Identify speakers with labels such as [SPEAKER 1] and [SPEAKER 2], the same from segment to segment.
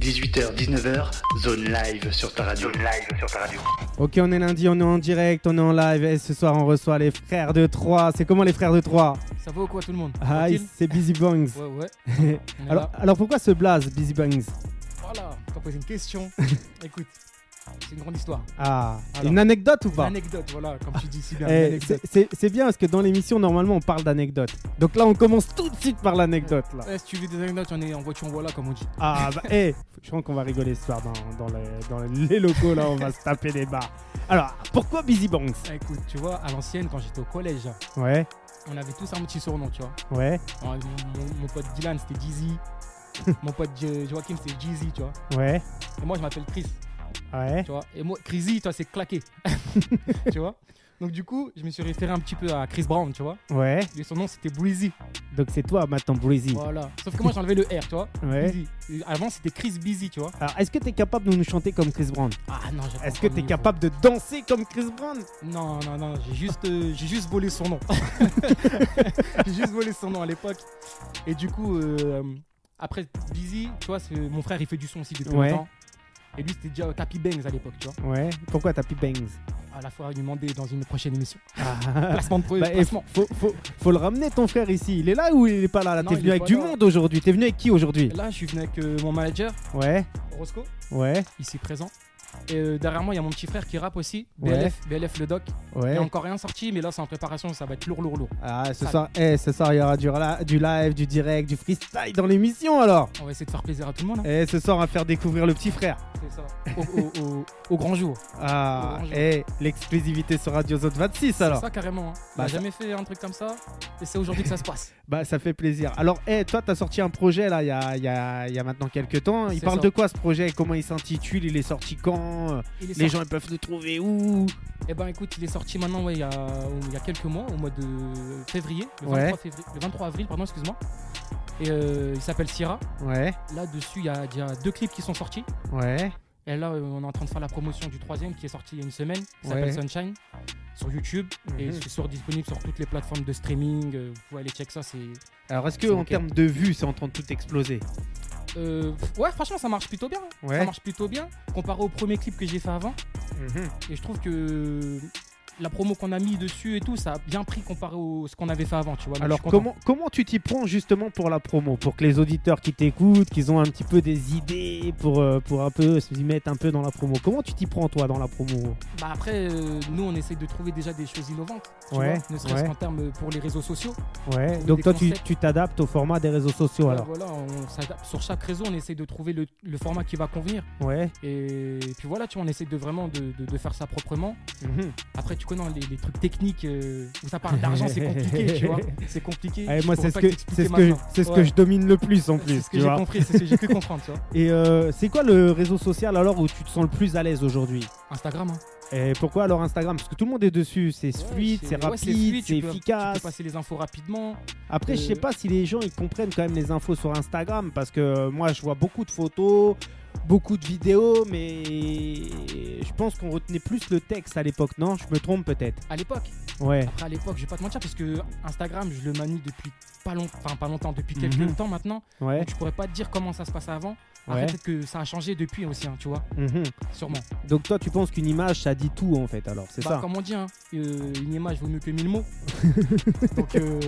[SPEAKER 1] 18h, 19h, zone live sur ta radio.
[SPEAKER 2] Zone live sur ta radio.
[SPEAKER 3] Ok, on est lundi, on est en direct, on est en live et ce soir on reçoit les frères de Troyes. C'est comment les frères de Troyes
[SPEAKER 4] Ça va ou quoi tout le monde
[SPEAKER 3] Ah,
[SPEAKER 4] Tranquille
[SPEAKER 3] c'est Busy Bangs.
[SPEAKER 4] Ouais, ouais. On est
[SPEAKER 3] Alors,
[SPEAKER 4] là.
[SPEAKER 3] alors pourquoi ce blaze, Busy Bangs
[SPEAKER 4] Voilà, t'as posé une question. Écoute, c'est une grande histoire.
[SPEAKER 3] Ah,
[SPEAKER 4] Alors.
[SPEAKER 3] une anecdote ou
[SPEAKER 4] Une
[SPEAKER 3] pas
[SPEAKER 4] anecdote, voilà, comme tu dis si bien.
[SPEAKER 3] Eh,
[SPEAKER 4] une anecdote.
[SPEAKER 3] c'est- c'est c'est bien parce que dans l'émission normalement on parle d'anecdotes. Donc là on commence tout de suite par l'anecdote là.
[SPEAKER 4] Ouais, Eh, si tu veux des anecdotes, on est en voiture, voilà, comme on dit.
[SPEAKER 3] Ah bah eh, je crois qu'on va rigoler ce soir dans, dans le- dans les locaux là, on va se taper des barres. Alors pourquoi Busy Bangs
[SPEAKER 4] Ah, Écoute, tu vois, à l'ancienne, quand j'étais au collège,
[SPEAKER 3] Ouais,
[SPEAKER 4] on avait tous un petit surnom, tu vois.
[SPEAKER 3] ouais,
[SPEAKER 4] Mon, mon- mon pote Dylan, c'était Jeezy. mon pote Jo- Joachim, c'était Jeezy, tu vois.
[SPEAKER 3] ouais,
[SPEAKER 4] Et moi, je m'appelle Chris,
[SPEAKER 3] ouais.
[SPEAKER 4] tu vois. Et moi, Chrissy, toi, c'est claqué, tu vois. Donc, du coup, je me suis référé un petit peu à Chris Brown, tu vois.
[SPEAKER 3] Ouais,
[SPEAKER 4] Et son nom, c'était Breezy.
[SPEAKER 3] donc c'est toi maintenant Breezy.
[SPEAKER 4] Voilà. Sauf que moi, j'ai enlevé le R, tu vois.
[SPEAKER 3] Ouais.
[SPEAKER 4] Busy. Avant, c'était Chris Busy, tu vois.
[SPEAKER 3] Alors est-ce que t'es capable de nous chanter comme Chris Brown
[SPEAKER 4] Ah non, j'ai pas
[SPEAKER 3] Est-ce que
[SPEAKER 4] encore
[SPEAKER 3] t'es
[SPEAKER 4] le niveau.
[SPEAKER 3] capable de danser comme Chris Brown
[SPEAKER 4] Non, non, non, j'ai juste, euh, j'ai juste volé son nom. j'ai juste volé son nom à l'époque. Et du coup, euh, après Busy, tu vois, c'est- mon frère, il fait du son aussi depuis
[SPEAKER 3] Ouais.
[SPEAKER 4] longtemps. Et lui, c'était déjà au Tapis Bangs à l'époque, tu vois.
[SPEAKER 3] Ouais. Pourquoi t'as plus bangs
[SPEAKER 4] À la fois, il lui demander dans une prochaine émission.
[SPEAKER 3] Ah.
[SPEAKER 4] Placement de
[SPEAKER 3] Bah, eh,
[SPEAKER 4] placement.
[SPEAKER 3] faut, faut- faut le ramener ton frère ici. Il est là ou il est pas là, là
[SPEAKER 4] Ah Non,
[SPEAKER 3] T'es
[SPEAKER 4] il
[SPEAKER 3] venu
[SPEAKER 4] est
[SPEAKER 3] avec
[SPEAKER 4] pas
[SPEAKER 3] du
[SPEAKER 4] là.
[SPEAKER 3] monde aujourd'hui. T'es venu avec qui aujourd'hui
[SPEAKER 4] Là, je suis venu avec euh, mon manager,
[SPEAKER 3] Ouais,
[SPEAKER 4] Roscoe,
[SPEAKER 3] ouais,
[SPEAKER 4] ici présent. Et euh, derrière moi, il y a mon petit frère qui rappe aussi,
[SPEAKER 3] Ouais.
[SPEAKER 4] BLF, BLF le doc. Il
[SPEAKER 3] ouais.
[SPEAKER 4] n'y a encore rien sorti, mais là, c'est en préparation, ça va être lourd, lourd, lourd.
[SPEAKER 3] Ah, ce
[SPEAKER 4] Sale.
[SPEAKER 3] soir, eh, ce soir, il y aura du, rela- du live, du direct, du freestyle dans l'émission alors.
[SPEAKER 4] On va essayer de faire plaisir à tout le monde. hein.
[SPEAKER 3] Et ce soir, on va faire découvrir le petit frère.
[SPEAKER 4] C'est ça. Au, au- au- au grand jour.
[SPEAKER 3] Ah,
[SPEAKER 4] Orange.
[SPEAKER 3] eh, l'exclusivité sur Radio Zone 26 alors.
[SPEAKER 4] C'est ça carrément. Hein. On
[SPEAKER 3] Bah,
[SPEAKER 4] a
[SPEAKER 3] ça-
[SPEAKER 4] jamais fait un truc comme ça. Et c'est aujourd'hui que ça se passe.
[SPEAKER 3] Bah, ça fait plaisir. Alors, eh, toi, t'as sorti un projet là, il y a, il y a- il y a maintenant quelques temps. Il
[SPEAKER 4] C'est
[SPEAKER 3] parle
[SPEAKER 4] ça.
[SPEAKER 3] de quoi ce projet Comment il s'intitule Il est sorti quand Euh,
[SPEAKER 4] Il est
[SPEAKER 3] Les
[SPEAKER 4] sorti-
[SPEAKER 3] gens ils peuvent le trouver où
[SPEAKER 4] Eh ben écoute, il est sorti maintenant ouais, il, y a, il y a quelques mois, au mois de février, le 23,
[SPEAKER 3] Ouais.
[SPEAKER 4] février- le 23 avril, pardon, excuse-moi. Et euh, il s'appelle Sierra.
[SPEAKER 3] Ouais,
[SPEAKER 4] Là-dessus, il y a déjà deux clips qui sont sortis.
[SPEAKER 3] ouais,
[SPEAKER 4] Et là, euh, on est en train de faire la promotion du troisième qui est sorti il y a une semaine. qui s'appelle
[SPEAKER 3] Ouais.
[SPEAKER 4] Sunshine sur YouTube. Et
[SPEAKER 3] Mhm.
[SPEAKER 4] c'est sur- disponible sur toutes les plateformes de streaming. Euh, Vous pouvez aller check ça. C'est
[SPEAKER 3] Alors, est-ce que
[SPEAKER 4] C'est
[SPEAKER 3] en
[SPEAKER 4] ok.
[SPEAKER 3] termes de vues, c'est en train de tout exploser
[SPEAKER 4] Euh, ouais, franchement, ça marche plutôt bien. hein.
[SPEAKER 3] Ouais.
[SPEAKER 4] Ça marche plutôt bien comparé au premier clip que j'ai fait avant.
[SPEAKER 3] Mhm.
[SPEAKER 4] Et je trouve que la promo qu'on a mis dessus et tout, ça a bien pris comparé au ce qu'on avait fait avant, tu vois. Donc,
[SPEAKER 3] Alors,
[SPEAKER 4] je suis content.
[SPEAKER 3] comment, comment tu t'y prends justement pour la promo Pour que les auditeurs qui t'écoutent, qu'ils ont un petit peu des idées pour, euh, pour un peu s'y mettre un peu dans la promo. Comment tu t'y prends toi dans la promo
[SPEAKER 4] Bah après, euh, nous, on essaie de trouver déjà des choses innovantes, tu
[SPEAKER 3] Ouais,
[SPEAKER 4] vois, ne serait-ce
[SPEAKER 3] ouais.
[SPEAKER 4] qu'en termes euh, pour les réseaux sociaux.
[SPEAKER 3] Ouais,
[SPEAKER 4] Trouver
[SPEAKER 3] donc
[SPEAKER 4] des
[SPEAKER 3] toi, tu
[SPEAKER 4] concepts.
[SPEAKER 3] tu t'adaptes au format des réseaux sociaux
[SPEAKER 4] Ouais,
[SPEAKER 3] alors
[SPEAKER 4] Voilà, on s'adapte. Sur chaque réseau, on essaie de trouver le, le format qui va convenir.
[SPEAKER 3] Ouais.
[SPEAKER 4] Et, puis voilà, tu vois, on essaie de vraiment de, de- de faire ça proprement.
[SPEAKER 3] Mhm.
[SPEAKER 4] Après, tu connais hein, les, les trucs techniques euh, où ça parle d'argent, c'est compliqué, tu vois. C'est compliqué.
[SPEAKER 3] Eh,
[SPEAKER 4] je
[SPEAKER 3] moi,
[SPEAKER 4] pourrais
[SPEAKER 3] c'est ce
[SPEAKER 4] pas
[SPEAKER 3] que,
[SPEAKER 4] t'expliquer
[SPEAKER 3] c'est ce que,
[SPEAKER 4] maintenant.
[SPEAKER 3] c'est ce que
[SPEAKER 4] Ouais.
[SPEAKER 3] je domine le plus en
[SPEAKER 4] C'est
[SPEAKER 3] plus.
[SPEAKER 4] ce que
[SPEAKER 3] tu
[SPEAKER 4] j'ai
[SPEAKER 3] vois.
[SPEAKER 4] compris, c'est ce que j'ai pu comprendre, tu vois.
[SPEAKER 3] Et euh, c'est quoi le réseau social alors où tu te sens le plus à l'aise aujourd'hui
[SPEAKER 4] Instagram, hein.
[SPEAKER 3] Et pourquoi alors Instagram Parce que tout le monde est dessus, c'est
[SPEAKER 4] Ouais,
[SPEAKER 3] fluide, c'est
[SPEAKER 4] ouais,
[SPEAKER 3] rapide,
[SPEAKER 4] fluide,
[SPEAKER 3] c'est
[SPEAKER 4] tu peux- Tu peux
[SPEAKER 3] efficace.
[SPEAKER 4] passer les infos rapidement.
[SPEAKER 3] Après, je
[SPEAKER 4] euh,
[SPEAKER 3] sais pas si les gens ils comprennent quand même les infos sur Instagram parce que euh, moi je vois beaucoup de photos, beaucoup de vidéos, mais je pense qu'on retenait plus le texte à l'époque, non Je me trompe peut-être.
[SPEAKER 4] À l'époque,
[SPEAKER 3] Ouais,
[SPEAKER 4] après à l'époque, je vais pas te mentir parce que Instagram, je le manie depuis pas longtemps, enfin pas longtemps, depuis
[SPEAKER 3] Mhm.
[SPEAKER 4] quelques temps maintenant.
[SPEAKER 3] ouais,
[SPEAKER 4] Donc je pourrais pas te dire comment ça se passait avant. Après
[SPEAKER 3] ouais.
[SPEAKER 4] peut-être que ça a changé depuis aussi, hein, tu vois,
[SPEAKER 3] mhm.
[SPEAKER 4] sûrement.
[SPEAKER 3] Donc toi tu penses qu'une image ça dit tout en fait alors, c'est
[SPEAKER 4] Bah,
[SPEAKER 3] ça
[SPEAKER 4] Comme on dit, hein, euh, une image vaut mieux que mille mots. Donc euh,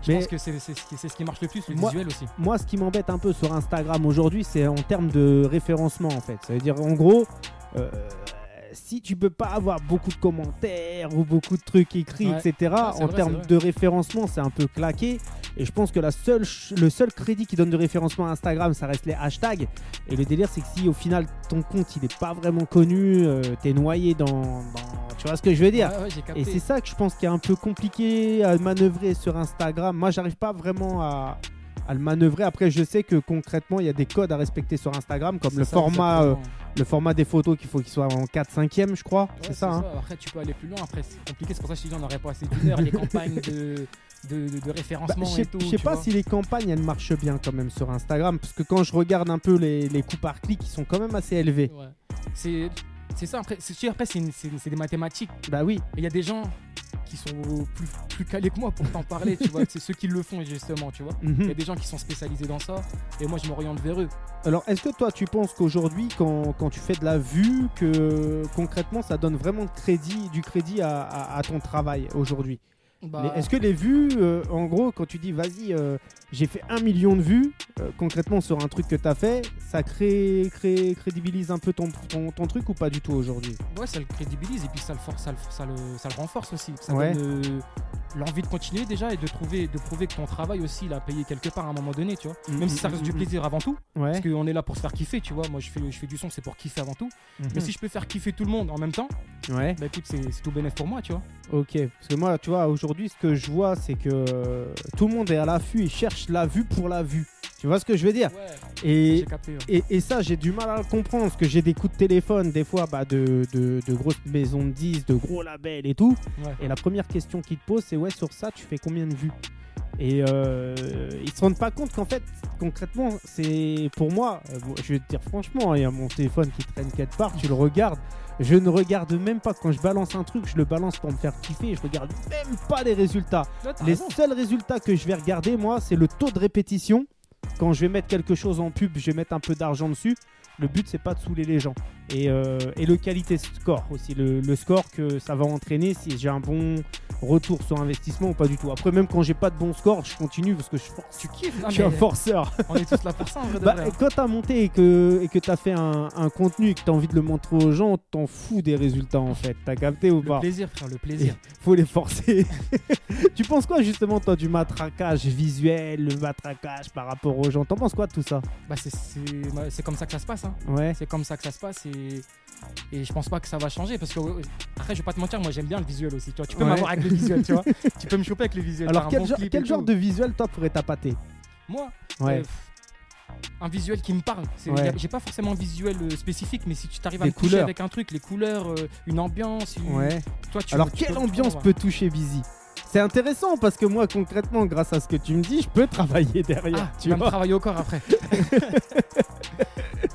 [SPEAKER 4] je
[SPEAKER 3] Mais-
[SPEAKER 4] pense que c'est c'est ce qui- c'est ce qui marche le plus, le
[SPEAKER 3] Moi-
[SPEAKER 4] visuel aussi.
[SPEAKER 3] Moi, ce qui m'embête un peu sur Instagram aujourd'hui, c'est en termes de référencement, en fait. Ça veut dire, en gros, euh, si tu peux pas avoir beaucoup de commentaires ou beaucoup de trucs écrits,
[SPEAKER 4] Ouais.
[SPEAKER 3] etc.,
[SPEAKER 4] Ah, c'est vrai,
[SPEAKER 3] en
[SPEAKER 4] c'est
[SPEAKER 3] termes
[SPEAKER 4] vrai.
[SPEAKER 3] de référencement, c'est un peu claqué. Et je pense que la seule, ch- le seul crédit qui donne de référencement à Instagram, ça reste les hashtags. Et le délire, c'est que si au final ton compte il est pas vraiment connu, euh, t'es noyé dans, dans- Tu vois ce que je veux dire
[SPEAKER 4] Ouais, ouais, j'ai
[SPEAKER 3] et c'est
[SPEAKER 4] capté.
[SPEAKER 3] ça que je pense qui est un peu compliqué à manœuvrer sur Instagram. Moi, j'arrive pas vraiment à, à le manœuvrer. Après, je sais que concrètement, il y a des codes à respecter sur Instagram, comme
[SPEAKER 4] C'est
[SPEAKER 3] le
[SPEAKER 4] ça,
[SPEAKER 3] format, euh,
[SPEAKER 4] exactement.
[SPEAKER 3] le format des photos qu'il faut qu'il soit en 4 5 je crois.
[SPEAKER 4] Ouais,
[SPEAKER 3] c'est ça. hein.
[SPEAKER 4] Après, tu peux aller plus loin. Après, c'est compliqué. C'est pour ça que je te dis, on aurait pas assez d'une heure. Les campagnes de, de, de- de
[SPEAKER 3] Bah,
[SPEAKER 4] référencement
[SPEAKER 3] je
[SPEAKER 4] et
[SPEAKER 3] sais-
[SPEAKER 4] tout.
[SPEAKER 3] je sais
[SPEAKER 4] tu
[SPEAKER 3] pas
[SPEAKER 4] vois.
[SPEAKER 3] si les campagnes elles marchent bien quand même sur Instagram, parce que quand je regarde un peu les, les coûts par clic, ils sont quand même assez élevés.
[SPEAKER 4] Ouais. C'est. C'est ça, après, c'est, tu sais, après, c'est, une- c'est- c'est des mathématiques.
[SPEAKER 3] Bah oui,
[SPEAKER 4] Et Il y a des gens qui qui sont plus, plus calés que moi pour t'en parler, tu vois. C'est ceux qui le font, justement, tu vois.
[SPEAKER 3] Mhm.
[SPEAKER 4] Il y a des gens qui sont spécialisés dans ça, et moi, je m'oriente vers eux.
[SPEAKER 3] Alors, est-ce que toi, tu penses qu'aujourd'hui, quand, quand tu fais de la vue, que concrètement, ça donne vraiment de crédit, du crédit à, à- à ton travail aujourd'hui
[SPEAKER 4] Bah,
[SPEAKER 3] Les- Est-ce que les vues, euh, en gros, quand tu dis vas-y, euh, j'ai fait un million de vues, euh, concrètement sur un truc que t'as fait, ça crée, crée- crédibilise un peu ton, ton, ton truc ou pas du tout aujourd'hui
[SPEAKER 4] Ouais, ça le crédibilise et puis ça le, force, ça le, ça le- ça le renforce aussi. Ça
[SPEAKER 3] Ouais.
[SPEAKER 4] donne euh, l'envie de continuer déjà et de, trouver, de prouver que ton travail aussi, il a payé quelque part à un moment donné, tu vois.
[SPEAKER 3] Mm,
[SPEAKER 4] Même si ça reste du plaisir avant tout,
[SPEAKER 3] Ouais.
[SPEAKER 4] parce qu'on est là pour se faire kiffer, tu vois. Moi, je fais, je fais du son, c'est pour kiffer avant tout. Mais si je peux faire kiffer tout le monde en même temps,
[SPEAKER 3] Mhm. Ouais.
[SPEAKER 4] bah écoute, c'est c'est tout bénéf pour moi, tu vois.
[SPEAKER 3] Ok, parce que moi, tu vois, aujourd'hui, ce que je vois, c'est que euh, tout le monde est à l'affût et cherche la vue pour la vue. Tu vois ce que je veux dire Et,
[SPEAKER 4] J'ai capté. hein.
[SPEAKER 3] et, et ça, j'ai du mal à le comprendre, parce que j'ai des coups de téléphone, des fois, bah, de, de, de grosses maisons de 10, de gros labels et tout.
[SPEAKER 4] Ouais.
[SPEAKER 3] Et la première question qu'ils te posent, c'est ouais, sur ça, tu fais combien de vues Et euh, ils se rendent pas compte qu'en fait, concrètement, c'est pour moi, euh, bon, je vais te dire franchement, hein, il y a mon téléphone qui traîne quelque part, tu le regardes. Je ne regarde même pas quand je balance un truc, je le balance pour me faire kiffer et je regarde même pas les résultats.
[SPEAKER 4] Là, t'as
[SPEAKER 3] Les
[SPEAKER 4] raison.
[SPEAKER 3] seuls résultats que je vais regarder, moi, c'est le taux de répétition. Quand je vais mettre quelque chose en pub, je vais mettre un peu d'argent dessus. Le but, c'est pas de saouler les gens. Et, euh, et le qualité score aussi, le, le score que ça va entraîner, si j'ai un bon retour sur investissement ou pas du tout. Après, même quand j'ai pas de bon score, je continue parce que je force.
[SPEAKER 4] Tu kiffes, ah,
[SPEAKER 3] Je suis un
[SPEAKER 4] mais
[SPEAKER 3] forceur.
[SPEAKER 4] on est tous là pour ça en vrai de
[SPEAKER 3] Bah,
[SPEAKER 4] vrai, hein.
[SPEAKER 3] quand t'as monté et que et que t'as fait un, un contenu et que t'as envie de le montrer aux gens, t'en fous des résultats en fait. T'as capté ou
[SPEAKER 4] Le
[SPEAKER 3] pas
[SPEAKER 4] plaisir, frère, le plaisir.
[SPEAKER 3] Faut les forcer. tu penses quoi justement toi du matraquage visuel, le matraquage par rapport aux gens T'en penses quoi de tout ça
[SPEAKER 4] Bah, c'est- c'est bah, c'est comme ça que ça se passe, hein.
[SPEAKER 3] Ouais.
[SPEAKER 4] C'est comme ça que ça se passe et, et je pense pas que ça va changer parce que euh, après je vais pas te mentir, moi j'aime bien le visuel aussi, tu vois. Tu peux
[SPEAKER 3] Ouais.
[SPEAKER 4] m'avoir avec le visuel, tu vois. Tu peux me choper avec le visuel.
[SPEAKER 3] Alors
[SPEAKER 4] par un
[SPEAKER 3] quel,
[SPEAKER 4] bon
[SPEAKER 3] genre,
[SPEAKER 4] clip
[SPEAKER 3] quel
[SPEAKER 4] et
[SPEAKER 3] genre
[SPEAKER 4] tout.
[SPEAKER 3] de visuel toi pourrais t'appâter
[SPEAKER 4] moi euh,
[SPEAKER 3] Ouais.
[SPEAKER 4] pff, un visuel qui me parle. C'est-
[SPEAKER 3] Ouais.
[SPEAKER 4] y a- J'ai pas forcément un visuel euh, spécifique, mais si tu t'arrives à
[SPEAKER 3] Les
[SPEAKER 4] me toucher
[SPEAKER 3] couleurs.
[SPEAKER 4] avec un truc, les couleurs, euh, une ambiance, une-
[SPEAKER 3] ouais.
[SPEAKER 4] toi tu.
[SPEAKER 3] Alors
[SPEAKER 4] tu peux
[SPEAKER 3] quelle
[SPEAKER 4] le
[SPEAKER 3] ambiance
[SPEAKER 4] prendre,
[SPEAKER 3] peut toucher Busy C'est intéressant parce que moi concrètement, grâce à ce que tu me dis, je peux travailler
[SPEAKER 4] ouais.
[SPEAKER 3] derrière.
[SPEAKER 4] Ah, tu
[SPEAKER 3] tu
[SPEAKER 4] vas me
[SPEAKER 3] vois
[SPEAKER 4] travailler au corps après.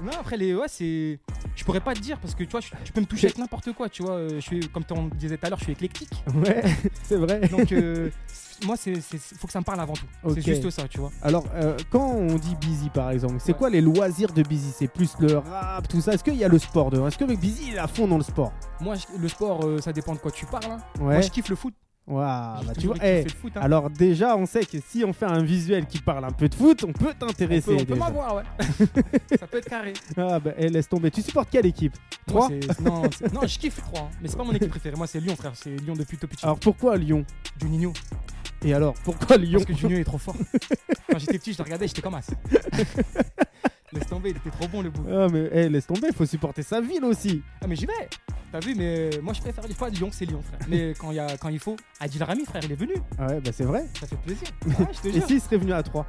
[SPEAKER 4] non après les ouais c'est, je pourrais pas te dire parce que tu vois je- tu peux me toucher avec n'importe quoi, tu vois. euh, Je suis comme on disait tout à l'heure, je suis éclectique.
[SPEAKER 3] Ouais. C'est vrai.
[SPEAKER 4] Donc euh, moi, c'est c'est- faut que ça me parle avant tout.
[SPEAKER 3] Ok.
[SPEAKER 4] C'est juste ça, tu vois.
[SPEAKER 3] Alors, euh, quand on dit Busy par exemple, c'est
[SPEAKER 4] Ouais.
[SPEAKER 3] quoi les loisirs de Busy C'est plus le rap, tout ça Est-ce qu'il y a le sport dedans Est-ce que Busy il est à fond dans le sport
[SPEAKER 4] Moi, je- le sport, euh, ça dépend de quoi tu parles. hein.
[SPEAKER 3] Ouais.
[SPEAKER 4] Moi, je kiffe le foot.
[SPEAKER 3] Waouh,
[SPEAKER 4] J'ai
[SPEAKER 3] bah, tu
[SPEAKER 4] toujours
[SPEAKER 3] vois.
[SPEAKER 4] kiffé
[SPEAKER 3] eh,
[SPEAKER 4] le foot. hein.
[SPEAKER 3] alors, déjà, on sait que si on fait un visuel qui parle un peu de foot, on peut
[SPEAKER 4] on peut,
[SPEAKER 3] t'intéresser.
[SPEAKER 4] on peut
[SPEAKER 3] déjà.
[SPEAKER 4] m'avoir, ouais. ça peut être carré.
[SPEAKER 3] Ah, bah, eh, laisse tomber. Tu supportes quelle équipe
[SPEAKER 4] Moi,
[SPEAKER 3] 3
[SPEAKER 4] c'est- non, c'est- non, je kiffe 3. Mais c'est pas mon équipe préférée. Moi, c'est Lyon, frère. C'est Lyon depuis tout petit.
[SPEAKER 3] Alors, pourquoi Lyon
[SPEAKER 4] Juninho.
[SPEAKER 3] Et alors, pourquoi Lyon
[SPEAKER 4] Parce que Juninho est trop fort. Quand j'étais petit, je le regardais, j'étais comme as. Laisse tomber, il était trop bon le bout.
[SPEAKER 3] Ah, mais eh, laisse tomber, faut supporter sa ville aussi.
[SPEAKER 4] Ah, mais j'y vais. T'as vu, mais euh, moi, je préfère pas Lyon, c'est Lyon, frère. Mais quand, il y a, quand il faut, Adil Rami, frère, il est venu.
[SPEAKER 3] Ah ouais, bah c'est vrai.
[SPEAKER 4] Ça fait plaisir. Ah, je te
[SPEAKER 3] Et
[SPEAKER 4] jure.
[SPEAKER 3] s'il serait venu à 3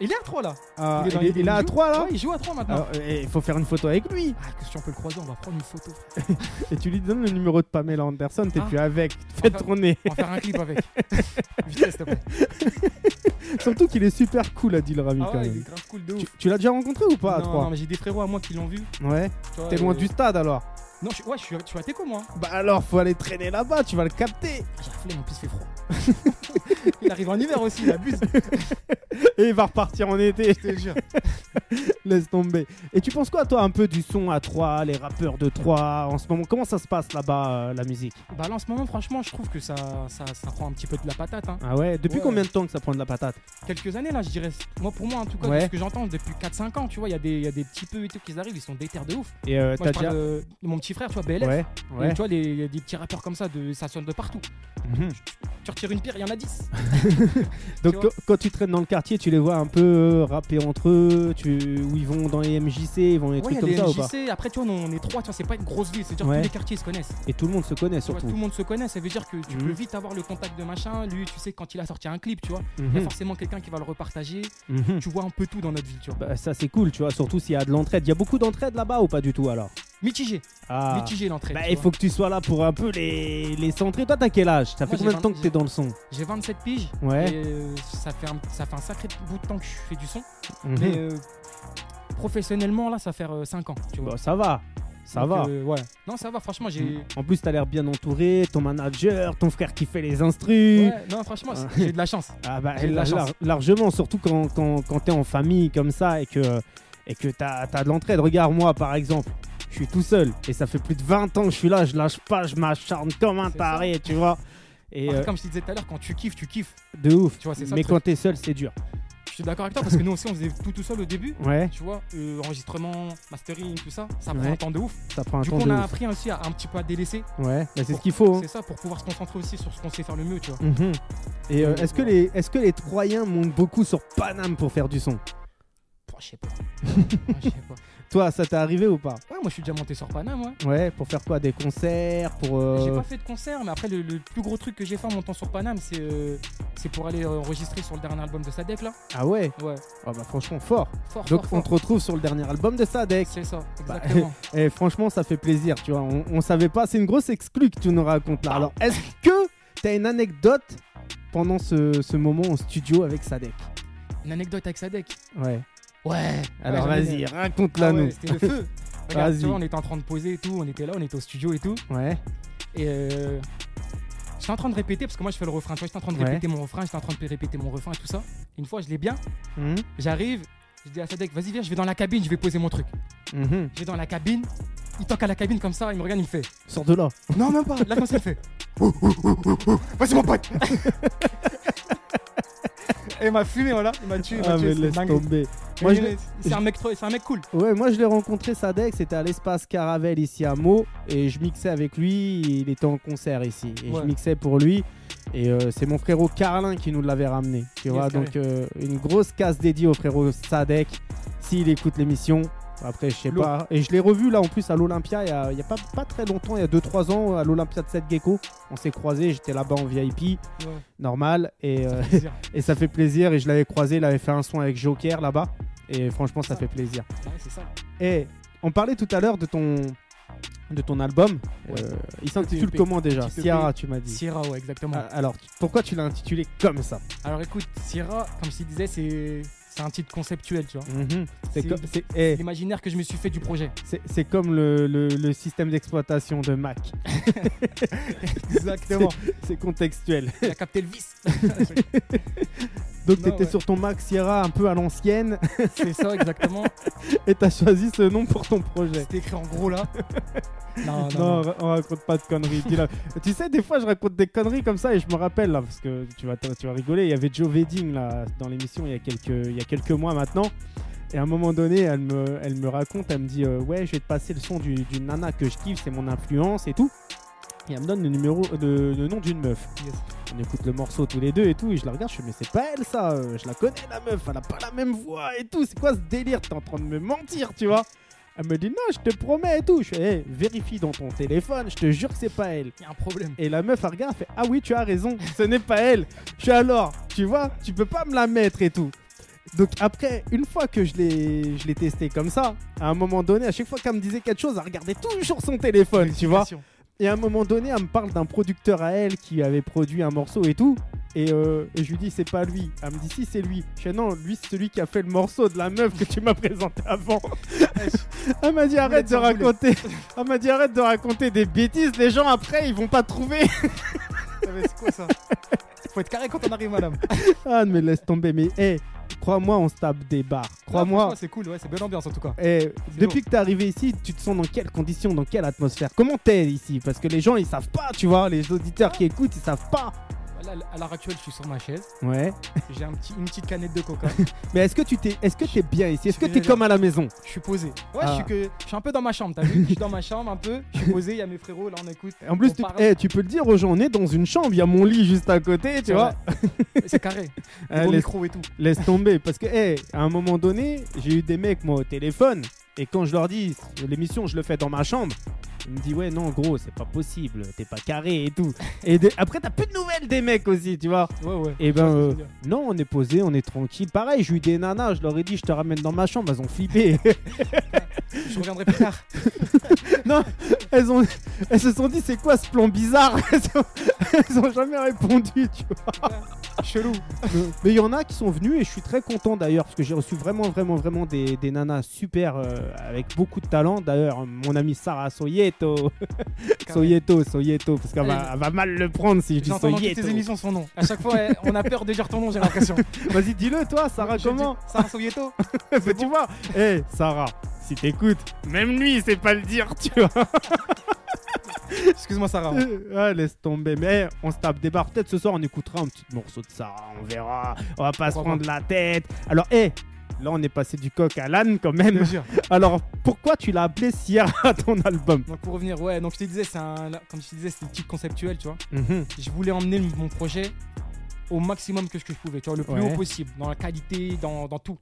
[SPEAKER 4] Il est à 3 là.
[SPEAKER 3] ah,
[SPEAKER 4] dans-
[SPEAKER 3] Il est il est à
[SPEAKER 4] joue-
[SPEAKER 3] 3 là
[SPEAKER 4] Ouais, il joue à 3 maintenant.
[SPEAKER 3] Alors, eh, faut faire une photo avec lui.
[SPEAKER 4] Ah, que si on peut le croiser, on va prendre une photo.
[SPEAKER 3] Et tu lui donnes le numéro de Pamela Anderson, t'es
[SPEAKER 4] Ah.
[SPEAKER 3] plus avec, fais
[SPEAKER 4] Enfin-
[SPEAKER 3] tourner.
[SPEAKER 4] On va faire un clip avec. Vite, s'il te plaît.
[SPEAKER 3] Surtout qu'il est super cool, Adil Rami
[SPEAKER 4] Ah
[SPEAKER 3] quand
[SPEAKER 4] ouais, il est
[SPEAKER 3] même.
[SPEAKER 4] grave cool de
[SPEAKER 3] Tu,
[SPEAKER 4] ouf.
[SPEAKER 3] tu l'as déjà rencontré ou pas à
[SPEAKER 4] non, non,
[SPEAKER 3] 3
[SPEAKER 4] mais j'ai des frérots à moi qui l'ont vu.
[SPEAKER 3] Ouais.
[SPEAKER 4] tu vois,
[SPEAKER 3] T'es loin
[SPEAKER 4] euh,
[SPEAKER 3] du stade alors
[SPEAKER 4] Non, je, suis- ouais, je suis, je suis à Teco moi.
[SPEAKER 3] Bah alors, faut aller traîner là-bas, tu vas le capter.
[SPEAKER 4] J'ai la flemme, en plus, il fait froid. il arrive en hiver aussi, il abuse.
[SPEAKER 3] Et il va repartir en été,
[SPEAKER 4] Je te jure.
[SPEAKER 3] laisse tomber. Et tu penses quoi, toi, un peu du son à 3, les rappeurs de 3 en ce moment Comment ça se passe là-bas, euh, la musique
[SPEAKER 4] Bah là, en ce moment, franchement, je trouve que ça, ça, ça prend un petit peu de la patate. hein.
[SPEAKER 3] Ah ouais Depuis
[SPEAKER 4] Ouais.
[SPEAKER 3] combien de temps que ça prend de la patate
[SPEAKER 4] Quelques années là, je dirais. Moi, pour moi, en tout cas,
[SPEAKER 3] Ouais.
[SPEAKER 4] de ce que j'entends depuis 4-5 ans, tu vois, il y, a des- il y a des petits peu et tout qui arrivent, ils sont déter de ouf.
[SPEAKER 3] Et euh,
[SPEAKER 4] Moi,
[SPEAKER 3] t'as
[SPEAKER 4] je parle
[SPEAKER 3] déjà.
[SPEAKER 4] de, de mon petit frère, tu vois, BLF.
[SPEAKER 3] Ouais,
[SPEAKER 4] Et
[SPEAKER 3] ouais.
[SPEAKER 4] Tu vois, les- il y a des petits rappeurs comme ça, de, ça sonne de partout.
[SPEAKER 3] Mhm.
[SPEAKER 4] Tu retires une pierre, il y en a 10.
[SPEAKER 3] Donc
[SPEAKER 4] Tu
[SPEAKER 3] quand- quand tu traînes dans le quartier, tu les vois un peu euh, rapper entre eux, tu... où ils vont dans les MJC, ils vont dans les
[SPEAKER 4] Ouais,
[SPEAKER 3] trucs
[SPEAKER 4] y a
[SPEAKER 3] comme
[SPEAKER 4] les
[SPEAKER 3] ça ou pas
[SPEAKER 4] MJC, après tu vois, on est trois, tu vois, c'est pas une grosse ville, c'est-à-dire
[SPEAKER 3] Ouais.
[SPEAKER 4] que tous les quartiers se connaissent.
[SPEAKER 3] Et tout le monde se connaît
[SPEAKER 4] Tu vois,
[SPEAKER 3] surtout.
[SPEAKER 4] tout le monde se connaît, ça veut dire que tu
[SPEAKER 3] Mhm.
[SPEAKER 4] peux vite avoir le contact de machin. Lui, tu sais, quand il a sorti un clip, tu vois, il y a
[SPEAKER 3] Mhm,
[SPEAKER 4] forcément quelqu'un qui va le repartager.
[SPEAKER 3] mhm.
[SPEAKER 4] Tu vois un peu tout dans notre ville, tu vois.
[SPEAKER 3] Bah, ça c'est cool, tu vois, surtout s'il y a de l'entraide. Il y a beaucoup d'entraide là-bas ou pas du tout alors
[SPEAKER 4] Mitigé,
[SPEAKER 3] Ah.
[SPEAKER 4] mitigé l'entrée.
[SPEAKER 3] Bah,
[SPEAKER 4] tu
[SPEAKER 3] il
[SPEAKER 4] vois.
[SPEAKER 3] faut que tu sois là pour un peu les, les centrer. Toi, t'as quel âge Ça
[SPEAKER 4] Moi,
[SPEAKER 3] fait
[SPEAKER 4] j'ai
[SPEAKER 3] combien de temps
[SPEAKER 4] vingt-
[SPEAKER 3] que t'es dans le son
[SPEAKER 4] J'ai 27 piges.
[SPEAKER 3] Ouais.
[SPEAKER 4] Et euh, ça, fait un, ça fait un sacré bout de temps que je fais du son.
[SPEAKER 3] Mhm.
[SPEAKER 4] Mais euh, professionnellement, là, ça fait 5 ans, tu vois.
[SPEAKER 3] Bon, Bah, ça va. Ça
[SPEAKER 4] Donc,
[SPEAKER 3] va.
[SPEAKER 4] euh, ouais. Non, ça va, franchement, j'ai.
[SPEAKER 3] En plus, t'as l'air bien entouré, ton manager, ton frère qui fait les instrus.
[SPEAKER 4] Ouais, non, franchement, c'est- j'ai de la chance.
[SPEAKER 3] Ah bah,
[SPEAKER 4] J'ai de la
[SPEAKER 3] lar-
[SPEAKER 4] chance.
[SPEAKER 3] largement, surtout quand, quand, quand t'es en famille comme ça et que et que t'as as de l'entraide. Regarde moi par exemple, je suis tout seul et ça fait plus de 20 ans que je suis là, je lâche pas, je m'acharne comme un
[SPEAKER 4] C'est
[SPEAKER 3] taré, tu vois. Et
[SPEAKER 4] Après,
[SPEAKER 3] euh,
[SPEAKER 4] Comme je te disais tout à l'heure, quand tu kiffes, tu kiffes.
[SPEAKER 3] de ouf.
[SPEAKER 4] Tu vois, c'est ça.
[SPEAKER 3] Mais
[SPEAKER 4] le truc.
[SPEAKER 3] quand t'es seul, c'est dur.
[SPEAKER 4] Je suis d'accord avec toi parce que nous aussi, on faisait tout tout seul au début.
[SPEAKER 3] Ouais,
[SPEAKER 4] Tu vois, euh, enregistrement, mastering, tout ça, ça prend
[SPEAKER 3] Ouais.
[SPEAKER 4] un temps de ouf.
[SPEAKER 3] ça prend un
[SPEAKER 4] du
[SPEAKER 3] temps
[SPEAKER 4] coup, on
[SPEAKER 3] de
[SPEAKER 4] a
[SPEAKER 3] ouf.
[SPEAKER 4] appris aussi à un petit peu à délaisser.
[SPEAKER 3] Ouais, bah, c'est
[SPEAKER 4] Pour-
[SPEAKER 3] ce qu'il faut. hein.
[SPEAKER 4] C'est ça, pour pouvoir se concentrer aussi sur ce qu'on sait faire le mieux, tu vois.
[SPEAKER 3] Mhm. Et euh, est-ce que les est-ce que les Troyens montent beaucoup sur Paname pour faire du son
[SPEAKER 4] Pouah, je sais pas. Ouais, je sais pas.
[SPEAKER 3] Toi, ça t'est arrivé ou pas
[SPEAKER 4] Ouais, moi, je suis déjà monté sur Paname, moi.
[SPEAKER 3] Ouais, pour faire quoi Des concerts, pour euh,
[SPEAKER 4] J'ai pas fait de concert, mais après, le, le plus gros truc que j'ai fait en montant sur Paname, c'est euh, c'est pour aller euh, enregistrer sur le dernier album de Sadek, là.
[SPEAKER 3] ah ouais
[SPEAKER 4] Ouais,
[SPEAKER 3] Ah bah franchement fort.
[SPEAKER 4] fort,
[SPEAKER 3] Donc
[SPEAKER 4] fort,
[SPEAKER 3] on
[SPEAKER 4] fort.
[SPEAKER 3] te retrouve sur le dernier album de Sadek.
[SPEAKER 4] C'est ça,
[SPEAKER 3] Bah,
[SPEAKER 4] exactement.
[SPEAKER 3] Et franchement, ça fait plaisir, tu vois. On, on savait pas, c'est une grosse exclue que tu nous racontes là. Alors, est-ce que t'as une anecdote pendant ce, ce moment en studio avec Sadek
[SPEAKER 4] Une anecdote avec Sadek.
[SPEAKER 3] Ouais.
[SPEAKER 4] Ouais.
[SPEAKER 3] Alors
[SPEAKER 4] ouais, j'en ai
[SPEAKER 3] vas-y,
[SPEAKER 4] une.
[SPEAKER 3] raconte-la
[SPEAKER 4] Ah ouais,
[SPEAKER 3] nous.
[SPEAKER 4] C'était le feu. Regarde,
[SPEAKER 3] Vas-y.
[SPEAKER 4] tu vois, on était en train de poser et tout, on était là, on était au studio et tout.
[SPEAKER 3] Ouais.
[SPEAKER 4] Et euh, j'étais en train de répéter, parce que moi je fais le refrain, tu vois, j'étais en train de
[SPEAKER 3] Ouais.
[SPEAKER 4] répéter mon refrain, j'étais en train de répéter mon refrain, tout ça. Une fois, je l'ai bien,
[SPEAKER 3] Mhm,
[SPEAKER 4] j'arrive, je dis à Sadek, vas-y, viens, je vais dans la cabine, je vais poser mon truc.
[SPEAKER 3] mhm.
[SPEAKER 4] Je vais dans la cabine, il toque à la cabine comme ça, il me regarde, il me fait.
[SPEAKER 3] Sors de là.
[SPEAKER 4] Non, même pas, là comme ça, il fait. Vas-y, mon pote Et il m'a fumé, voilà, il m'a tué, il m'a
[SPEAKER 3] Ah
[SPEAKER 4] tué,
[SPEAKER 3] mais
[SPEAKER 4] c'est
[SPEAKER 3] laisse
[SPEAKER 4] dingue.
[SPEAKER 3] tomber.
[SPEAKER 4] Mais
[SPEAKER 3] Moi, je
[SPEAKER 4] il
[SPEAKER 3] l'ai-
[SPEAKER 4] est- C'est un, mec trop- c'est un mec cool.
[SPEAKER 3] Ouais, moi je l'ai rencontré Sadek, c'était à l'espace Caravelle ici à Meaux et je mixais avec lui, il était en concert ici et
[SPEAKER 4] Ouais.
[SPEAKER 3] je mixais pour lui et euh, c'est mon frérot Carlin qui nous l'avait ramené, tu
[SPEAKER 4] Yes,
[SPEAKER 3] vois,
[SPEAKER 4] carré.
[SPEAKER 3] donc euh, une grosse case dédiée au frérot Sadek s'il écoute l'émission. Après, je sais
[SPEAKER 4] Lourd.
[SPEAKER 3] pas. Et je l'ai revu là en plus à l'Olympia il y a, il y a pas, pas très longtemps, il y a 2-3 ans, à l'Olympia de 7 Gecko. On s'est croisés, j'étais là-bas en VIP,
[SPEAKER 4] Ouais,
[SPEAKER 3] normal. Et, euh,
[SPEAKER 4] c'est bizarre.
[SPEAKER 3] et ça fait plaisir. Et je l'avais croisé, il avait fait un son avec Joker là-bas. Et franchement, ça
[SPEAKER 4] Ça.
[SPEAKER 3] fait plaisir.
[SPEAKER 4] Ouais, c'est ça.
[SPEAKER 3] Eh, on parlait tout à l'heure de ton de ton album.
[SPEAKER 4] Ouais.
[SPEAKER 3] Euh, il s'intitule
[SPEAKER 4] EP.
[SPEAKER 3] comment déjà
[SPEAKER 4] Petit EP.
[SPEAKER 3] Sierra, tu m'as dit.
[SPEAKER 4] Sierra, ouais, exactement.
[SPEAKER 3] Ah, Alors, tu- pourquoi tu l'as intitulé comme ça
[SPEAKER 4] Alors écoute, Sierra, comme je te disais, c'est c'est un titre conceptuel, tu vois.
[SPEAKER 3] Mhm. C'est
[SPEAKER 4] C'est-
[SPEAKER 3] co- c'est- eh,
[SPEAKER 4] L'imaginaire que je me suis fait du projet.
[SPEAKER 3] c'est- c'est comme le, le- le système d'exploitation de Mac.
[SPEAKER 4] Exactement.
[SPEAKER 3] C'est contextuel.
[SPEAKER 4] Il a capté le vice.
[SPEAKER 3] Donc,
[SPEAKER 4] Non,
[SPEAKER 3] t'étais
[SPEAKER 4] ouais.
[SPEAKER 3] sur ton Mac Sierra un peu à l'ancienne
[SPEAKER 4] c'est ça, exactement.
[SPEAKER 3] et t'as choisi ce nom pour ton projet.
[SPEAKER 4] C'était écrit en gros là. Non, non,
[SPEAKER 3] Non,
[SPEAKER 4] non.
[SPEAKER 3] ra- on raconte pas de conneries. dis-le. tu sais, des fois, je raconte des conneries comme ça et je me rappelle là, parce que tu vas, tu vas rigoler. Il y avait Joe Wedding là dans l'émission il y a quelques, il y a quelques mois maintenant. Et à un moment donné, elle me, elle me raconte, elle me dit euh, ouais, je vais te passer le son du- d'une nana que je kiffe, c'est mon influence et tout. Et elle me donne le numéro, euh, le- le nom d'une meuf.
[SPEAKER 4] Yes.
[SPEAKER 3] On écoute le morceau tous les deux et tout, et je la regarde, je fais mais c'est pas elle ça, euh, je la connais la meuf, elle a pas la même voix et tout, c'est quoi ce délire, t'es en train de me mentir, tu vois Elle me dit non, je te promets et tout, je fais hey, vérifie dans ton téléphone, je te jure que c'est pas elle.
[SPEAKER 4] Il y a un problème.
[SPEAKER 3] Et la meuf elle regarde, elle fait ah oui tu as raison, ce n'est pas elle. Je suis alors, tu vois, tu peux pas me la mettre et tout. Donc après, une fois que je l'ai, je l'ai testé comme ça, à un moment donné, à chaque fois qu'elle me disait quelque chose, elle regardait toujours son téléphone, tu vois.
[SPEAKER 4] Félicitations.
[SPEAKER 3] Et à un moment donné, elle me parle d'un producteur à elle qui avait produit un morceau et tout. Et, euh, et je lui dis, c'est pas lui. Elle me dit, si, c'est lui. Je dis, non, lui, c'est celui qui a fait le morceau de la meuf que tu m'as présenté avant. elle m'a dit, arrête de
[SPEAKER 4] sans boulet.
[SPEAKER 3] raconter. Elle m'a dit, arrête de raconter des bêtises. Les gens, après, ils vont pas trouver.
[SPEAKER 4] Ah, mais C'est quoi ça Faut être carré quand on arrive, madame.
[SPEAKER 3] ah, mais laisse tomber. Mais, hé, crois-moi, on se tape des barres.
[SPEAKER 4] Non,
[SPEAKER 3] Crois-moi.
[SPEAKER 4] Ah, franchement, C'est cool, ouais, c'est bonne ambiance en tout cas.
[SPEAKER 3] Eh,
[SPEAKER 4] C'est
[SPEAKER 3] depuis que t'es arrivé ici, tu te sens dans quelles conditions, dans quelle atmosphère Comment t'es ici Parce que les gens, ils savent pas, tu vois. Les auditeurs qui écoutent, ils savent pas.
[SPEAKER 4] Là, à l'heure actuelle, je suis sur ma chaise.
[SPEAKER 3] Ouais.
[SPEAKER 4] J'ai un petit, une petite canette de coca.
[SPEAKER 3] Mais est-ce que tu t'es, est-ce que t'es bien ici Est-ce que
[SPEAKER 4] Je suis
[SPEAKER 3] t'es comme à la maison
[SPEAKER 4] Je suis posé. Ouais,
[SPEAKER 3] Ah.
[SPEAKER 4] je, suis que, je suis un peu dans ma chambre, t'as vu Je suis dans ma chambre un peu. Je suis posé, il y a mes frérots, là on écoute.
[SPEAKER 3] En plus,
[SPEAKER 4] On
[SPEAKER 3] tu,
[SPEAKER 4] parle.
[SPEAKER 3] eh, tu peux le dire aux gens, on est dans une chambre, il y a mon lit juste à côté, tu
[SPEAKER 4] C'est
[SPEAKER 3] vois.
[SPEAKER 4] vrai. C'est carré.
[SPEAKER 3] Eh,
[SPEAKER 4] Au
[SPEAKER 3] laisse,
[SPEAKER 4] micro et tout.
[SPEAKER 3] laisse tomber, parce que eh, à un moment donné, j'ai eu des mecs moi au téléphone, et quand je leur dis l'émission, je le fais dans ma chambre, ils me disent ouais non gros, c'est pas possible, t'es pas carré et tout. et des- après t'as plus de nouvelles des mecs aussi, tu vois.
[SPEAKER 4] Ouais, ouais.
[SPEAKER 3] Et ben
[SPEAKER 4] Je vois ce que tu
[SPEAKER 3] euh,
[SPEAKER 4] veux dire.
[SPEAKER 3] non, on est posé, on est tranquille. Pareil, j'ai eu des nanas, je leur ai dit je te ramène dans ma chambre, elles ont flippé.
[SPEAKER 4] Je reviendrai plus tard.
[SPEAKER 3] Elles, ont, elles se sont dit c'est quoi ce plan bizarre elles ont, elles ont jamais répondu, tu vois. Euh,
[SPEAKER 4] Chelou.
[SPEAKER 3] Mais il y en a qui sont venus et je suis très content d'ailleurs parce que j'ai reçu vraiment vraiment vraiment des, des nanas super euh, avec beaucoup de talent. D'ailleurs mon amie Sarah Soyeto, Soyeto, Soyeto, parce qu'elle va, elle va mal le prendre si je dis
[SPEAKER 4] J'entends dans toutes
[SPEAKER 3] Soyeto.
[SPEAKER 4] tes émissions son nom. À chaque fois, elle- on a peur de dire ton nom, j'ai l'impression.
[SPEAKER 3] Vas-y dis-le toi Sarah
[SPEAKER 4] Je
[SPEAKER 3] Ah, comment
[SPEAKER 4] dis, Sarah Soyeto
[SPEAKER 3] Bah, Tu vois, hé Sarah, si t'écoutes, même lui il sait pas le dire tu vois.
[SPEAKER 4] Excuse-moi, Sarah. hein.
[SPEAKER 3] Ah, laisse tomber. Mais on se tape des barres. Peut-être ce soir, on écoutera un petit morceau de ça. On verra. On va pas se
[SPEAKER 4] Pourquoi
[SPEAKER 3] prendre la tête. Alors, hé, là, on est passé du coq à l'âne quand
[SPEAKER 4] Je te
[SPEAKER 3] même.
[SPEAKER 4] jure.
[SPEAKER 3] Alors, pourquoi tu l'as appelé Sierra ton album
[SPEAKER 4] Donc pour revenir, ouais, donc je te disais, c'est un, comme je te disais, c'est une petite conceptuelle, tu vois.
[SPEAKER 3] Mhm.
[SPEAKER 4] Je voulais emmener mon projet au maximum que ce que je pouvais, tu vois, le plus
[SPEAKER 3] Ouais. Mhm.
[SPEAKER 4] haut possible, dans la qualité, dans, dans tout.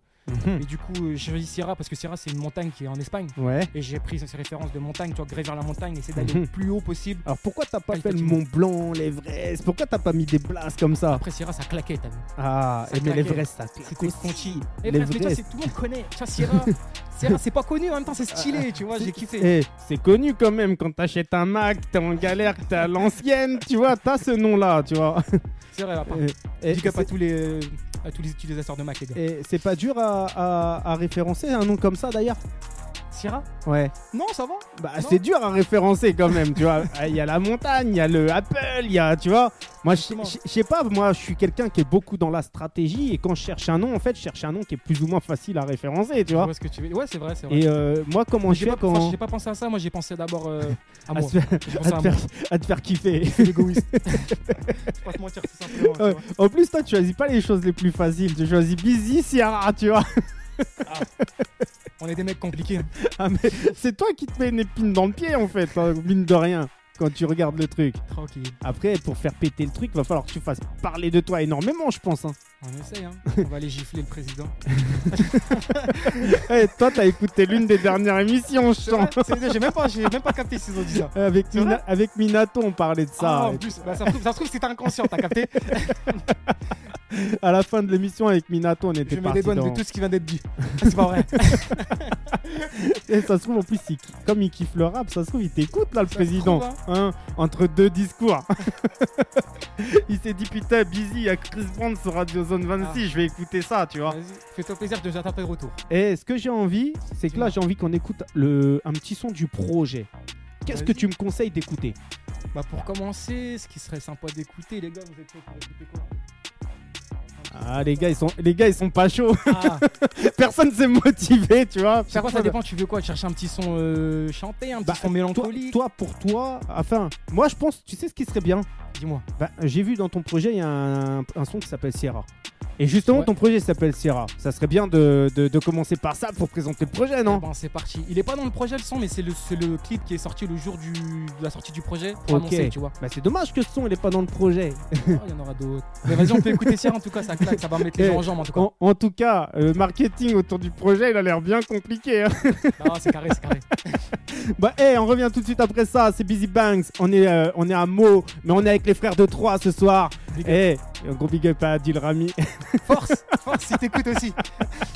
[SPEAKER 4] Et du coup, euh, j'ai choisi Sierra parce que Sierra, c'est une montagne qui est en Espagne.
[SPEAKER 3] Ouais.
[SPEAKER 4] Et j'ai pris ces références de montagne, tu vois, gréver la montagne, essayer d'aller
[SPEAKER 3] Mhm.
[SPEAKER 4] le plus haut possible.
[SPEAKER 3] Alors, pourquoi t'as pas
[SPEAKER 4] Ah,
[SPEAKER 3] fait le
[SPEAKER 4] effectivement.
[SPEAKER 3] Mont Blanc, l'Everest Pourquoi t'as pas mis des blasts comme ça
[SPEAKER 4] Après, Sierra, ça claquait, t'as vu.
[SPEAKER 3] Ah,
[SPEAKER 4] Ça
[SPEAKER 3] et mais
[SPEAKER 4] claquait.
[SPEAKER 3] l'Everest, ça claque
[SPEAKER 4] C'était
[SPEAKER 3] aussi.
[SPEAKER 4] conchi. Et bref, mais
[SPEAKER 3] L'Everest.
[SPEAKER 4] tu vois, Eh, c'est- tout le monde connaît. Tu vois, Sierra, Sierra c'est pas connu, en même temps, c'est stylé, tu vois, j'ai kiffé.
[SPEAKER 3] Eh, c'est connu quand même quand t'achètes un Mac, t'es en galère, que t'es à l'ancienne, tu vois, t'as ce nom-là, tu vois.
[SPEAKER 4] Sierra, à part.
[SPEAKER 3] Eh, eh,
[SPEAKER 4] Big up à tous les, euh, à tous les utilisateurs de Mac, les gars.
[SPEAKER 3] Et c'est pas dur à, à- à référencer un nom comme ça d'ailleurs
[SPEAKER 4] Sierra
[SPEAKER 3] Ouais.
[SPEAKER 4] Non, ça va
[SPEAKER 3] Bah
[SPEAKER 4] Non.
[SPEAKER 3] c'est dur à référencer quand même, tu vois. Il y a la montagne, il y a le Apple, il y a, tu vois. Moi je
[SPEAKER 4] Justement.
[SPEAKER 3] je- je sais pas, moi je suis quelqu'un qui est beaucoup dans la stratégie et quand je cherche un nom, en fait, je cherche un nom qui est plus ou moins facile à référencer, eh, tu
[SPEAKER 4] Je
[SPEAKER 3] vois.
[SPEAKER 4] vois ce que tu veux. Ouais, c'est vrai, c'est vrai.
[SPEAKER 3] Et euh, moi comment je
[SPEAKER 4] J'ai
[SPEAKER 3] fais
[SPEAKER 4] pas,
[SPEAKER 3] quand...
[SPEAKER 4] franchement, j'ai pas pensé à ça, moi j'ai pensé d'abord euh, à
[SPEAKER 3] À
[SPEAKER 4] moi.
[SPEAKER 3] te, faire,
[SPEAKER 4] J'ai
[SPEAKER 3] à
[SPEAKER 4] pensé
[SPEAKER 3] te
[SPEAKER 4] à moi.
[SPEAKER 3] faire- à te faire kiffer.
[SPEAKER 4] C'est égoïste. Je vais pas te mentir, tout simplement. tu
[SPEAKER 3] Ouais.
[SPEAKER 4] vois.
[SPEAKER 3] en plus, toi, tu choisis pas les choses les plus faciles. Tu choisis Busy Sierra, tu vois.
[SPEAKER 4] Ah. On est des mecs compliqués. hein.
[SPEAKER 3] Ah, mais c'est toi qui te mets une épine dans le pied, en fait, hein, mine de rien, quand tu regardes le truc.
[SPEAKER 4] Tranquille.
[SPEAKER 3] Après, pour faire péter le truc, va falloir que tu fasses parler de toi énormément, je pense. Hein.
[SPEAKER 4] On essaye, hein. On va aller gifler le président.
[SPEAKER 3] Eh, toi, t'as écouté l'une des dernières émissions, je
[SPEAKER 4] C'est
[SPEAKER 3] sens.
[SPEAKER 4] vrai, c'est- J'ai même, pas- j'ai même pas capté s'ils ont dit ça.
[SPEAKER 3] Avec,
[SPEAKER 4] C'est
[SPEAKER 3] Mina-
[SPEAKER 4] vrai
[SPEAKER 3] avec Minato, on parlait de
[SPEAKER 4] Ah,
[SPEAKER 3] ça.
[SPEAKER 4] en plus, bah, ça se trouve, ça se trouve, c'était inconscient, t'as capté
[SPEAKER 3] À la fin de l'émission, avec Minato, on
[SPEAKER 4] Je
[SPEAKER 3] était
[SPEAKER 4] mets des
[SPEAKER 3] parti
[SPEAKER 4] douanes
[SPEAKER 3] dans...
[SPEAKER 4] de tout ce qui vient d'être dit. Ah, C'est pas vrai.
[SPEAKER 3] Et ça se trouve, en plus, il ki- comme il kiffe le rap, ça se trouve, il t'écoute, là, le
[SPEAKER 4] se
[SPEAKER 3] président.
[SPEAKER 4] trouve,
[SPEAKER 3] hein, entre deux discours. il s'est dit, putain, busy, à Chris Brown sur Radio Zone 26, je vais écouter ça, tu vois.
[SPEAKER 4] Ah. Vas-y, fais-toi plaisir de j'attends tes retours.
[SPEAKER 3] Et ce que j'ai envie, c'est que là, j'ai envie qu'on écoute le... un petit son du projet. Qu'est-ce que
[SPEAKER 4] Vas-y.
[SPEAKER 3] tu me conseilles d'écouter
[SPEAKER 4] Bah, pour commencer, ce qui serait sympa d'écouter, les gars, vous êtes chauds pour écouter quoi
[SPEAKER 3] Ah les gars ils sont les gars ils sont pas chauds.
[SPEAKER 4] Ah,
[SPEAKER 3] Personne s'est motivé, tu vois.
[SPEAKER 4] chaque fois, ça dépend, tu veux quoi Chercher un petit son euh, chanté, un petit
[SPEAKER 3] Bah,
[SPEAKER 4] son
[SPEAKER 3] Toi,
[SPEAKER 4] mélancolique
[SPEAKER 3] toi pour toi, enfin, moi je pense, tu sais ce qui serait bien.
[SPEAKER 4] Dis-moi.
[SPEAKER 3] Bah, j'ai vu dans ton projet il y a un, un son qui s'appelle Sierra. Et justement
[SPEAKER 4] Ouais.
[SPEAKER 3] ton projet s'appelle Sierra. Ça serait bien de, de- de commencer par ça pour présenter le projet, non
[SPEAKER 4] Eh ben, c'est parti. Il est pas dans le projet le son, mais c'est le, c'est le clip qui est sorti le jour du, de la sortie du projet pour
[SPEAKER 3] Ok.
[SPEAKER 4] annoncer, tu vois.
[SPEAKER 3] Bah c'est dommage que ce son il est pas dans le projet.
[SPEAKER 4] Oh, Il y en aura d'autres. Mais vas-y, on peut écouter Sierra en tout cas, ça claque, ça va mettre
[SPEAKER 3] Eh.
[SPEAKER 4] les gens en jambes en tout cas.
[SPEAKER 3] En, en tout cas, le marketing autour du projet il a l'air bien compliqué. hein.
[SPEAKER 4] Ah, c'est carré, c'est carré.
[SPEAKER 3] Bah, hey, on revient tout de suite après ça. C'est Busy Banks. On est, euh, on est à Meaux, mais on est avec les frères de Troyes ce soir.
[SPEAKER 4] Big up.
[SPEAKER 3] Hey, un gros big up à Adil Rami.
[SPEAKER 4] Force, force, si t'écoutes aussi.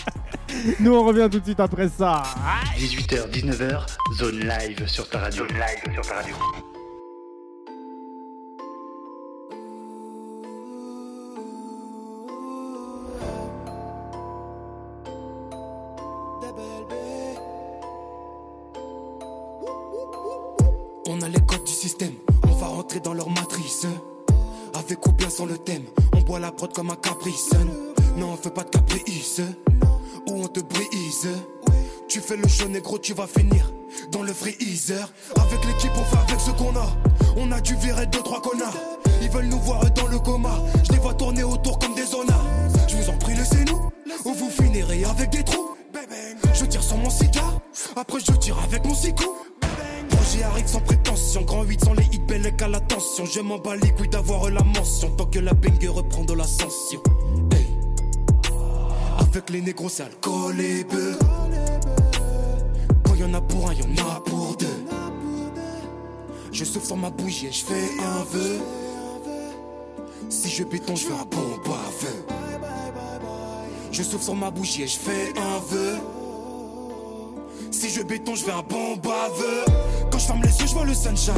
[SPEAKER 3] Nous, on revient tout de suite après ça.
[SPEAKER 1] 18h, 19h, zone live sur ta radio. Zone live sur ta radio.
[SPEAKER 2] On a les codes du système, on va rentrer dans leur matrice. Avec ou bien sans le thème, on boit la prod comme un caprice. Non, on fait pas de caprice, ou on te brise. Tu fais le show négro, tu vas finir dans le freezer. Avec l'équipe, on fait avec ce qu'on a. On a dû virer deux, trois connards. Ils veulent nous voir dans le coma. Je les vois tourner autour comme des zonards. Je vous en prie, laissez-nous, ou vous finirez avec des trous. Je tire sur mon cigare, après je tire avec mon sicou. Projet arrive sans prétention, grand 8 sans les hits, belle à la tension. Je m'en bats les couilles d'avoir la mention, tant que la banger reprend de l'ascension. Hey. Avec les négros, c'est alcool et bœuf. Quand y'en a pour un, y'en a pour deux. Je souffle sur ma bougie et je fais un vœu. Si je béton, je fais un bon baveux. Je souffle sur ma bougie et je fais un vœu. Si je béton, je fais un bon baveux. Quand je ferme les yeux, je vois le sunshine.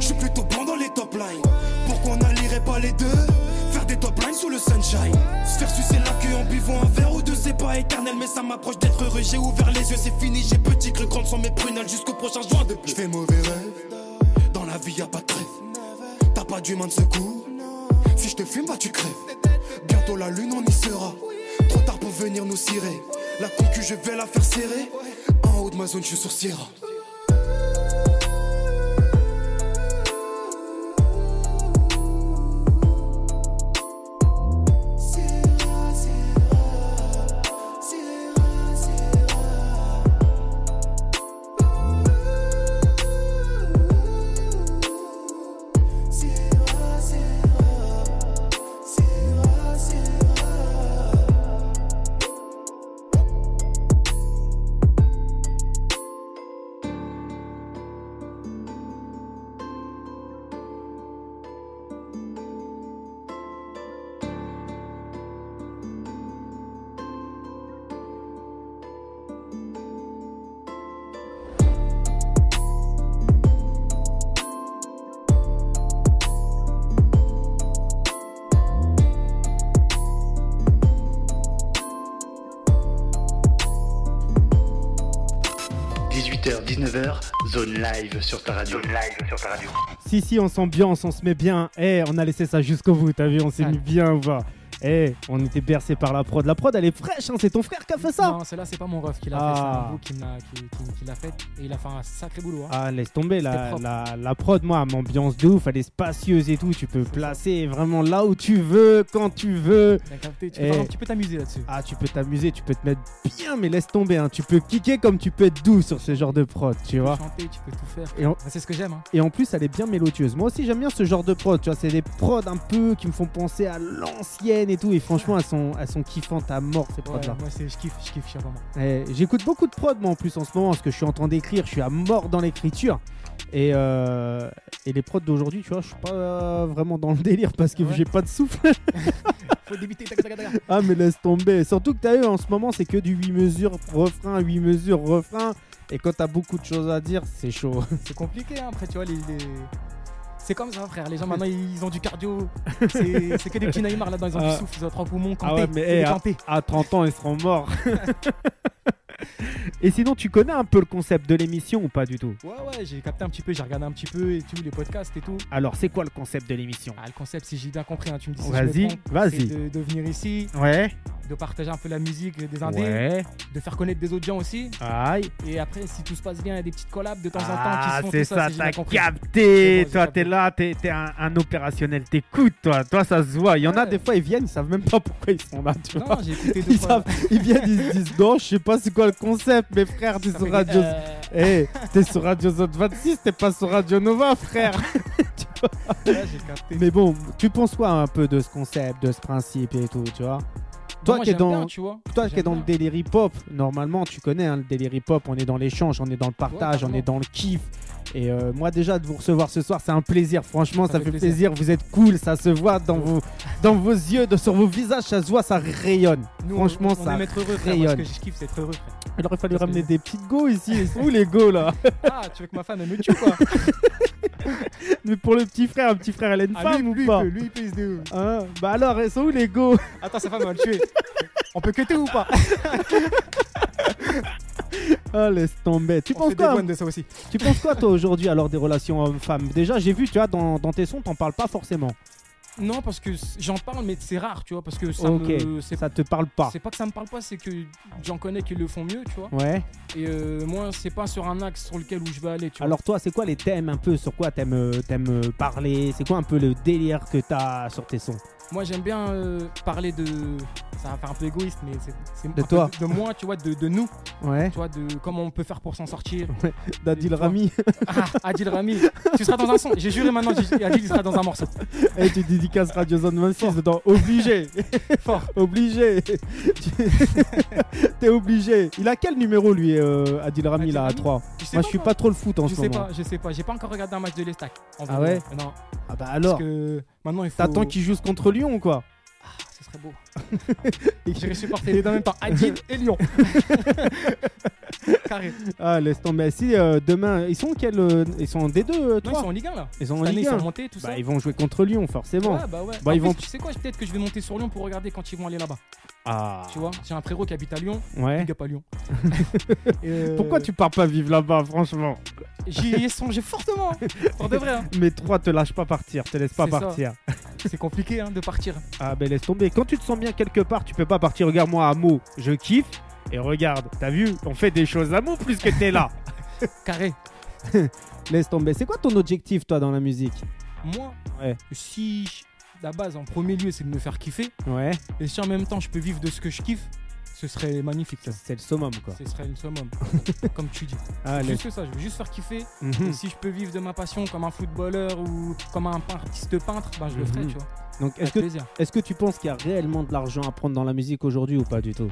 [SPEAKER 2] Je suis plutôt bon dans les top lines. Pourquoi on n'allierait pas les deux Faire des top lines sous le sunshine. Se faire sucer la queue en buvant un verre ou deux, c'est pas éternel, mais ça m'approche d'être heureux. J'ai ouvert les yeux, c'est fini. J'ai petit cru grande sans mes prunelles jusqu'au prochain joint de Je fais mauvais rêve. Dans la vie, y a pas de trêve. T'as pas d'humain de secours. Si je te fume, bah tu crèves. Bientôt la lune, on y sera. Trop tard pour venir nous cirer. La concu, je vais la faire serrer. En haut de ma zone, je suis sur Sierra.
[SPEAKER 1] Zone live sur ta radio. live sur ta radio.
[SPEAKER 3] Si, si, on s'ambiance, on se met bien. Eh, on a laissé ça jusqu'au bout, t'as vu, on s'est
[SPEAKER 4] Ouais.
[SPEAKER 3] mis bien, on va. Eh, on était bercé par la prod. La prod, elle est fraîche, hein, c'est ton frère qui a fait ça.
[SPEAKER 4] Non, celle-là, c'est pas mon ref qui l'a
[SPEAKER 3] Ah.
[SPEAKER 4] fait, c'est un bout qui me l'a qui, qui- qui l'a fait. Et il a fait un sacré boulot. hein.
[SPEAKER 3] Ah, laisse tomber,
[SPEAKER 4] C'était
[SPEAKER 3] la,
[SPEAKER 4] propre.
[SPEAKER 3] la, la prod, moi, m'ambiance de ouf, elle est spacieuse et tout. Tu peux placer vraiment là où tu veux, quand tu veux.
[SPEAKER 4] T'as capté Tu
[SPEAKER 3] Eh.
[SPEAKER 4] peux, vraiment- tu peux t'amuser là-dessus.
[SPEAKER 3] Ah, tu peux t'amuser, tu peux te mettre bien, mais laisse tomber. hein. Tu peux kicker comme tu peux être doux sur ce genre de prod, tu
[SPEAKER 4] Tu peux
[SPEAKER 3] vois.
[SPEAKER 4] chanter, tu peux tout faire.
[SPEAKER 3] Et on-
[SPEAKER 4] Bah, C'est ce que j'aime. hein.
[SPEAKER 3] Et en plus, elle est bien mélodieuse. Moi aussi, j'aime bien ce genre de prod. Tu vois, c'est des prods un peu qui me font penser à l'ancienne et tout. Et franchement, elles sont, elles sont kiffantes à mort, ces
[SPEAKER 4] Ouais,
[SPEAKER 3] prods-là.
[SPEAKER 4] moi, c'est- je kiffe, je kiffe, je suis vraiment.
[SPEAKER 3] Eh, J'écoute beaucoup de prods, moi, en plus, en ce moment, parce que je suis en train d'écrire. Je suis à mort dans l'écriture. Et, euh, et les prods d'aujourd'hui, tu vois, je suis pas euh, vraiment dans le délire parce que
[SPEAKER 4] Ah Ouais.
[SPEAKER 3] j'ai pas de souffle.
[SPEAKER 4] Faut débiter, tac, tac, tac, tac.
[SPEAKER 3] Ah mais laisse tomber. Surtout que t'as eu en ce moment c'est que du 8 mesures, refrain, 8 mesures, refrain. Et quand t'as beaucoup de choses à dire, c'est chaud.
[SPEAKER 4] C'est compliqué, hein. après, tu vois, les. les- C'est comme ça, frère. Les gens maintenant ils ont du cardio. C'est c'est que des petits Neymar là-dedans. Ils ont
[SPEAKER 3] Ah.
[SPEAKER 4] du souffle, ils ont trois poumons.
[SPEAKER 3] Ah
[SPEAKER 4] Canté,
[SPEAKER 3] ouais, mais,
[SPEAKER 4] c'est
[SPEAKER 3] eh,
[SPEAKER 4] des
[SPEAKER 3] ah.
[SPEAKER 4] cantés.
[SPEAKER 3] À 30 ans, ils seront morts. et sinon, tu connais un peu le concept de l'émission ou pas du tout
[SPEAKER 4] Ouais, ouais, j'ai capté un petit peu, j'ai regardé un petit peu et tout, les podcasts et tout.
[SPEAKER 3] Alors, c'est quoi le concept de l'émission
[SPEAKER 4] Ah, le concept, si j'ai bien compris, hein, tu me dis si je me
[SPEAKER 3] Vas-y,
[SPEAKER 4] trompe, c'est
[SPEAKER 3] vas-y.
[SPEAKER 4] de, de venir ici,
[SPEAKER 3] Ouais.
[SPEAKER 4] de partager un peu la musique des indés,
[SPEAKER 3] Ouais.
[SPEAKER 4] de faire connaître des autres gens aussi.
[SPEAKER 3] Aïe.
[SPEAKER 4] Et après, si tout se passe bien, il y a des petites collabs de temps en temps qui
[SPEAKER 3] Ah,
[SPEAKER 4] se font.
[SPEAKER 3] c'est
[SPEAKER 4] tout
[SPEAKER 3] ça,
[SPEAKER 4] si j'ai
[SPEAKER 3] t'as
[SPEAKER 4] bien compris.
[SPEAKER 3] capté.
[SPEAKER 4] C'est bon, j'ai
[SPEAKER 3] toi,
[SPEAKER 4] capté.
[SPEAKER 3] t'es là, t'es t'es un, un opérationnel. T'écoutes, toi. Toi, ça se voit. Il y en a
[SPEAKER 4] Ouais.
[SPEAKER 3] des fois, ils viennent, ils savent même pas pourquoi ils sont là, tu vois.
[SPEAKER 4] Non, j'ai écouté deux
[SPEAKER 3] ils,
[SPEAKER 4] fois.
[SPEAKER 3] savent- ils viennent, ils se disent non, je sais pas c'est quoi le concept, mais frère, t'es
[SPEAKER 4] Ça fait
[SPEAKER 3] sur
[SPEAKER 4] des-
[SPEAKER 3] Radio.
[SPEAKER 4] euh,
[SPEAKER 3] Eh, t'es sur Radio Zone 26, t'es pas sur Radio Nova, frère.
[SPEAKER 4] ouais, j'ai capté.
[SPEAKER 3] Mais bon, tu penses quoi un peu de ce concept, de ce principe et tout, tu vois toi
[SPEAKER 4] Moi,
[SPEAKER 3] qui es
[SPEAKER 4] j'aime
[SPEAKER 3] dans-
[SPEAKER 4] bien, tu vois.
[SPEAKER 3] Toi qui es
[SPEAKER 4] J'aime
[SPEAKER 3] dans le
[SPEAKER 4] bien.
[SPEAKER 3] délire hip-hop, normalement, tu connais hein, le délire hip-hop, on est dans l'échange, on est dans le partage, on
[SPEAKER 4] carrément.
[SPEAKER 3] est dans le kiff. Et euh, moi déjà de vous recevoir ce soir, c'est un plaisir, franchement, ça, fait, plaisir.
[SPEAKER 4] plaisir.
[SPEAKER 3] vous êtes cool, ça se voit dans vos, dans vos yeux, de- sur vos visages, ça se voit, ça rayonne.
[SPEAKER 4] Nous,
[SPEAKER 3] franchement,
[SPEAKER 4] on, on
[SPEAKER 3] ça
[SPEAKER 4] aime être heureux, frère. Moi, ce
[SPEAKER 3] rayonne.
[SPEAKER 4] que je kiffe, c'est être heureux, frère.
[SPEAKER 3] Il aurait fallu
[SPEAKER 4] Parce que-
[SPEAKER 3] ramener des petites go ici, Ils sont où les go là
[SPEAKER 4] Ah, tu veux que ma femme elle me tue, quoi
[SPEAKER 3] Mais pour le petit frère, un petit frère, elle a une
[SPEAKER 4] Ah,
[SPEAKER 3] femme
[SPEAKER 4] lui,
[SPEAKER 3] ou
[SPEAKER 4] lui, il
[SPEAKER 3] pas
[SPEAKER 4] peut, lui, il peut, il se dé-
[SPEAKER 3] Hein bah alors, elles sont où les go
[SPEAKER 4] Attends, sa femme elle va le tuer. On peut cutter ou pas
[SPEAKER 3] Ah, laisse tomber. Tu
[SPEAKER 4] On
[SPEAKER 3] penses,
[SPEAKER 4] fait des
[SPEAKER 3] quoi,
[SPEAKER 4] bonnes de ça aussi.
[SPEAKER 3] tu penses quoi, toi, aujourd'hui, alors des relations hommes-femmes Déjà, j'ai vu, tu vois, dans, dans tes sons, t'en parles pas forcément.
[SPEAKER 4] Non, parce que c- j'en parle, mais c'est rare, tu vois, parce que ça
[SPEAKER 3] Ok,
[SPEAKER 4] me. C'est
[SPEAKER 3] Ça te parle pas.
[SPEAKER 4] c'est pas que ça me parle pas, c'est que j'en connais qui le font mieux, tu vois.
[SPEAKER 3] Ouais.
[SPEAKER 4] Et euh, moi, c'est pas sur un axe sur lequel où je vais aller, tu vois.
[SPEAKER 3] Alors, toi, c'est quoi les thèmes un peu Sur quoi t'aimes euh, t'aimes, euh, parler C'est quoi un peu le délire que t'as sur tes sons
[SPEAKER 4] Moi, j'aime bien euh, parler de. Ça va faire un peu égoïste, mais c'est. c'est un peu
[SPEAKER 3] toi.
[SPEAKER 4] De, de moi, tu vois, de, de nous,
[SPEAKER 3] Ouais.
[SPEAKER 4] tu vois, de comment on peut faire pour s'en sortir.
[SPEAKER 3] Dadil
[SPEAKER 4] Toi.
[SPEAKER 3] Rami.
[SPEAKER 4] Ah, Adil Rami, tu seras dans un son. J'ai juré maintenant, j'ai- Adil il sera dans un morceau.
[SPEAKER 3] Et tu dédicaces Radio Zone 26 dedans. Obligé.
[SPEAKER 4] Fort.
[SPEAKER 3] Obligé. Tu- T'es obligé. Il a quel numéro, lui, euh, Adil Rami,
[SPEAKER 4] Adil
[SPEAKER 3] là, à
[SPEAKER 4] Rami
[SPEAKER 3] 3
[SPEAKER 4] Tu sais
[SPEAKER 3] Moi, je suis
[SPEAKER 4] toi
[SPEAKER 3] pas trop le foot en
[SPEAKER 4] Je
[SPEAKER 3] ce
[SPEAKER 4] sais
[SPEAKER 3] moment.
[SPEAKER 4] pas, je sais pas. J'ai pas encore regardé un match de l'Estac. en
[SPEAKER 3] Ah
[SPEAKER 4] vrai.
[SPEAKER 3] ouais
[SPEAKER 4] Non,
[SPEAKER 3] Ah, bah
[SPEAKER 4] parce
[SPEAKER 3] alors.
[SPEAKER 4] que maintenant, il faut.
[SPEAKER 3] T'attends qu'ils jouent contre Lyon, quoi.
[SPEAKER 4] Ah, ce serait très beau.
[SPEAKER 3] Et
[SPEAKER 4] J'ai supporté les deux en même temps, Adid et Lyon. Carré.
[SPEAKER 3] Ah, laisse tomber. Si, euh, demain, ils sont en quel, euh, Ils sont en D2, euh,
[SPEAKER 4] Non,
[SPEAKER 3] toi
[SPEAKER 4] ils sont en Ligue 1 là.
[SPEAKER 3] Ils sont en
[SPEAKER 4] Cette année,
[SPEAKER 3] Ligue
[SPEAKER 4] ils
[SPEAKER 3] 1.
[SPEAKER 4] sont montés, tout ça.
[SPEAKER 3] Bah, ils vont jouer contre Lyon, forcément.
[SPEAKER 4] Ouais, bah ouais.
[SPEAKER 3] Bah,
[SPEAKER 4] En
[SPEAKER 3] ils
[SPEAKER 4] plus,
[SPEAKER 3] vont-
[SPEAKER 4] Tu sais quoi, peut-être que je vais monter sur Lyon pour regarder quand ils vont aller là-bas.
[SPEAKER 3] Ah,
[SPEAKER 4] Tu vois, j'ai un frérot qui habite à Lyon,
[SPEAKER 3] ouais.
[SPEAKER 4] big up à Lyon. Euh,
[SPEAKER 3] Pourquoi tu pars pas vivre là-bas, franchement
[SPEAKER 4] J'y ai songé fortement, pour de vrai. hein.
[SPEAKER 3] Mais 3 te lâche pas partir, te laisse pas
[SPEAKER 4] C'est ça.
[SPEAKER 3] partir.
[SPEAKER 4] C'est compliqué hein, de partir.
[SPEAKER 3] Ah, ben laisse tomber. Quand tu te sens bien quelque part, tu peux pas partir. Regarde-moi à Meaux, je kiffe. Et regarde, t'as vu, on fait des choses à Meaux plus que t'es là.
[SPEAKER 4] Carré.
[SPEAKER 3] laisse tomber. C'est quoi ton objectif, toi, dans la musique
[SPEAKER 4] Moi,
[SPEAKER 3] Ouais.
[SPEAKER 4] si je- la base en premier lieu c'est de me faire kiffer,
[SPEAKER 3] Ouais,
[SPEAKER 4] et si en même temps je peux vivre de ce que je kiffe, ce serait magnifique.
[SPEAKER 3] ça, c'est le summum, quoi.
[SPEAKER 4] Ce serait le summum, comme tu dis.
[SPEAKER 3] Ah, laisse-
[SPEAKER 4] Juste ça, je veux juste faire kiffer.
[SPEAKER 3] Mhm.
[SPEAKER 4] Et si je peux vivre de ma passion comme un footballeur ou comme un pe- artiste peintre, ben je le ferai,
[SPEAKER 3] Mhm.
[SPEAKER 4] tu vois.
[SPEAKER 3] Donc, est-ce
[SPEAKER 4] Avec
[SPEAKER 3] que,
[SPEAKER 4] plaisir.
[SPEAKER 3] est-ce que tu penses qu'il y a réellement de l'argent à prendre dans la musique aujourd'hui ou pas du tout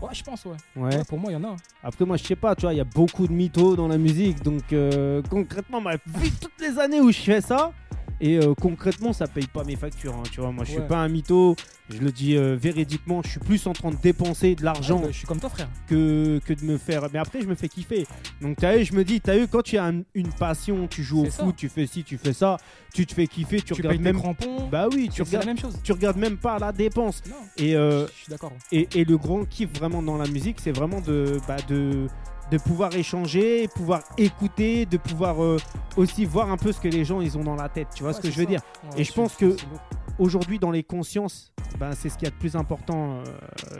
[SPEAKER 4] Ouais, je pense, ouais.
[SPEAKER 3] Ouais.
[SPEAKER 4] Ouais, Pour moi, il y en a. hein.
[SPEAKER 3] Après, moi, je sais pas, tu vois, il y a beaucoup de mythos dans la musique. Donc, euh, concrètement, ma vie, toutes les années où je fais ça, et euh, concrètement, ça paye pas mes factures. hein, tu vois, moi, je suis
[SPEAKER 4] Ouais.
[SPEAKER 3] pas un mytho. Je le dis euh, véridiquement, je suis plus en train de dépenser de l'argent
[SPEAKER 4] Ouais, bah, je suis comme toi, frère.
[SPEAKER 3] que, que de me faire. Mais après, je me fais kiffer. Donc, t'as eu, je me dis, t'as eu, quand tu as un- une passion, tu joues au
[SPEAKER 4] C'est ça.
[SPEAKER 3] foot, tu fais ci, tu fais ça, tu te fais kiffer, tu,
[SPEAKER 4] Tu, payes
[SPEAKER 3] regardes
[SPEAKER 4] tes
[SPEAKER 3] même.
[SPEAKER 4] crampons.
[SPEAKER 3] Bah oui, tu
[SPEAKER 4] c'est c'est la
[SPEAKER 3] regardes,
[SPEAKER 4] même chose.
[SPEAKER 3] tu regardes même pas la dépense.
[SPEAKER 4] Non,
[SPEAKER 3] Et. euh,
[SPEAKER 4] je suis d'accord.
[SPEAKER 3] et, et le grand kiff vraiment dans la musique, c'est vraiment de, bah, de, de pouvoir échanger, pouvoir écouter, de pouvoir euh, aussi voir un peu ce que les gens ils ont dans la tête. Tu vois ce
[SPEAKER 4] Ouais,
[SPEAKER 3] que
[SPEAKER 4] c'est
[SPEAKER 3] je veux
[SPEAKER 4] ça.
[SPEAKER 3] dire
[SPEAKER 4] Ouais,
[SPEAKER 3] Et je
[SPEAKER 4] c'est-
[SPEAKER 3] pense que-
[SPEAKER 4] c'est beau.
[SPEAKER 3] Aujourd'hui, dans les consciences, bah, c'est ce qu'il y a de plus important euh,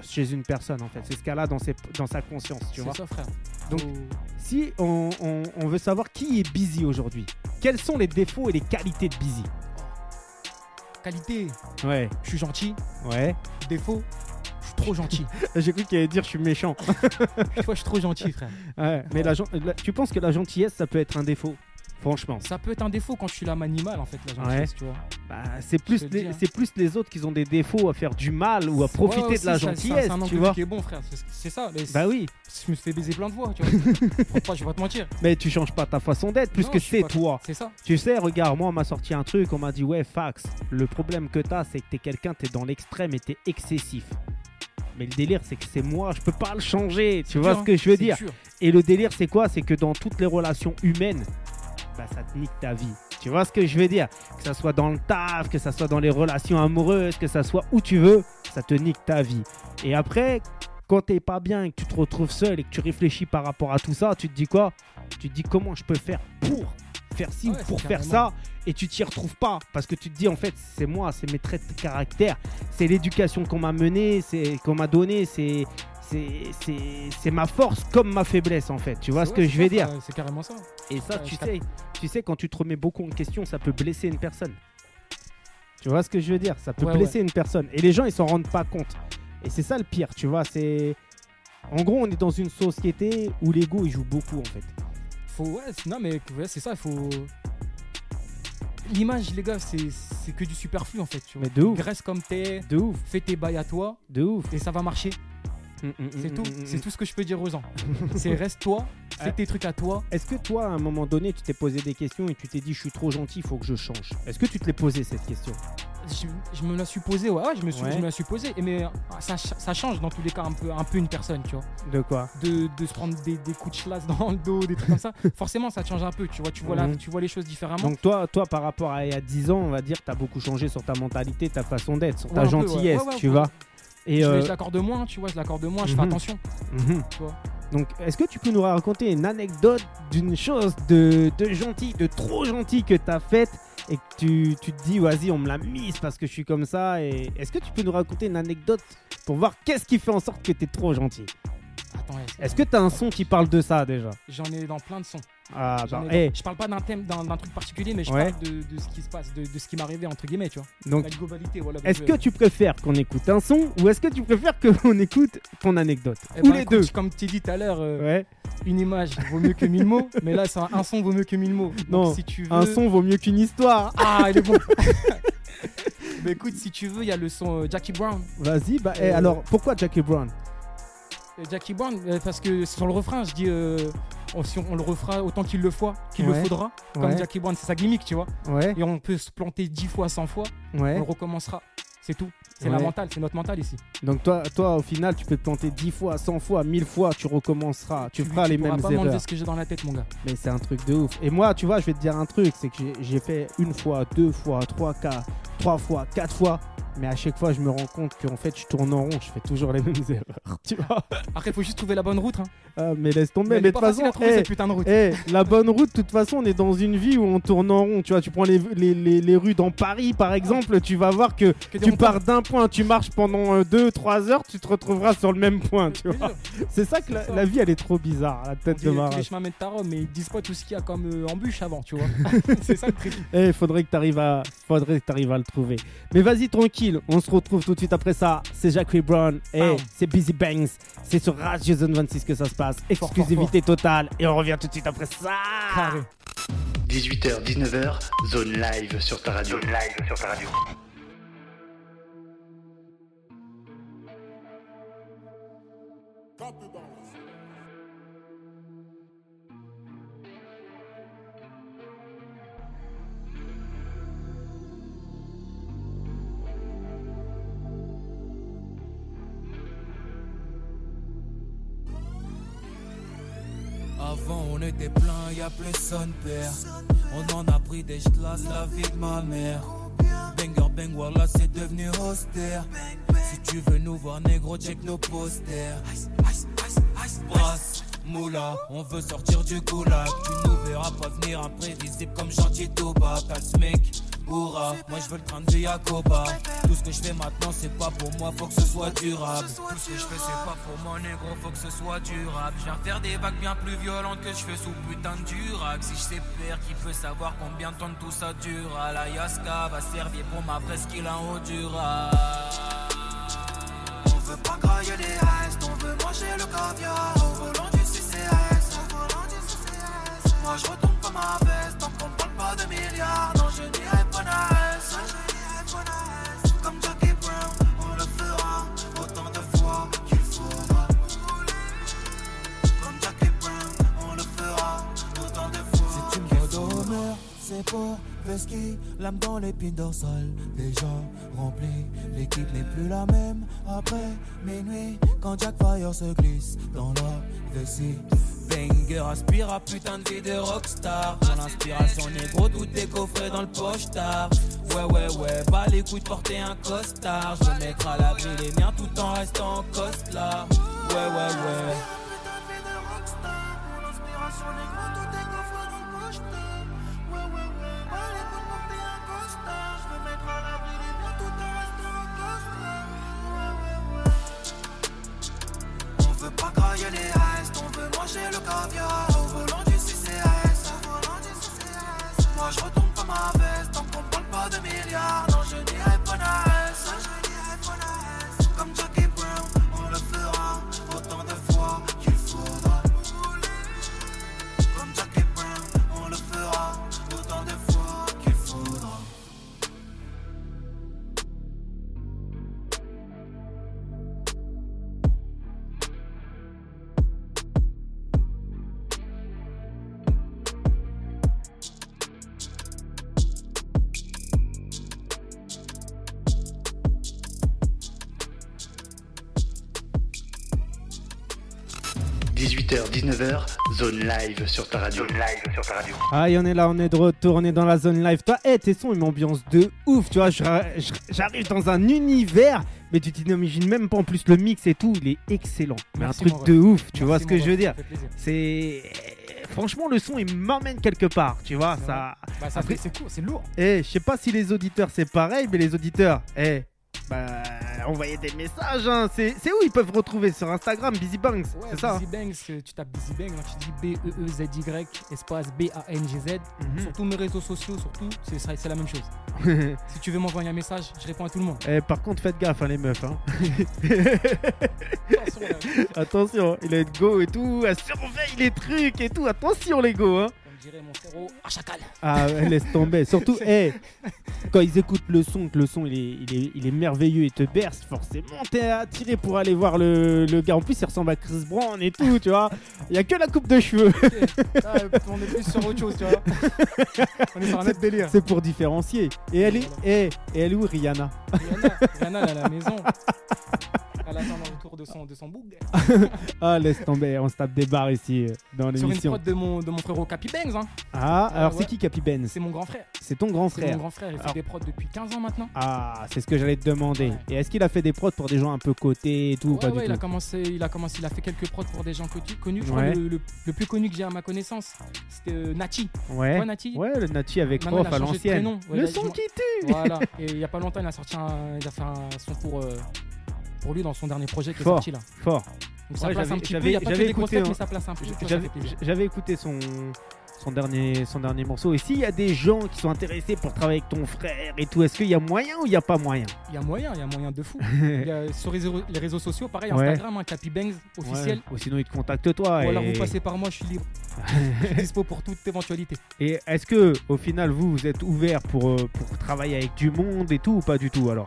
[SPEAKER 3] chez une personne en fait. C'est ce qu'elle a dans, ses- dans sa conscience. Tu vois
[SPEAKER 4] C'est ça, frère.
[SPEAKER 3] Donc-
[SPEAKER 4] Faut-
[SPEAKER 3] si on, on- on veut savoir qui est busy aujourd'hui, quels sont les défauts et les qualités de busy
[SPEAKER 4] qualité,
[SPEAKER 3] Ouais,
[SPEAKER 4] je suis gentil.
[SPEAKER 3] ouais.
[SPEAKER 4] Défaut, je suis trop gentil.
[SPEAKER 3] J'ai cru qu'il allait dire je suis méchant.
[SPEAKER 4] Tu vois, je suis trop gentil, frère.
[SPEAKER 3] Ouais, mais la gen- la- tu penses que la gentillesse, ça peut être un défaut Franchement.
[SPEAKER 4] Ça peut être un défaut quand je suis l'âme animale, en fait, la gentillesse, tu vois.
[SPEAKER 3] Bah, c'est
[SPEAKER 4] Je
[SPEAKER 3] plus,
[SPEAKER 4] te le dis,
[SPEAKER 3] les,
[SPEAKER 4] hein.
[SPEAKER 3] c'est plus les autres qui ont des défauts à faire du mal ou à profiter
[SPEAKER 4] Ouais, ouais,
[SPEAKER 3] de la
[SPEAKER 4] aussi, ça- c'est un-
[SPEAKER 3] gentillesse,
[SPEAKER 4] C'est un angle
[SPEAKER 3] tu
[SPEAKER 4] de
[SPEAKER 3] vois.
[SPEAKER 4] vue qui est bon, frère. C'est- C'est ça. mais
[SPEAKER 3] Bah oui,
[SPEAKER 4] Je me suis fait baiser plein de fois, tu vois. Pourquoi je vais pas te mentir.
[SPEAKER 3] mais tu changes pas ta façon d'être
[SPEAKER 4] Non,
[SPEAKER 3] puisque
[SPEAKER 4] je suis
[SPEAKER 3] c'est
[SPEAKER 4] pas-
[SPEAKER 3] toi.
[SPEAKER 4] C'est ça.
[SPEAKER 3] Tu sais, regarde, moi on m'a sorti un truc, on m'a dit ouais fax, le problème que t'as c'est que t'es quelqu'un, t'es dans l'extrême et t'es excessif. Mais le délire c'est que c'est moi, je peux pas le changer, tu vois
[SPEAKER 4] dur,
[SPEAKER 3] ce
[SPEAKER 4] hein.
[SPEAKER 3] que je veux
[SPEAKER 4] C'est
[SPEAKER 3] dire.
[SPEAKER 4] dur.
[SPEAKER 3] Et le délire c'est quoi C'est que dans toutes les relations humaines, bah ça te nique ta vie. Tu vois ce que je veux dire Que ça soit dans le taf, que ça soit dans les relations amoureuses, que ça soit où tu veux, ça te nique ta vie. Et après, quand t'es pas bien et que tu te retrouves seul et que tu réfléchis par rapport à tout ça, tu te dis quoi Tu te dis comment je peux faire pour faire ci
[SPEAKER 4] Ouais,
[SPEAKER 3] ou pour
[SPEAKER 4] c'est
[SPEAKER 3] faire ça et tu t'y retrouves pas parce que tu te dis en fait c'est moi, c'est mes traits de caractère, c'est l'éducation qu'on m'a menée, c'est qu'on m'a donnée, c'est c'est- c'est c'est ma force comme ma faiblesse en fait. Tu vois
[SPEAKER 4] Ouais,
[SPEAKER 3] ce que
[SPEAKER 4] c'est
[SPEAKER 3] je
[SPEAKER 4] ça,
[SPEAKER 3] vais dire
[SPEAKER 4] frère, C'est carrément ça.
[SPEAKER 3] et ça,
[SPEAKER 4] Ouais,
[SPEAKER 3] tu
[SPEAKER 4] je capte.
[SPEAKER 3] sais, tu sais, quand tu te remets beaucoup en question, ça peut blesser une personne. Tu vois ce que je veux dire Ça peut
[SPEAKER 4] Ouais,
[SPEAKER 3] blesser une personne. Et les gens, ils s'en rendent pas compte. Et c'est ça le pire, tu vois. C'est. En gros, on est dans une société où l'ego, il joue beaucoup, en fait.
[SPEAKER 4] Faut, ouais, c'est- non, mais ouais, c'est ça, il faut. L'image, les gars, c'est c'est que du superflu en fait. Tu vois.
[SPEAKER 3] Mais de ouf.
[SPEAKER 4] Reste comme t'es,
[SPEAKER 3] De ouf,
[SPEAKER 4] fais tes bails à toi
[SPEAKER 3] de ouf. Hum,
[SPEAKER 4] et ça va marcher. C'est tout. C'est tout ce que je peux dire aux gens. C'est reste toi,
[SPEAKER 3] Ouais.
[SPEAKER 4] fais tes trucs à toi.
[SPEAKER 3] Euh, Est-ce que toi, à un moment donné, tu t'es posé des questions et tu t'es dit, je suis trop gentil, il faut que je change Est-ce que tu te l'es posé cette question
[SPEAKER 4] Je, je me la suis posée, ouais, ouais, je me suis,
[SPEAKER 3] Ouais.
[SPEAKER 4] je me la suis posée. Et mais ah, ça, ch- ça change dans tous les cas un peu, un peu une personne, tu vois.
[SPEAKER 3] De quoi
[SPEAKER 4] De, de se prendre des, des coups de chlasse dans le dos, des trucs comme ça. Forcément, ça change un peu, tu vois. Tu vois, la-
[SPEAKER 3] Mhm.
[SPEAKER 4] tu vois les choses différemment.
[SPEAKER 3] Donc toi, toi, par rapport à il y a 10 ans, on va dire, t'as beaucoup changé sur ta mentalité, ta façon d'être, sur
[SPEAKER 4] Ouais,
[SPEAKER 3] ta
[SPEAKER 4] un peu, ouais.
[SPEAKER 3] gentillesse,
[SPEAKER 4] Ouais, ouais,
[SPEAKER 3] tu
[SPEAKER 4] ouais.
[SPEAKER 3] vois. Et
[SPEAKER 4] je,
[SPEAKER 3] euh,
[SPEAKER 4] je l'accorde moins, tu vois, je l'accorde moins, je fais
[SPEAKER 3] Mhm.
[SPEAKER 4] attention.
[SPEAKER 3] mhm.
[SPEAKER 4] Tu vois.
[SPEAKER 3] Donc, est-ce que tu peux nous raconter une anecdote d'une chose de, de gentil, de trop gentil que t'as faite et que tu, tu te dis, vas-y, on me l'a mise parce que je suis comme ça et Est-ce que tu peux nous raconter une anecdote pour voir qu'est-ce qui fait en sorte que t'es trop gentil
[SPEAKER 4] Attends, ouais,
[SPEAKER 3] Est-ce que t'as un son qui parle de ça déjà
[SPEAKER 4] j'en ai dans plein de sons.
[SPEAKER 3] Ah,
[SPEAKER 4] J'en
[SPEAKER 3] bah,
[SPEAKER 4] ai
[SPEAKER 3] hey,
[SPEAKER 4] dans- Je parle pas d'un thème, d'un d'un truc particulier, mais je
[SPEAKER 3] Ouais.
[SPEAKER 4] parle de, de ce qui se passe, de, de ce qui m'est arrivé entre guillemets, tu vois.
[SPEAKER 3] donc.
[SPEAKER 4] La globalité, voilà.
[SPEAKER 3] Est-ce
[SPEAKER 4] je-
[SPEAKER 3] que tu préfères qu'on écoute un son ou est-ce que tu préfères qu'on écoute ton anecdote
[SPEAKER 4] Eh
[SPEAKER 3] Ou
[SPEAKER 4] ben,
[SPEAKER 3] les
[SPEAKER 4] écoute,
[SPEAKER 3] deux
[SPEAKER 4] Comme tu dis tout à l'heure, euh,
[SPEAKER 3] Ouais.
[SPEAKER 4] une image vaut mieux que mille mots, mais là, c'est un, un son vaut mieux que mille mots. Donc,
[SPEAKER 3] Non,
[SPEAKER 4] si tu veux...
[SPEAKER 3] Un son vaut mieux qu'une histoire.
[SPEAKER 4] Ah, il est bon. mais écoute, si tu veux, il y a le son euh, Jackie Brown.
[SPEAKER 3] Vas-y, bah, eh,
[SPEAKER 4] Euh,
[SPEAKER 3] alors pourquoi Jackie Brown
[SPEAKER 4] Euh, Jackie Brown, euh, parce que sur le refrain, je dis, euh, on, si on, on le refera autant qu'il le faut, qu'il
[SPEAKER 3] Ouais.
[SPEAKER 4] le faudra. Comme
[SPEAKER 3] ouais.
[SPEAKER 4] Jackie Brown, c'est sa gimmick, tu vois.
[SPEAKER 3] ouais,
[SPEAKER 4] Et on peut se planter 10 fois, 100 fois,
[SPEAKER 3] ouais,
[SPEAKER 4] on recommencera. C'est tout. C'est
[SPEAKER 3] Ouais.
[SPEAKER 4] la mentale, c'est notre mental ici.
[SPEAKER 3] Donc toi, toi, au final, tu peux te planter 10 fois, 100 fois, 1000 fois, tu recommenceras, tu feras les
[SPEAKER 4] pourras
[SPEAKER 3] mêmes
[SPEAKER 4] pas
[SPEAKER 3] erreurs.
[SPEAKER 4] demander ce que j'ai dans la tête, mon gars.
[SPEAKER 3] Mais c'est un truc de ouf. Et moi, tu vois, je vais te dire un truc, c'est que j'ai- j'ai fait une fois, deux fois, trois cas, trois fois, quatre fois. Mais à chaque fois, je me rends compte qu'en fait, je tourne en rond, je fais toujours les mêmes erreurs. Tu vois
[SPEAKER 4] Après, faut juste trouver la bonne route. Hein.
[SPEAKER 3] Ah, Mais laisse tomber.
[SPEAKER 4] elle
[SPEAKER 3] Mais,
[SPEAKER 4] est
[SPEAKER 3] de
[SPEAKER 4] pas
[SPEAKER 3] toute
[SPEAKER 4] facile
[SPEAKER 3] façon,
[SPEAKER 4] à trouver
[SPEAKER 3] eh,
[SPEAKER 4] cette putain de route.
[SPEAKER 3] Eh, la bonne route, de toute façon, on est dans une vie où on tourne en rond. Tu vois, tu prends les, les, les- les rues dans Paris, par exemple, tu vas voir que
[SPEAKER 4] Que des
[SPEAKER 3] tu
[SPEAKER 4] ronds-points.
[SPEAKER 3] pars d'un point, tu marches pendant 2-3 heures, tu te retrouveras sur le même point. Tu
[SPEAKER 4] Je te
[SPEAKER 3] vois,
[SPEAKER 4] jure,
[SPEAKER 3] c'est ça que la,
[SPEAKER 4] C'est ça.
[SPEAKER 3] la vie, elle est trop bizarre, la
[SPEAKER 4] on
[SPEAKER 3] tête
[SPEAKER 4] dit
[SPEAKER 3] de
[SPEAKER 4] tous
[SPEAKER 3] Marat.
[SPEAKER 4] les chemins mènent à Rome, mais ils disent pas tout ce qu'il y a comme euh, embûche avant, tu vois. c'est ça le truc.
[SPEAKER 3] Eh, faudrait que t'arrives à, faudrait que t'arrives à le trouver. Mais vas-y tranquille, on se retrouve tout de suite après ça. C'est Jackie Brown, eh,
[SPEAKER 4] Bam.
[SPEAKER 3] c'est Busy Bangs, c'est sur Radio Zone 26 que ça se passe,
[SPEAKER 4] fort,
[SPEAKER 3] exclusivité totale, et on revient tout de suite après ça.
[SPEAKER 4] Carré.
[SPEAKER 1] 18h, 19h, zone live sur ta radio. Zone live sur ta radio.
[SPEAKER 5] Avant on était plein, y a plus son père. On en a pris des classes, la vie de ma mère. Banger bang, voilà c'est devenu austère. Si tu veux nous voir négro, check nos posters. Brasse, moula, on veut sortir du goulag. Tu nous verras pas venir imprévisible comme gentil Touba. T'as le smic, bourra, moi je veux le train de Yacoba. Tout ce que je fais maintenant, c'est pas pour moi, faut que ce soit durable. Tout ce que je fais, c'est pas pour moi, négro, faut que ce soit durable. Je viens faire des vagues bien plus violentes que je fais sous putain de durac. Si je sais faire, qui peut savoir combien de temps tout ça dure? À la Yaska va servir pour ma presqu'île en haut on veut pas grailler les restes, on veut manger le caviar Au volant du CCS, au volant du CCS Moi je retombe comme un veste, tant qu'on parle pas de milliards Non je dirais Bonares, non, je dirais Bonares Comme Jackie Brown, on le fera autant de fois qu'il faudra Comme Jackie Brown, on le fera autant de fois Si tu me redonnes, c'est beau Veski, l'âme dans l'épine dorsale Déjà rempli, l'équipe n'est plus la même Après minuit, quand Jack Fire se glisse dans la vessie Banger aspire à putain de vie de rockstar Dans l'inspiration négro, tout décoffré dans le pochetard Ouais ouais ouais, bah les couilles de porter un costard Je vais mettre à l'abri les miens tout en restant en costard Ouais ouais ouais On veut pas grailler les restes, on veut manger le caviar Au volant du CCS, au volant du CCS Moi je retombe comme ma veste, tant qu'on parle pas de milliards Non je dirais Bonares, non je dirais Bonares Comme Jackie Brown, on le fera autant de fois qu'il faudra Comme Jackie Brown, on le fera autant de fois qu'il faudra
[SPEAKER 1] Zone live sur ta radio. 18h, 19h, zone live sur ta radio. Zone live sur ta radio.
[SPEAKER 3] Aïe, on est là, on est de retour, on est dans la zone live. Toi, eh, tes sons, une ambiance de ouf, tu vois. je ra- je- J'arrive dans un univers, mais tu t'imagines même pas en plus le mix et tout, il est excellent. Mais
[SPEAKER 4] Merci,
[SPEAKER 3] un
[SPEAKER 4] mon
[SPEAKER 3] truc de ouf,
[SPEAKER 4] Merci,
[SPEAKER 3] tu vois ce
[SPEAKER 4] mon
[SPEAKER 3] que
[SPEAKER 4] ref,
[SPEAKER 3] je veux dire.
[SPEAKER 4] ça fait plaisir.
[SPEAKER 3] C'est. Franchement, le son, il m'emmène quelque part, tu vois.
[SPEAKER 4] C'est
[SPEAKER 3] Ça.
[SPEAKER 4] Bah, ça
[SPEAKER 3] Après-
[SPEAKER 4] fait- c'est cool, c'est lourd.
[SPEAKER 3] Eh, je sais pas si les auditeurs, c'est pareil, mais les auditeurs, eh, bah, envoyez des messages, hein. C'est c'est où ils peuvent retrouver Sur Instagram, Busy Banks,
[SPEAKER 4] Ouais,
[SPEAKER 3] c'est ça hein
[SPEAKER 4] Busy Bangs, euh, tu tapes Busy Bangs, hein, tu dis B-E-E-Z-Y, espace B-A-N-G-Z.
[SPEAKER 3] Mhm.
[SPEAKER 4] Sur tous mes réseaux sociaux, surtout, c'est ça- c'est la même chose. Si tu veux m'envoyer un message, je réponds à tout le monde.
[SPEAKER 3] Eh, par contre, faites gaffe, hein, les meufs, hein.
[SPEAKER 4] Attention, là.
[SPEAKER 3] Attention, il a être go et tout, elle surveille les trucs et tout, attention les go hein.
[SPEAKER 4] Comme dirait mon frérot, à chacal.
[SPEAKER 3] Ah, ouais, laisse tomber. Surtout, hey, quand ils écoutent le son, que le son il est, il est, il est merveilleux et te berce, forcément, t'es attiré pour aller voir le, le gars. En plus, il ressemble à Chris Brown et tout, tu vois. Il y a que la coupe de cheveux.
[SPEAKER 4] Ah, on est plus sur autre chose, tu vois. on est sur un autre délire.
[SPEAKER 3] C'est pour différencier. Et elle est, hey, et elle est où, Rihanna
[SPEAKER 4] Rihanna, Rihanna, elle est à la maison. Elle attend le retour de son, de son boug.
[SPEAKER 3] Ah, laisse tomber. On se tape des barres ici euh, dans
[SPEAKER 4] Sur une
[SPEAKER 3] l'émission.
[SPEAKER 4] prod de mon, de mon frérot Capi Bangs. Hein.
[SPEAKER 3] Ah,
[SPEAKER 4] Ah,
[SPEAKER 3] alors
[SPEAKER 4] ouais.
[SPEAKER 3] c'est qui Capi Ben
[SPEAKER 4] C'est mon grand frère.
[SPEAKER 3] C'est ton grand
[SPEAKER 4] C'est mon
[SPEAKER 3] frère.
[SPEAKER 4] grand frère. Il fait
[SPEAKER 3] Alors-
[SPEAKER 4] des prods depuis 15 ans maintenant.
[SPEAKER 3] Ah, c'est ce que j'allais te demander.
[SPEAKER 4] Ouais.
[SPEAKER 3] Et est-ce qu'il a fait des prods pour des gens un peu cotés et tout ou
[SPEAKER 4] Ouais,
[SPEAKER 3] Pas
[SPEAKER 4] ouais,
[SPEAKER 3] du
[SPEAKER 4] il, a
[SPEAKER 3] tout.
[SPEAKER 4] commencé, il a commencé, il a fait quelques prods pour des gens connu- connus. Je crois
[SPEAKER 3] Ouais.
[SPEAKER 4] le, le- le plus connu que j'ai à ma connaissance, c'était euh, Nachi.
[SPEAKER 3] Ouais.
[SPEAKER 4] Ouais, Nachi
[SPEAKER 3] Ouais, le Nati avec
[SPEAKER 4] Maintenant, il
[SPEAKER 3] Prof
[SPEAKER 4] a
[SPEAKER 3] à
[SPEAKER 4] changé de
[SPEAKER 3] l'ancienne.
[SPEAKER 4] prénom. Ouais,
[SPEAKER 3] le
[SPEAKER 4] là,
[SPEAKER 3] son
[SPEAKER 4] je-
[SPEAKER 3] qui tue
[SPEAKER 4] Voilà. Et il y a pas longtemps, il a sorti un, il a fait un son pour, euh, pour lui dans son dernier projet qui est
[SPEAKER 3] Fort.
[SPEAKER 4] sorti là.
[SPEAKER 3] Fort.
[SPEAKER 4] Donc ça
[SPEAKER 3] Ouais,
[SPEAKER 4] place
[SPEAKER 3] j'avais-
[SPEAKER 4] un petit
[SPEAKER 3] j'avais-
[SPEAKER 4] peu. Il y a pas que
[SPEAKER 3] j'avais
[SPEAKER 4] des grosses
[SPEAKER 3] écouté,
[SPEAKER 4] têtes,
[SPEAKER 3] hein.
[SPEAKER 4] mais ça place un peu.
[SPEAKER 3] J-
[SPEAKER 4] Ça, ça
[SPEAKER 3] j'avais-
[SPEAKER 4] fait plaisir.
[SPEAKER 3] J'avais écouté son, son, dernier, son dernier morceau. Et s'il y a des gens qui sont intéressés pour travailler avec ton frère et tout, est-ce qu'il y a moyen ou il n'y a pas moyen
[SPEAKER 4] Il y a moyen, il y a moyen de fou. Il y a sur les, réseaux- les réseaux sociaux, pareil,
[SPEAKER 3] Ouais.
[SPEAKER 4] Instagram, hein, Capi Bangs officiel.
[SPEAKER 3] Ouais. Ou sinon, ils te contactent toi.
[SPEAKER 4] Ou alors
[SPEAKER 3] et
[SPEAKER 4] vous passez par moi, je suis libre. je suis dispo pour toute éventualité.
[SPEAKER 3] et est-ce que, au final, vous, vous êtes ouvert pour, euh, pour travailler avec du monde et tout ou pas du tout alors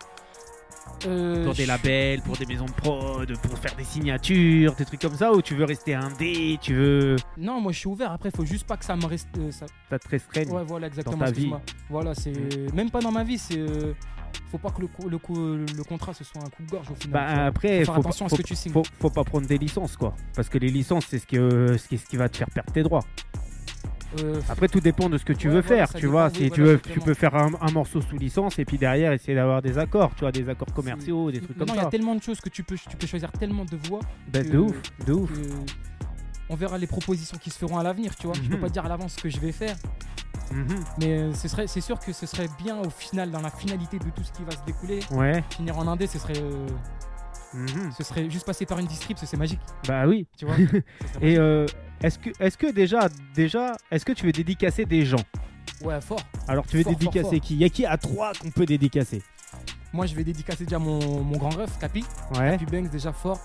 [SPEAKER 4] Euh,
[SPEAKER 3] Pour des
[SPEAKER 4] je-
[SPEAKER 3] labels, pour des maisons de prod, pour faire des signatures, des trucs comme ça Ou tu veux rester indé Tu veux.
[SPEAKER 4] Non, moi je suis ouvert. Après, faut juste pas que ça me reste. euh, ça-
[SPEAKER 3] Ça te restreigne
[SPEAKER 4] Ouais, voilà, exactement.
[SPEAKER 3] ta vie. Mmh.
[SPEAKER 4] excuse-moi. Voilà, c'est même pas dans ma vie. C'est euh, faut pas que le, co- le, co- le contrat ce soit un coup de gorge au final. tu vois.
[SPEAKER 3] Bah après,
[SPEAKER 4] Faut
[SPEAKER 3] faut,
[SPEAKER 4] faire
[SPEAKER 3] pas,
[SPEAKER 4] attention à ce
[SPEAKER 3] faut-
[SPEAKER 4] que tu signes.
[SPEAKER 3] faut- faut pas prendre des licences quoi. Parce que les licences, c'est ce, qui, euh, ce qui, ce qui va te faire perdre tes droits.
[SPEAKER 4] Euh,
[SPEAKER 3] Après, tout dépend de ce que tu
[SPEAKER 4] Ouais,
[SPEAKER 3] veux
[SPEAKER 4] voilà,
[SPEAKER 3] faire.
[SPEAKER 4] ça
[SPEAKER 3] Tu
[SPEAKER 4] dépend,
[SPEAKER 3] vois,
[SPEAKER 4] oui,
[SPEAKER 3] si tu,
[SPEAKER 4] voilà,
[SPEAKER 3] veux, tu
[SPEAKER 4] exactement.
[SPEAKER 3] peux faire un, un morceau sous licence et puis derrière essayer d'avoir des accords, tu vois, des accords commerciaux, des trucs
[SPEAKER 4] Maintenant,
[SPEAKER 3] comme
[SPEAKER 4] il y
[SPEAKER 3] ça.
[SPEAKER 4] a tellement de choses que tu peux, tu peux choisir tellement de voies.
[SPEAKER 3] Bah,
[SPEAKER 4] que-
[SPEAKER 3] de ouf, de ouf.
[SPEAKER 4] que on verra les propositions qui se feront à l'avenir, tu vois. Je peux
[SPEAKER 3] Mhm.
[SPEAKER 4] pas dire à l'avance ce que je vais faire,
[SPEAKER 3] Mhm.
[SPEAKER 4] mais euh, ce serait, c'est sûr que ce serait bien au final, dans la finalité de tout ce qui va se découler,
[SPEAKER 3] Ouais.
[SPEAKER 4] finir en indé, ce serait, euh,
[SPEAKER 3] Mhm.
[SPEAKER 4] ce serait juste passer par une distrib, ce- c'est magique,
[SPEAKER 3] Bah oui.
[SPEAKER 4] tu vois. Ce serait
[SPEAKER 3] Et euh, est-ce que, est-ce que déjà, déjà, est-ce que tu veux dédicacer des gens
[SPEAKER 4] magique. ouais, fort.
[SPEAKER 3] Alors, tu veux
[SPEAKER 4] Fort, fort,
[SPEAKER 3] dédicacer
[SPEAKER 4] fort.
[SPEAKER 3] qui Il y a qui à trois qu'on peut dédicacer
[SPEAKER 4] Moi, je vais dédicacer déjà mon, mon grand ref, Capi,
[SPEAKER 3] Ouais.
[SPEAKER 4] Capi Banks déjà fort.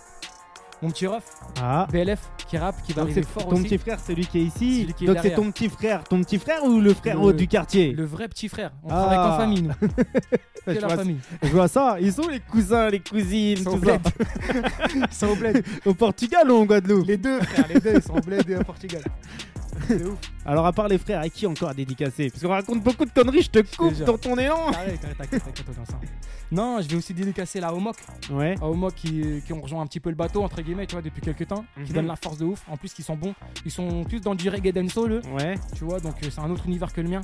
[SPEAKER 4] Mon petit ref,
[SPEAKER 3] Ah.
[SPEAKER 4] BLF, qui rappe, qui va
[SPEAKER 3] Donc,
[SPEAKER 4] arriver
[SPEAKER 3] c'est
[SPEAKER 4] fort
[SPEAKER 3] ton
[SPEAKER 4] aussi.
[SPEAKER 3] petit frère, celui qui est ici.
[SPEAKER 4] Celui qui est
[SPEAKER 3] Donc c'est
[SPEAKER 4] derrière.
[SPEAKER 3] ton petit frère, ton petit frère ou le frère
[SPEAKER 4] Le-
[SPEAKER 3] haut du quartier
[SPEAKER 4] Le vrai petit frère. On
[SPEAKER 3] Ah.
[SPEAKER 4] travaille qu'en famille, nous.
[SPEAKER 3] je,
[SPEAKER 4] Que la
[SPEAKER 3] vois,
[SPEAKER 4] famille.
[SPEAKER 3] je vois ça. Ils sont les cousins, les cousines,
[SPEAKER 4] Ils sont
[SPEAKER 3] tout ça.
[SPEAKER 4] Ça au bled.
[SPEAKER 3] Au Portugal ou en Guadeloupe
[SPEAKER 4] Les deux, frère, les deux, ils sont au bled et au Portugal. C'est ouf.
[SPEAKER 3] Alors à part les frères, à qui encore à dédicacer Parce qu'on raconte beaucoup de conneries, je te coupe
[SPEAKER 4] jure.
[SPEAKER 3] dans ton élan.
[SPEAKER 4] Arrête, arrête, arrête, arrête, on est ensemble. Non, je vais aussi dédicacer la Homok.
[SPEAKER 3] Ouais.
[SPEAKER 4] La Homok qui, qui ont rejoint un petit peu le bateau, entre guillemets, tu vois, depuis quelques temps. Qui
[SPEAKER 3] Mhm.
[SPEAKER 4] donne la force de ouf. En plus, ils sont bons. Ils sont plus dans du reggae dancehall, eux.
[SPEAKER 3] Ouais. Mhm.
[SPEAKER 4] Tu vois, donc euh, c'est un autre univers que le mien.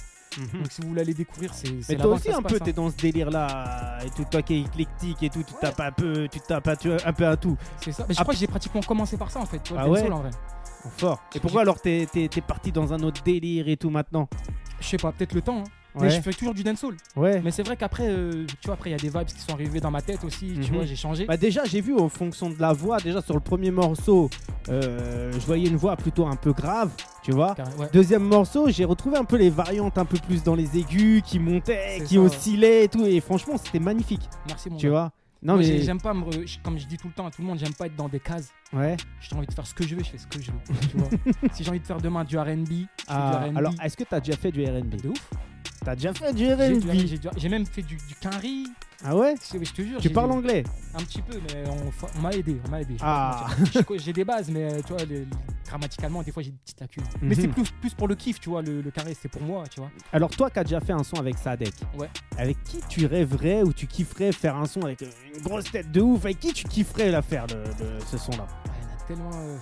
[SPEAKER 4] Donc si vous voulez aller découvrir, c'est c'est
[SPEAKER 3] Mais toi
[SPEAKER 4] là-bas que
[SPEAKER 3] aussi
[SPEAKER 4] ça se
[SPEAKER 3] un
[SPEAKER 4] passe,
[SPEAKER 3] peu,
[SPEAKER 4] hein.
[SPEAKER 3] t'es dans ce délire là, et tout, toi qui es éclectique et tout, tu tapes un peu, tu tapes un, tu- un peu à tout.
[SPEAKER 4] C'est ça. Mais Bah, je crois que j'ai pratiquement commencé par ça, en fait. tu vois,
[SPEAKER 3] Ah
[SPEAKER 4] le
[SPEAKER 3] ouais
[SPEAKER 4] dancehall, en vrai.
[SPEAKER 3] Fort. Et pourquoi alors t'es t'es- t'es parti dans un autre délire et tout maintenant
[SPEAKER 4] Je sais pas, peut-être le temps. hein. Mais je
[SPEAKER 3] Ouais.
[SPEAKER 4] fais toujours du dancehall.
[SPEAKER 3] Ouais.
[SPEAKER 4] Mais c'est vrai qu'après, euh, tu vois, après, il y a des vibes qui sont arrivées dans ma tête aussi. Tu
[SPEAKER 3] Mhm.
[SPEAKER 4] vois, j'ai changé.
[SPEAKER 3] Bah déjà j'ai vu en fonction de la voix, déjà sur le premier morceau, euh, je voyais une voix plutôt un peu grave, tu vois.
[SPEAKER 4] Car- ouais.
[SPEAKER 3] Deuxième morceau, j'ai retrouvé un peu les variantes un peu plus dans les aigus, qui montaient,
[SPEAKER 4] C'est
[SPEAKER 3] qui
[SPEAKER 4] ça, ouais.
[SPEAKER 3] oscillaient et tout, et franchement c'était magnifique,
[SPEAKER 4] Merci, mon
[SPEAKER 3] tu
[SPEAKER 4] gars.
[SPEAKER 3] vois. Non
[SPEAKER 4] Moi, j'ai-
[SPEAKER 3] mais
[SPEAKER 4] j'aime pas, me re- je- comme je dis tout le temps à tout le monde, j'aime pas être dans des cases.
[SPEAKER 3] ouais.
[SPEAKER 4] J'ai envie de faire ce que je veux, je fais ce que je veux. tu vois. si j'ai envie de faire demain du RB, je fais
[SPEAKER 3] Ah,
[SPEAKER 4] du RB.
[SPEAKER 3] alors est-ce que t'as déjà fait du R&B
[SPEAKER 4] de ouf.
[SPEAKER 3] T'as déjà fait du
[SPEAKER 4] J'ai
[SPEAKER 3] R&B
[SPEAKER 4] du R&B, j'ai du- J'ai même fait du, du curry.
[SPEAKER 3] Ah ouais
[SPEAKER 4] Je je te jure.
[SPEAKER 3] Tu
[SPEAKER 4] j'ai-
[SPEAKER 3] parles anglais
[SPEAKER 4] Un petit peu, mais on, fa- on m'a aidé. On m'a aidé. je vais
[SPEAKER 3] Ah.
[SPEAKER 4] pas te mentir. Je co- J'ai des bases, mais euh, tu vois, les- les- grammaticalement, des fois, j'ai des petites lacunes. Mais
[SPEAKER 3] Mhm.
[SPEAKER 4] c'est plus, plus pour le kiff, tu vois. Le, le carré, c'est pour moi, tu vois.
[SPEAKER 3] Alors toi qui as déjà fait un son avec Sadek,
[SPEAKER 4] Ouais.
[SPEAKER 3] avec qui tu rêverais ou tu kifferais faire un son avec euh, une grosse tête de ouf Avec qui tu kifferais la faire de, de ce son là
[SPEAKER 4] Ah, il y en a tellement. euh,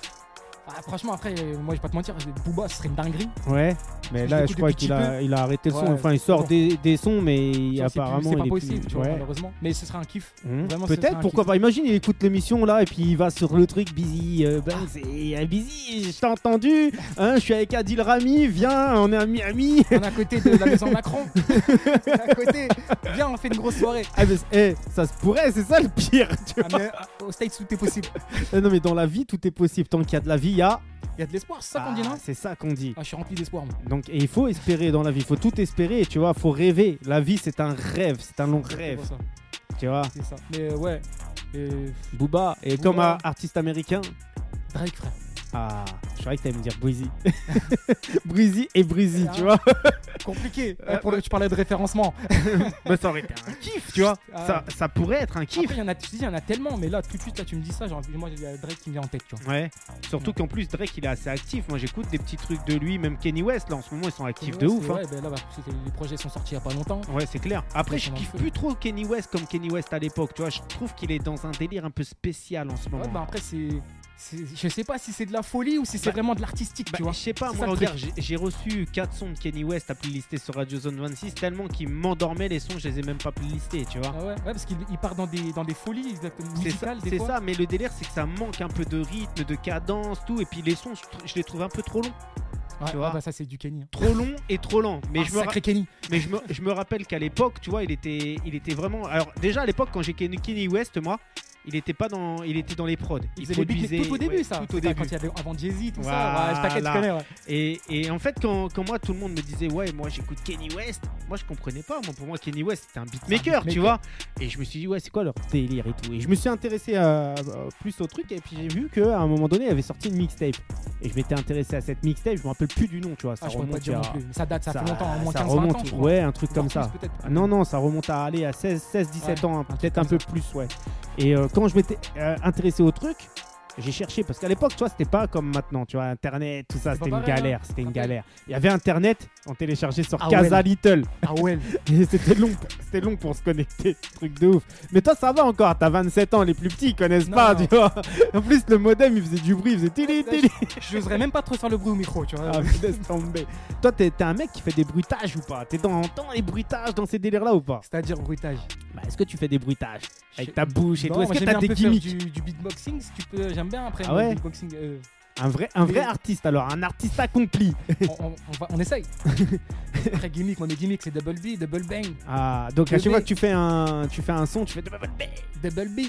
[SPEAKER 4] ah, franchement, après, euh, moi, je vais pas te mentir, Booba, ce serait une dinguerie.
[SPEAKER 3] Ouais, mais
[SPEAKER 4] Je
[SPEAKER 3] là je
[SPEAKER 4] l'écoute
[SPEAKER 3] crois
[SPEAKER 4] depuis
[SPEAKER 3] qu'il
[SPEAKER 4] petit
[SPEAKER 3] a, il a arrêté le son,
[SPEAKER 4] Ouais,
[SPEAKER 3] enfin il
[SPEAKER 4] c'est
[SPEAKER 3] sort
[SPEAKER 4] bon.
[SPEAKER 3] des, des sons mais
[SPEAKER 4] Tu vois, c'est plus-
[SPEAKER 3] apparemment
[SPEAKER 4] C'est
[SPEAKER 3] il
[SPEAKER 4] pas
[SPEAKER 3] est
[SPEAKER 4] possible,
[SPEAKER 3] plus-
[SPEAKER 4] tu vois,
[SPEAKER 3] ouais.
[SPEAKER 4] malheureusement. Mais ce serait un kiff.
[SPEAKER 3] Hmm.
[SPEAKER 4] Vraiment, ce serait
[SPEAKER 3] Peut-être,
[SPEAKER 4] un
[SPEAKER 3] pourquoi
[SPEAKER 4] kiff.
[SPEAKER 3] pas. Imagine, il écoute l'émission là et puis il va sur le truc busy. euh, ben, c'est euh, busy, je t'ai entendu. hein, je suis avec Adil Rami, viens, on est à Miami.
[SPEAKER 4] On est à côté de la maison Macron. On est à côté. Viens, on fait une grosse soirée.
[SPEAKER 3] Ah, mais, eh, ça se pourrait, c'est ça le pire. tu
[SPEAKER 4] Ah, mais, ah, au States, tout est possible.
[SPEAKER 3] vois. non, mais dans la vie, tout est possible. Tant qu'il y a de la vie, il y a.
[SPEAKER 4] Il y a de l'espoir, c'est ça qu'on dit,
[SPEAKER 3] Ah,
[SPEAKER 4] non
[SPEAKER 3] C'est ça qu'on dit.
[SPEAKER 4] ah, Je suis rempli d'espoir, moi.
[SPEAKER 3] Donc, et il faut espérer dans la vie, il faut tout espérer, tu vois, faut rêver. La vie, c'est un rêve, c'est un long
[SPEAKER 4] C'est
[SPEAKER 3] rêve,
[SPEAKER 4] pour ça,
[SPEAKER 3] tu vois.
[SPEAKER 4] c'est ça. Mais euh, ouais. Et
[SPEAKER 3] Booba, et
[SPEAKER 4] Booba.
[SPEAKER 3] comme un artiste américain,
[SPEAKER 4] Drake, frère.
[SPEAKER 3] Ah, je croyais que t'allais me dire Breezy. breezy et Breezy, tu vois.
[SPEAKER 4] Ah, Compliqué. Eh, pour le- tu parlais de référencement.
[SPEAKER 3] Bah, ça aurait été un kiff, tu vois.
[SPEAKER 4] Ah.
[SPEAKER 3] Ça, ça pourrait être un kiff.
[SPEAKER 4] Après, il y en a, je te dis, il y en a tellement, mais là, tout de suite, là, tu me dis ça, j'ai envie- moi, il y a Drake qui me vient en tête, tu vois.
[SPEAKER 3] Ouais. Surtout qu'en plus, Drake, il est assez actif. Moi, j'écoute des petits trucs de lui, même Kenny West. Là, en ce moment, ils sont actifs de
[SPEAKER 4] Ouais,
[SPEAKER 3] ouf.
[SPEAKER 4] c'est-
[SPEAKER 3] hein.
[SPEAKER 4] Ouais, ben là, bah, c'est- les projets sont sortis il y a pas longtemps.
[SPEAKER 3] Ouais, c'est clair. Après,
[SPEAKER 4] Ouais,
[SPEAKER 3] je
[SPEAKER 4] ça marche
[SPEAKER 3] kiffe
[SPEAKER 4] pas.
[SPEAKER 3] plus trop Kenny West comme Kenny West à l'époque. Tu vois, je trouve qu'il est dans un délire un peu spécial en ce moment.
[SPEAKER 4] Ouais, bah après, c'est. c'est- Je sais pas si c'est de la folie ou si c'est
[SPEAKER 3] Bah,
[SPEAKER 4] vraiment de l'artistique,
[SPEAKER 3] Bah,
[SPEAKER 4] tu vois.
[SPEAKER 3] je sais pas,
[SPEAKER 4] C'est
[SPEAKER 3] moi,
[SPEAKER 4] ça, le
[SPEAKER 3] regarde, j'ai- j'ai reçu 4 sons de Kenny West à playlister sur Radio Zone 26 tellement qu'ils m'endormaient les sons, je les ai même pas playlistés, tu vois.
[SPEAKER 4] Ah ouais, ouais, parce qu'il il part dans des, dans des folies exactement,
[SPEAKER 3] C'est ça,
[SPEAKER 4] musicales, des
[SPEAKER 3] c'est
[SPEAKER 4] fois.
[SPEAKER 3] ça, mais le délire c'est que ça manque un peu de rythme, de cadence, tout, et puis les sons, je, tr- je les trouve un peu trop longs.
[SPEAKER 4] Ouais,
[SPEAKER 3] tu vois.
[SPEAKER 4] ah bah ça, c'est du Kenny. hein.
[SPEAKER 3] Trop longs et trop lents. Mais,
[SPEAKER 4] Ah,
[SPEAKER 3] je, me ra-
[SPEAKER 4] sacré Kenny.
[SPEAKER 3] mais je, me, je me rappelle qu'à l'époque, tu vois, il était, il était vraiment... Alors déjà à l'époque, quand j'ai Kenny Kenny West, moi, il était pas dans, il était dans les prods.
[SPEAKER 4] Il faisait les beats tout au début,
[SPEAKER 3] ouais,
[SPEAKER 4] ça.
[SPEAKER 3] Tout au
[SPEAKER 4] C'est pas
[SPEAKER 3] début.
[SPEAKER 4] Quand il y avait avant Jay-Z, tout ça.
[SPEAKER 3] Voilà.
[SPEAKER 4] Ouais, je t'inquiète, je connais, ouais.
[SPEAKER 3] Et, et en fait, quand, quand moi tout le monde me disait, ouais, moi j'écoute Kenny West, moi je comprenais pas. Moi, pour moi, Kenny West c'était un beatmaker, tu
[SPEAKER 4] beatmaker.
[SPEAKER 3] vois. Et je me suis dit, ouais, c'est quoi leur délire et tout. Et je me suis intéressé à- à- plus au truc. Et puis j'ai vu qu'à un moment donné, il avait sorti une mixtape. Et je m'étais intéressé à cette mixtape. Je me rappelle plus du nom, tu vois. Ça
[SPEAKER 4] Ah, je pourrais
[SPEAKER 3] remonte
[SPEAKER 4] pas dire
[SPEAKER 3] à-
[SPEAKER 4] non plus. mais Ça date, ça, fait longtemps, au moins
[SPEAKER 3] ça
[SPEAKER 4] 15
[SPEAKER 3] remonte,
[SPEAKER 4] ans. je crois.
[SPEAKER 3] ouais, un truc
[SPEAKER 4] Voire
[SPEAKER 3] comme
[SPEAKER 4] plus,
[SPEAKER 3] ça.
[SPEAKER 4] peut-être.
[SPEAKER 3] Ah Non, non, ça remonte à aller à 16, 16 17
[SPEAKER 4] Ouais,
[SPEAKER 3] ans, hein,
[SPEAKER 4] truc
[SPEAKER 3] peut-être un
[SPEAKER 4] comme
[SPEAKER 3] peu
[SPEAKER 4] ça.
[SPEAKER 3] plus, ouais. Et euh, quand je m'étais euh, intéressé au truc, j'ai cherché parce qu'à l'époque, tu vois, c'était pas comme maintenant, tu vois, Internet, tout ça,
[SPEAKER 4] C'est pas
[SPEAKER 3] c'était une
[SPEAKER 4] pareil, hein.
[SPEAKER 3] galère, c'était une
[SPEAKER 4] Rappelle.
[SPEAKER 3] galère. Il y avait Internet, on téléchargeait sur
[SPEAKER 4] Ah ouais,
[SPEAKER 3] Casa
[SPEAKER 4] là.
[SPEAKER 3] Little,
[SPEAKER 4] Ah ouais.
[SPEAKER 3] Et c'était long, pour- c'était long pour se connecter, ce truc de ouf. Mais toi, ça va encore, t'as 27 ans, les plus petits ils connaissent
[SPEAKER 4] Non,
[SPEAKER 3] pas,
[SPEAKER 4] non.
[SPEAKER 3] tu vois. En plus, le modem, il faisait du bruit, il faisait tili tili.
[SPEAKER 4] J'oserais même pas trop faire le bruit au micro, tu vois.
[SPEAKER 3] Ah, mais laisse tomber. Toi, t'es t'es un mec qui fait des bruitages ou pas T'es dans, dans les bruitages, dans ces délires-là ou pas
[SPEAKER 4] C'est-à-dire bruitage.
[SPEAKER 3] bah, Est-ce que tu fais des bruitages
[SPEAKER 4] Je-
[SPEAKER 3] Avec ta bouche et
[SPEAKER 4] Non,
[SPEAKER 3] tout Est-ce
[SPEAKER 4] moi,
[SPEAKER 3] que
[SPEAKER 4] j'aime bien
[SPEAKER 3] t'as
[SPEAKER 4] un
[SPEAKER 3] des
[SPEAKER 4] peu faire
[SPEAKER 3] gimmicks
[SPEAKER 4] du, du beatboxing, si tu peux. J'aime bien après
[SPEAKER 3] Ah
[SPEAKER 4] le
[SPEAKER 3] ouais
[SPEAKER 4] beatboxing. euh,
[SPEAKER 3] Un vrai, un vrai
[SPEAKER 4] Mais-
[SPEAKER 3] artiste alors, un artiste accompli.
[SPEAKER 4] on, on- on va- on essaye. Après gimmick, on est gimmick, c'est double B, double bang,
[SPEAKER 3] Ah, donc à
[SPEAKER 4] Le
[SPEAKER 3] chaque fois
[SPEAKER 4] mec-
[SPEAKER 3] que tu fais un, tu fais un son, tu fais.
[SPEAKER 4] double B.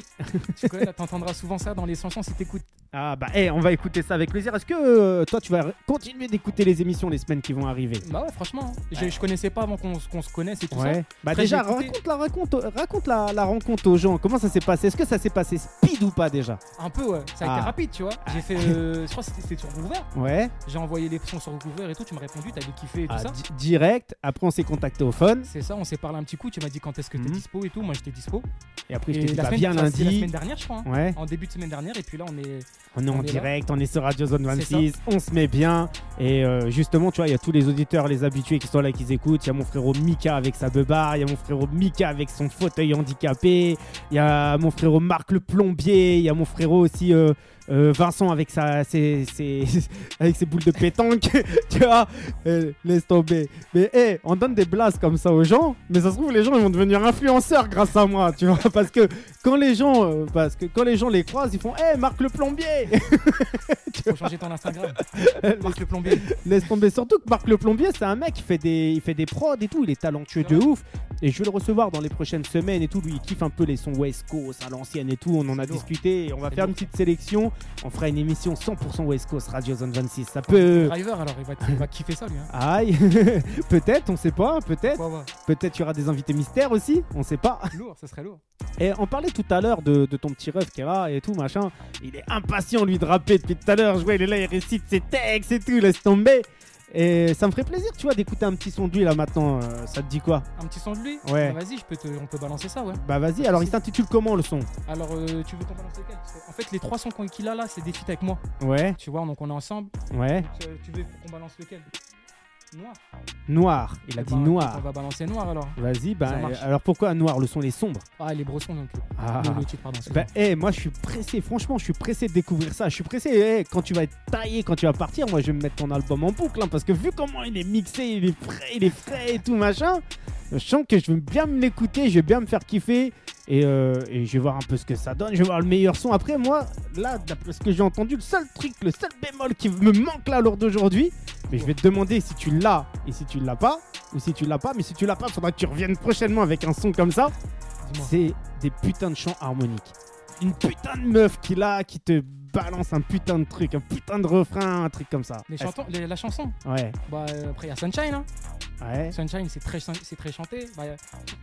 [SPEAKER 4] tu connais, là, t'entendras souvent ça dans les chansons si t'écoutes.
[SPEAKER 3] Ah bah, eh, on va écouter ça avec plaisir. Est-ce que euh, toi, tu vas continuer d'écouter les émissions les semaines qui vont arriver
[SPEAKER 4] Bah ouais, franchement, hein. je,
[SPEAKER 3] Ouais.
[SPEAKER 4] je connaissais pas avant qu'on s- qu'on se connaisse et tout ça.
[SPEAKER 3] Ouais. Bah
[SPEAKER 4] Après,
[SPEAKER 3] déjà,
[SPEAKER 4] j'ai écouté-
[SPEAKER 3] raconte, la, raconte, raconte la, la rencontre aux gens. Comment ça s'est passé Est-ce que ça s'est passé speed ou pas déjà
[SPEAKER 4] Un peu, ouais. Ça a
[SPEAKER 3] Ah.
[SPEAKER 4] été rapide, tu vois. J'ai fait. euh, je crois que c'était c'était sur Groover.
[SPEAKER 3] Ouais.
[SPEAKER 4] J'ai envoyé les sons sur Groover et tout. Tu m'as répondu, t'avais kiffé et tout
[SPEAKER 3] Ah,
[SPEAKER 4] ça.
[SPEAKER 3] di- direct. Après, on s'est contacté au phone.
[SPEAKER 4] C'est ça, on s'est parlé un petit coup. Tu m'as dit quand est-ce que t'es
[SPEAKER 3] Mhm.
[SPEAKER 4] dispo et tout. Moi, j'étais dispo.
[SPEAKER 3] Et après, je
[SPEAKER 4] Et
[SPEAKER 3] t'ai dit,
[SPEAKER 4] la
[SPEAKER 3] bah,
[SPEAKER 4] semaine-
[SPEAKER 3] viens
[SPEAKER 4] ça, c'est La
[SPEAKER 3] lundi.
[SPEAKER 4] semaine dernière, je crois. hein.
[SPEAKER 3] Ouais,
[SPEAKER 4] En début de semaine dernière. Et puis là, on est.
[SPEAKER 3] on est en
[SPEAKER 4] On est là.
[SPEAKER 3] direct, on est sur Radio Zone
[SPEAKER 4] C'est ça.
[SPEAKER 3] 26, on se met bien. Et euh, justement, tu vois, il y a tous les auditeurs, les habitués qui sont là, qui écoutent. Il y a mon frérot Mika avec sa beubare, il y a mon frérot Mika avec son fauteuil handicapé, il y a mon frérot Marc le plombier, il y a mon frérot aussi euh, euh, Vincent avec, sa, ses, ses- avec ses boules de pétanque. tu vois, Euh, laisse tomber. Mais hé, on donne des blases comme ça aux gens, mais ça se trouve, les gens ils vont devenir influenceurs grâce à moi, tu vois, parce que quand les gens, euh, parce que quand les gens les croisent, ils font Hé, Marc le plombier
[SPEAKER 4] Faut changer ton Instagram. Marc le plombier.
[SPEAKER 3] Laisse tomber. Surtout que Marc le Plombier, c'est un mec qui fait des, il fait des prods et tout. Il est talentueux de ouf. Et je vais le recevoir dans les prochaines semaines et tout. Lui, il kiffe un peu les sons West Coast à l'ancienne et tout. On en a
[SPEAKER 4] lourd.
[SPEAKER 3] discuté. Et on va
[SPEAKER 4] C'est
[SPEAKER 3] faire
[SPEAKER 4] lourd.
[SPEAKER 3] une petite sélection. On fera une émission 100% West Coast Radio Zone 26. Ça peut.
[SPEAKER 4] Driver, alors, il va, il va kiffer ça, lui. Hein.
[SPEAKER 3] Aïe, peut-être, on sait pas, hein, peut-être,
[SPEAKER 4] Ouais, ouais.
[SPEAKER 3] peut-être il y aura des invités mystères aussi, on sait pas.
[SPEAKER 4] Lourd, ça serait lourd.
[SPEAKER 3] Et on parlait tout à l'heure de, de ton petit ref qui est là et tout, machin. Il est impatient, lui, de rapper depuis tout à l'heure. Je vois, il est là, il récite ses textes et tout, laisse tomber. Et ça me ferait plaisir, tu vois, d'écouter un petit son de lui, là, maintenant. Euh, ça te dit quoi
[SPEAKER 4] Un petit son de lui
[SPEAKER 3] Ouais.
[SPEAKER 4] Ah, Vas-y, je peux te- on peut balancer ça, ouais.
[SPEAKER 3] Bah, vas-y, alors il s'intitule comment le son
[SPEAKER 4] Alors, euh, tu veux qu'on balance lequel Parce que, En fait, les trois sons qu'on- qu'il a là, c'est des feats avec moi.
[SPEAKER 3] Ouais,
[SPEAKER 4] Tu vois, donc on est ensemble.
[SPEAKER 3] ouais.
[SPEAKER 4] Donc, euh, tu veux qu'on balance lequel Noir.
[SPEAKER 3] Noir, il a
[SPEAKER 4] Eh
[SPEAKER 3] dit
[SPEAKER 4] ben,
[SPEAKER 3] noir.
[SPEAKER 4] On va balancer noir alors.
[SPEAKER 3] Vas-y, bah,
[SPEAKER 4] Ça marche.
[SPEAKER 3] euh, alors pourquoi noir Le son, il est sombre.
[SPEAKER 4] Ah, les brossons donc.
[SPEAKER 3] Ah.
[SPEAKER 4] Le, le titre, pardon.
[SPEAKER 3] Bah, eh, moi je suis pressé, franchement, je suis pressé de découvrir ça. Je suis pressé, eh, quand tu vas être taillé, quand tu vas partir, moi je vais me mettre ton album en boucle, hein, parce que vu comment il est mixé, il est frais, il est frais et tout machin, je sens que je vais bien me l'écouter, je vais bien me faire kiffer, et, euh, et je vais voir un peu ce que ça donne, je vais voir le meilleur son. Après, moi, là, d'après ce que j'ai entendu, le seul truc, le seul bémol qui me manque là lors d'aujourd'hui, mais je vais te demander si tu l'as et si tu l'as pas, ou si tu l'as pas, mais si tu l'as pas, faudra que tu reviennes prochainement avec un son comme ça
[SPEAKER 4] dis-moi.
[SPEAKER 3] c'est des putains de chants harmoniques. Une putain de meuf qui là, qui te balance un putain de truc, un putain de refrain, un truc comme ça.
[SPEAKER 4] Les chantons, les- la chanson.
[SPEAKER 3] Ouais.
[SPEAKER 4] Bah, euh, après, il y a Sunshine. Hein.
[SPEAKER 3] Ouais.
[SPEAKER 4] Sunshine, c'est très, c'est très chanté. Bah,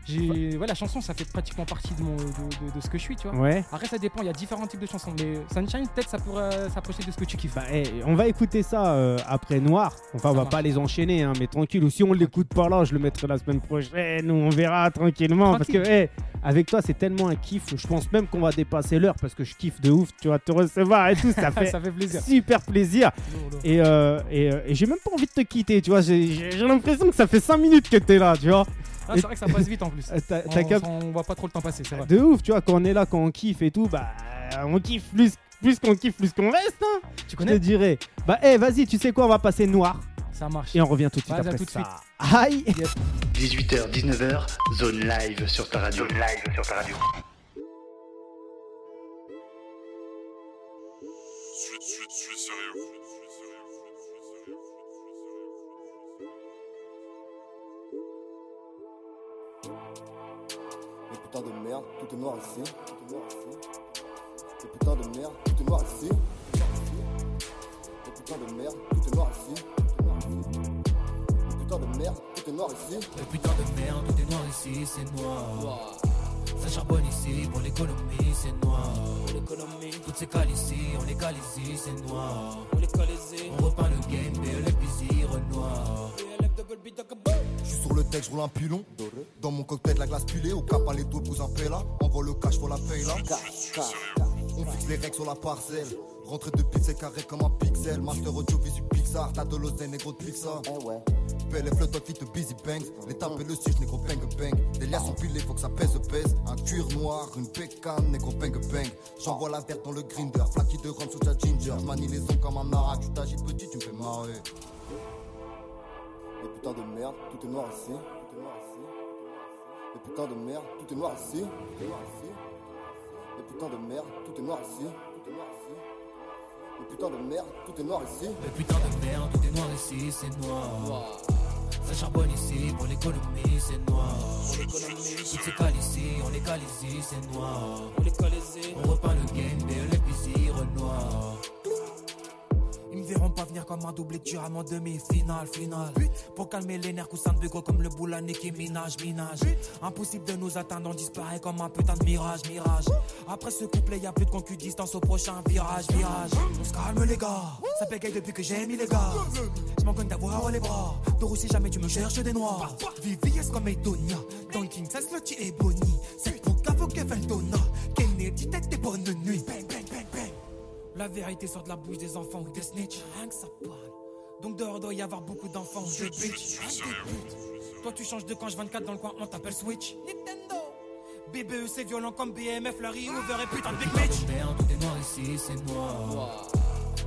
[SPEAKER 4] j'ai, ouais, la chanson, ça fait pratiquement partie de, mon, de, de- de ce que je suis, tu vois.
[SPEAKER 3] Ouais.
[SPEAKER 4] Après, ça dépend, il y a différents types de chansons. Mais Sunshine, peut-être, ça pourrait euh, s'approcher de ce que tu kiffes.
[SPEAKER 3] Bah, eh, on va écouter ça euh, après Noir. Enfin, on va
[SPEAKER 4] marche.
[SPEAKER 3] pas les enchaîner, hein, mais tranquille. Ou si on l'écoute pas là, je le mettrai la semaine prochaine. Ou on verra tranquillement. Parce que, eh, avec toi, c'est tellement un kiff. Je pense même qu'on va dépasser l'heure parce que je kiffe de ouf. Tu vas te recevoir et tout. Ça fait
[SPEAKER 4] ça fait plaisir.
[SPEAKER 3] super plaisir.
[SPEAKER 4] Lourd, lourd.
[SPEAKER 3] Et, euh, et, euh, et j'ai même pas envie de te quitter. Tu vois, j'ai j'ai- j'ai l'impression que ça fait 5 minutes que t'es là. Tu vois,
[SPEAKER 4] Ah, c'est vrai que ça passe vite en plus.
[SPEAKER 3] Euh, t'as
[SPEAKER 4] On,
[SPEAKER 3] t'as cap-
[SPEAKER 4] on voit pas trop le temps passer, c'est vrai.
[SPEAKER 3] de ouf. Tu vois, quand on est là, quand on kiffe et tout, bah, on kiffe plus, plus qu'on kiffe, plus qu'on reste. Hein,
[SPEAKER 4] Tu
[SPEAKER 3] je te
[SPEAKER 4] connais
[SPEAKER 3] dirais. Bah, eh, vas-y, tu sais quoi, on va passer Noir.
[SPEAKER 4] Ça marche.
[SPEAKER 3] Et on revient tout de suite
[SPEAKER 4] Vas-y, à
[SPEAKER 3] après
[SPEAKER 4] tout de
[SPEAKER 3] ça. Aïe
[SPEAKER 1] 18h, 19h, zone live sur ta radio. Zone live sur ta radio.
[SPEAKER 6] suis, suis, suis sérieux. Je suis sérieux. Je suis sérieux. Je suis sérieux.
[SPEAKER 7] Les putains de merde, tout est noir ici. Tout est noir ici. Les putains de merde, tout est noir ici. Les putains de merde, tout est noir ici. Les putains de merde, tout est noir ici.
[SPEAKER 5] Et putain de merde, tout est noir ici, c'est noir. Ça charbonne ici, pour l'économie, c'est noir. Pour l'économie, toutes ces cales ici, on les cale ici, c'est noir. On les cale ici, on repeint le game, BLF busy, renoir.
[SPEAKER 8] Je suis sur le deck, je roule un pilon. Dans mon cocktail, la glace pilée. Au cap, à les deux pose un pella. Envoie le cash pour la paye là. On fixe les règles sur la parcelle. Rentrée de pizza carré comme un pixel. Master audio visu Pixar. T'as de l'os des négro de Pixar.
[SPEAKER 7] Eh ouais.
[SPEAKER 8] Belle et flotte, fit busy bangs. Les tapes et le sucre, négro bang bang. Des liasses empilées, faut que ça pèse, pèse. Un cuir noir, une bécane, négro bang bang. J'envoie la verte dans le grinder. Flaky de rhum sous ta ginger. Je manie les ondes comme un arabe. Tu t'agites petit, tu me fais marrer.
[SPEAKER 7] Les putains de merde, tout est noir ici. Tout est noir ici. Les putains de merde, tout est noir ici. Tout est noir ici. Les putains de merde, tout est noir ici. Tout est noir ici. Les putains de merde, tout est noir ici.
[SPEAKER 5] Et putain de merde, tout est noir ici, c'est noir. Ça charbonne ici, pour l'économie, c'est noir. Pour l'économie, toutes ces cales ici, on les cale ici, c'est noir. On les cale ici, on repeint le game, BLF busy, renoir. Ils me verront pas venir comme un doublé dur à mon demi-finale, finale. Pour calmer les nerfs, coussin de bugo comme le boulané qui minage, minage. Impossible de nous atteindre, on disparaît comme un putain de mirage, mirage. Après ce couplet, y a plus de concu distance au prochain virage, virage. On se calme les gars, ça bégaye depuis que j'ai mis les gars. Je m'en cogne d'avoir les bras. Doro, si jamais tu me cherches des noirs. VVS comme Edonia, dans King, ça Slotty et Bonnie. C'est pour Gavo que Feldona. Kennedy, tête des bonnes nuits. Bang, bang, bang, bang. La vérité sort de la bouche des enfants ou des snitch. Rien que ça parle. Donc dehors doit y avoir beaucoup d'enfants ou des bitches. Rien que des bitches. Toi tu changes de canche 24 dans le coin, on t'appelle Switch. Nintendo. BBE c'est violent comme BMF, Larry Hoover et putain de Big Mitch. Merde, tout est noir ici, c'est noir.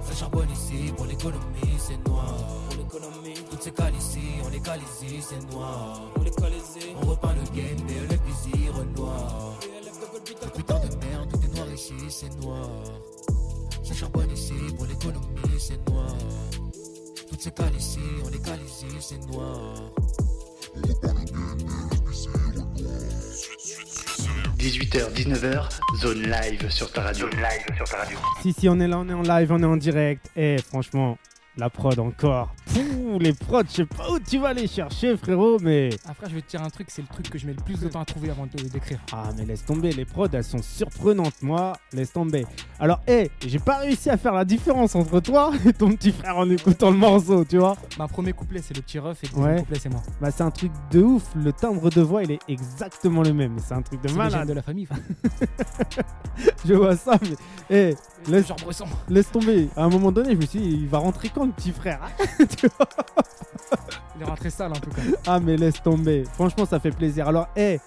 [SPEAKER 5] Ça charbonne ici, pour l'économie, c'est noir. Pour l'économie, toutes ces cales ici, on les cale ici, c'est noir. On les cale ici, on repeint le game, BLF busy, renoir. Putain de merde, tout est noir ici, c'est noir. Ça charbonne ici, pour l'économie, c'est noir. Toutes ces cales ici, on les cale ici, c'est noir.
[SPEAKER 1] 18h, 19h, zone live sur ta radio. Zone live sur ta radio.
[SPEAKER 3] Si, si, on est là, on est en live, on est en direct. Et franchement, la prod encore. Pouh, les prods, je sais pas où tu vas les chercher, frérot, mais.
[SPEAKER 4] Après, je vais te dire un truc, c'est le truc que je mets le plus de temps à trouver avant de d'écrire.
[SPEAKER 3] Ah, mais laisse tomber, les prods, elles sont surprenantes, moi. Laisse tomber. Alors, hé, j'ai pas réussi à faire la différence entre toi et ton petit frère en écoutant le morceau, tu vois.
[SPEAKER 4] Ma premier couplet, c'est le petit ref, et le
[SPEAKER 3] Ouais.
[SPEAKER 4] deuxième couplet, c'est moi.
[SPEAKER 3] Bah, c'est un truc de ouf. Le timbre de voix, il est exactement le même. C'est un truc de
[SPEAKER 4] C'est les gènes
[SPEAKER 3] malade.
[SPEAKER 4] de la famille. enfin.
[SPEAKER 3] Je vois ça, mais. hé, laisse,
[SPEAKER 4] Genre Bresson.
[SPEAKER 3] laisse tomber. À un moment donné, je me suis dit, il va rentrer quand, le petit frère Tu vois
[SPEAKER 4] Il est rentré sale un peu quand même.
[SPEAKER 3] Ah mais laisse tomber, franchement ça fait plaisir. Alors hé,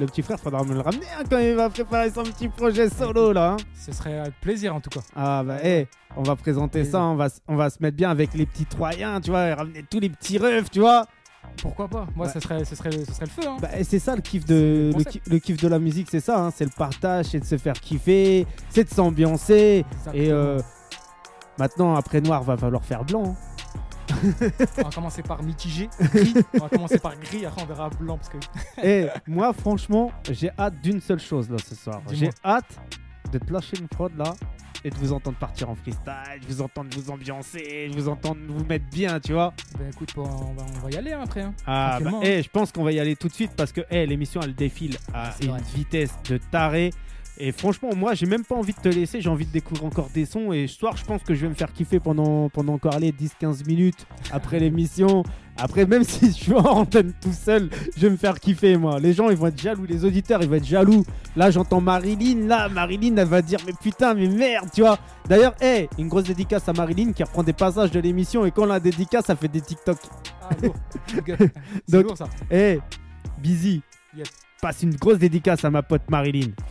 [SPEAKER 3] le petit frère faudra me le ramener hein, quand il va préparer son petit projet solo là. hein.
[SPEAKER 4] Ce serait avec plaisir en tout cas.
[SPEAKER 3] Ah bah hé, on va présenter
[SPEAKER 4] Oui.
[SPEAKER 3] ça, on va, s- on va se mettre bien avec les petits Troyens, tu vois, et ramener tous les petits refs, tu vois.
[SPEAKER 4] Pourquoi pas Moi,
[SPEAKER 3] Ouais.
[SPEAKER 4] ce, serait, ce, serait, ce serait le feu. Hein.
[SPEAKER 3] Bah eh, c'est ça le kiff de
[SPEAKER 4] C'est le
[SPEAKER 3] le,
[SPEAKER 4] concept.
[SPEAKER 3] ki- le kiff de la musique, c'est ça, hein, c'est le partage, c'est de se faire kiffer, c'est de s'ambiancer. Et
[SPEAKER 4] Exactement.
[SPEAKER 3] euh, maintenant après noir va falloir faire blanc. hein.
[SPEAKER 4] On va commencer par mitigé, gris. on va commencer par gris, après on verra blanc. Parce que
[SPEAKER 3] Et moi franchement j'ai hâte d'une seule chose là ce soir.
[SPEAKER 4] Dis-moi.
[SPEAKER 3] J'ai hâte de te lâcher une prod là et de vous entendre partir en freestyle, de vous entendre vous ambiancer, de vous entendre vous mettre bien, tu vois.
[SPEAKER 4] Ben écoute, bon, on, va, on va y aller hein, après. hein.
[SPEAKER 3] Ah, bah,
[SPEAKER 4] Tranquillement,
[SPEAKER 3] eh, je pense qu'on va y aller tout de suite parce que eh, l'émission elle défile à
[SPEAKER 4] C'est
[SPEAKER 3] une
[SPEAKER 4] vrai.
[SPEAKER 3] vitesse de taré. Et franchement, moi j'ai même pas envie de te laisser, j'ai envie de découvrir encore des sons. Et ce soir, je pense que je vais me faire kiffer pendant, pendant encore les 10-15 minutes après l'émission. Après, même si je suis en antenne tout seul, je vais me faire kiffer moi. Les gens ils vont être jaloux, les auditeurs ils vont être jaloux. Là, j'entends Marilyn, là, Marilyn elle va dire Mais putain, mais merde, tu vois. D'ailleurs, eh, une grosse dédicace à Marilyn qui reprend des passages de l'émission. Et quand on la dédicace, ça fait des TikTok.
[SPEAKER 4] Ah, lourd. Big up. C'est
[SPEAKER 3] Donc-
[SPEAKER 4] lourd ça.
[SPEAKER 3] Eh, Busy,
[SPEAKER 4] Yes.
[SPEAKER 3] passe une grosse dédicace à ma pote Marilyn.
[SPEAKER 4] hein.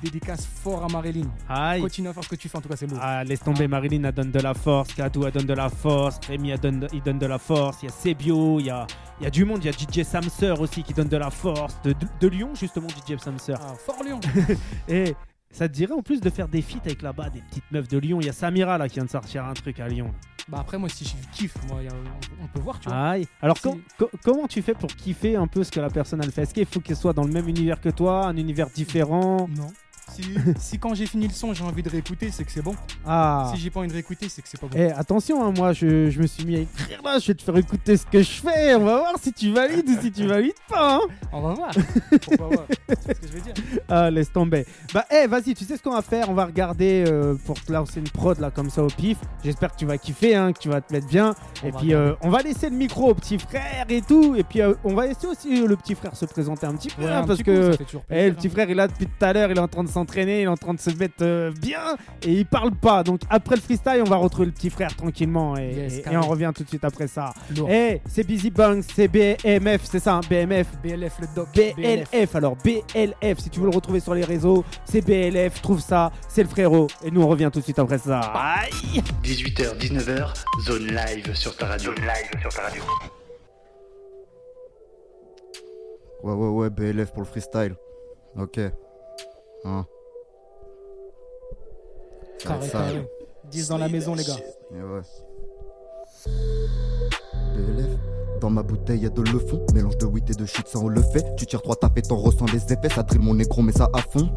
[SPEAKER 4] Dédicace fort à Marilyn.
[SPEAKER 3] Aïe.
[SPEAKER 4] Continue à faire ce que tu fais, en tout cas, c'est lourd.
[SPEAKER 3] Ah, laisse tomber, Marilyn, elle donne de la force. Kadou, elle donne de la force. Rémi, elle donne de, il donne de la force. Il y a Sebio, il y a, il y a du monde. Il y a DJ Samser aussi qui donne de la force. De, de, de Lyon, justement, DJ Samser.
[SPEAKER 4] Ah, fort Lyon.
[SPEAKER 3] Et Eh, ça te dirait en plus de faire des feats avec là-bas des petites meufs de Lyon. Il y a Samira là qui vient de sortir un truc à Lyon.
[SPEAKER 4] bah après, moi, si je kiffe, moi, y a- on peut voir, tu vois.
[SPEAKER 3] Aïe. Alors,
[SPEAKER 4] Si.
[SPEAKER 3] com- co- comment tu fais pour kiffer un peu ce que la personne elle fait Est-ce qu'il faut qu'elle soit dans le même univers que toi, un univers différent
[SPEAKER 4] Non. Si, si quand j'ai fini le son, j'ai envie de réécouter, c'est que c'est bon.
[SPEAKER 3] Ah.
[SPEAKER 4] Si j'ai pas envie de réécouter, c'est que c'est pas bon.
[SPEAKER 3] Eh attention, hein, moi je, je me suis mis à écrire là, je vais te faire écouter ce que je fais, on va voir si tu valides ou si tu valides pas. hein.
[SPEAKER 4] On va voir. Pourquoi voir C'est ce que je veux dire.
[SPEAKER 3] Ah, laisse tomber. Bah, eh, vas-y, tu sais ce qu'on va faire, on va regarder euh, pour te lancer une prod là comme ça au pif. J'espère que tu vas kiffer, hein, que tu vas te mettre bien.
[SPEAKER 4] On
[SPEAKER 3] et
[SPEAKER 4] va
[SPEAKER 3] puis euh, on va laisser le micro au petit frère et tout. Et puis euh, on va laisser aussi le petit frère se présenter un petit peu
[SPEAKER 4] Ouais,
[SPEAKER 3] hein,
[SPEAKER 4] un
[SPEAKER 3] parce
[SPEAKER 4] petit coup,
[SPEAKER 3] que.
[SPEAKER 4] ça fait toujours
[SPEAKER 3] Eh,
[SPEAKER 4] plaisir,
[SPEAKER 3] le petit
[SPEAKER 4] hein.
[SPEAKER 3] frère, il est là depuis tout à l'heure, il est en train de s'entraîner, il est en train de se mettre euh, bien et il parle pas. Donc après le freestyle, on va retrouver le petit frère tranquillement et,
[SPEAKER 4] Yes,
[SPEAKER 3] et- et
[SPEAKER 4] carrément.
[SPEAKER 3] on revient tout de suite après ça.
[SPEAKER 4] Lourd.
[SPEAKER 3] Eh, c'est Busy Banks, c'est BMF, c'est ça, hein, BMF.
[SPEAKER 4] BLF, le doc. BLF.
[SPEAKER 3] BLF, alors BLF, si tu veux le retrouver sur les réseaux, c'est BLF, trouve ça, c'est le frérot. Et nous, on revient tout de suite après ça. Aïe
[SPEAKER 1] 18h, 19h, zone live sur ta radio. live sur ta radio.
[SPEAKER 8] Ouais, ouais, ouais, BLF pour le freestyle. Ok. Hein.
[SPEAKER 4] Carré,
[SPEAKER 8] Ouais, ça.
[SPEAKER 4] carré. 10 dans la maison, les gars.
[SPEAKER 8] Et ouais. BLF. Dans ma bouteille, y a de le fond. Mélange de wheat et de shit, ça on le fait. Tu tires trois tapes et t'en ressens les effets. Ça drille mon négro, mais ça à fond.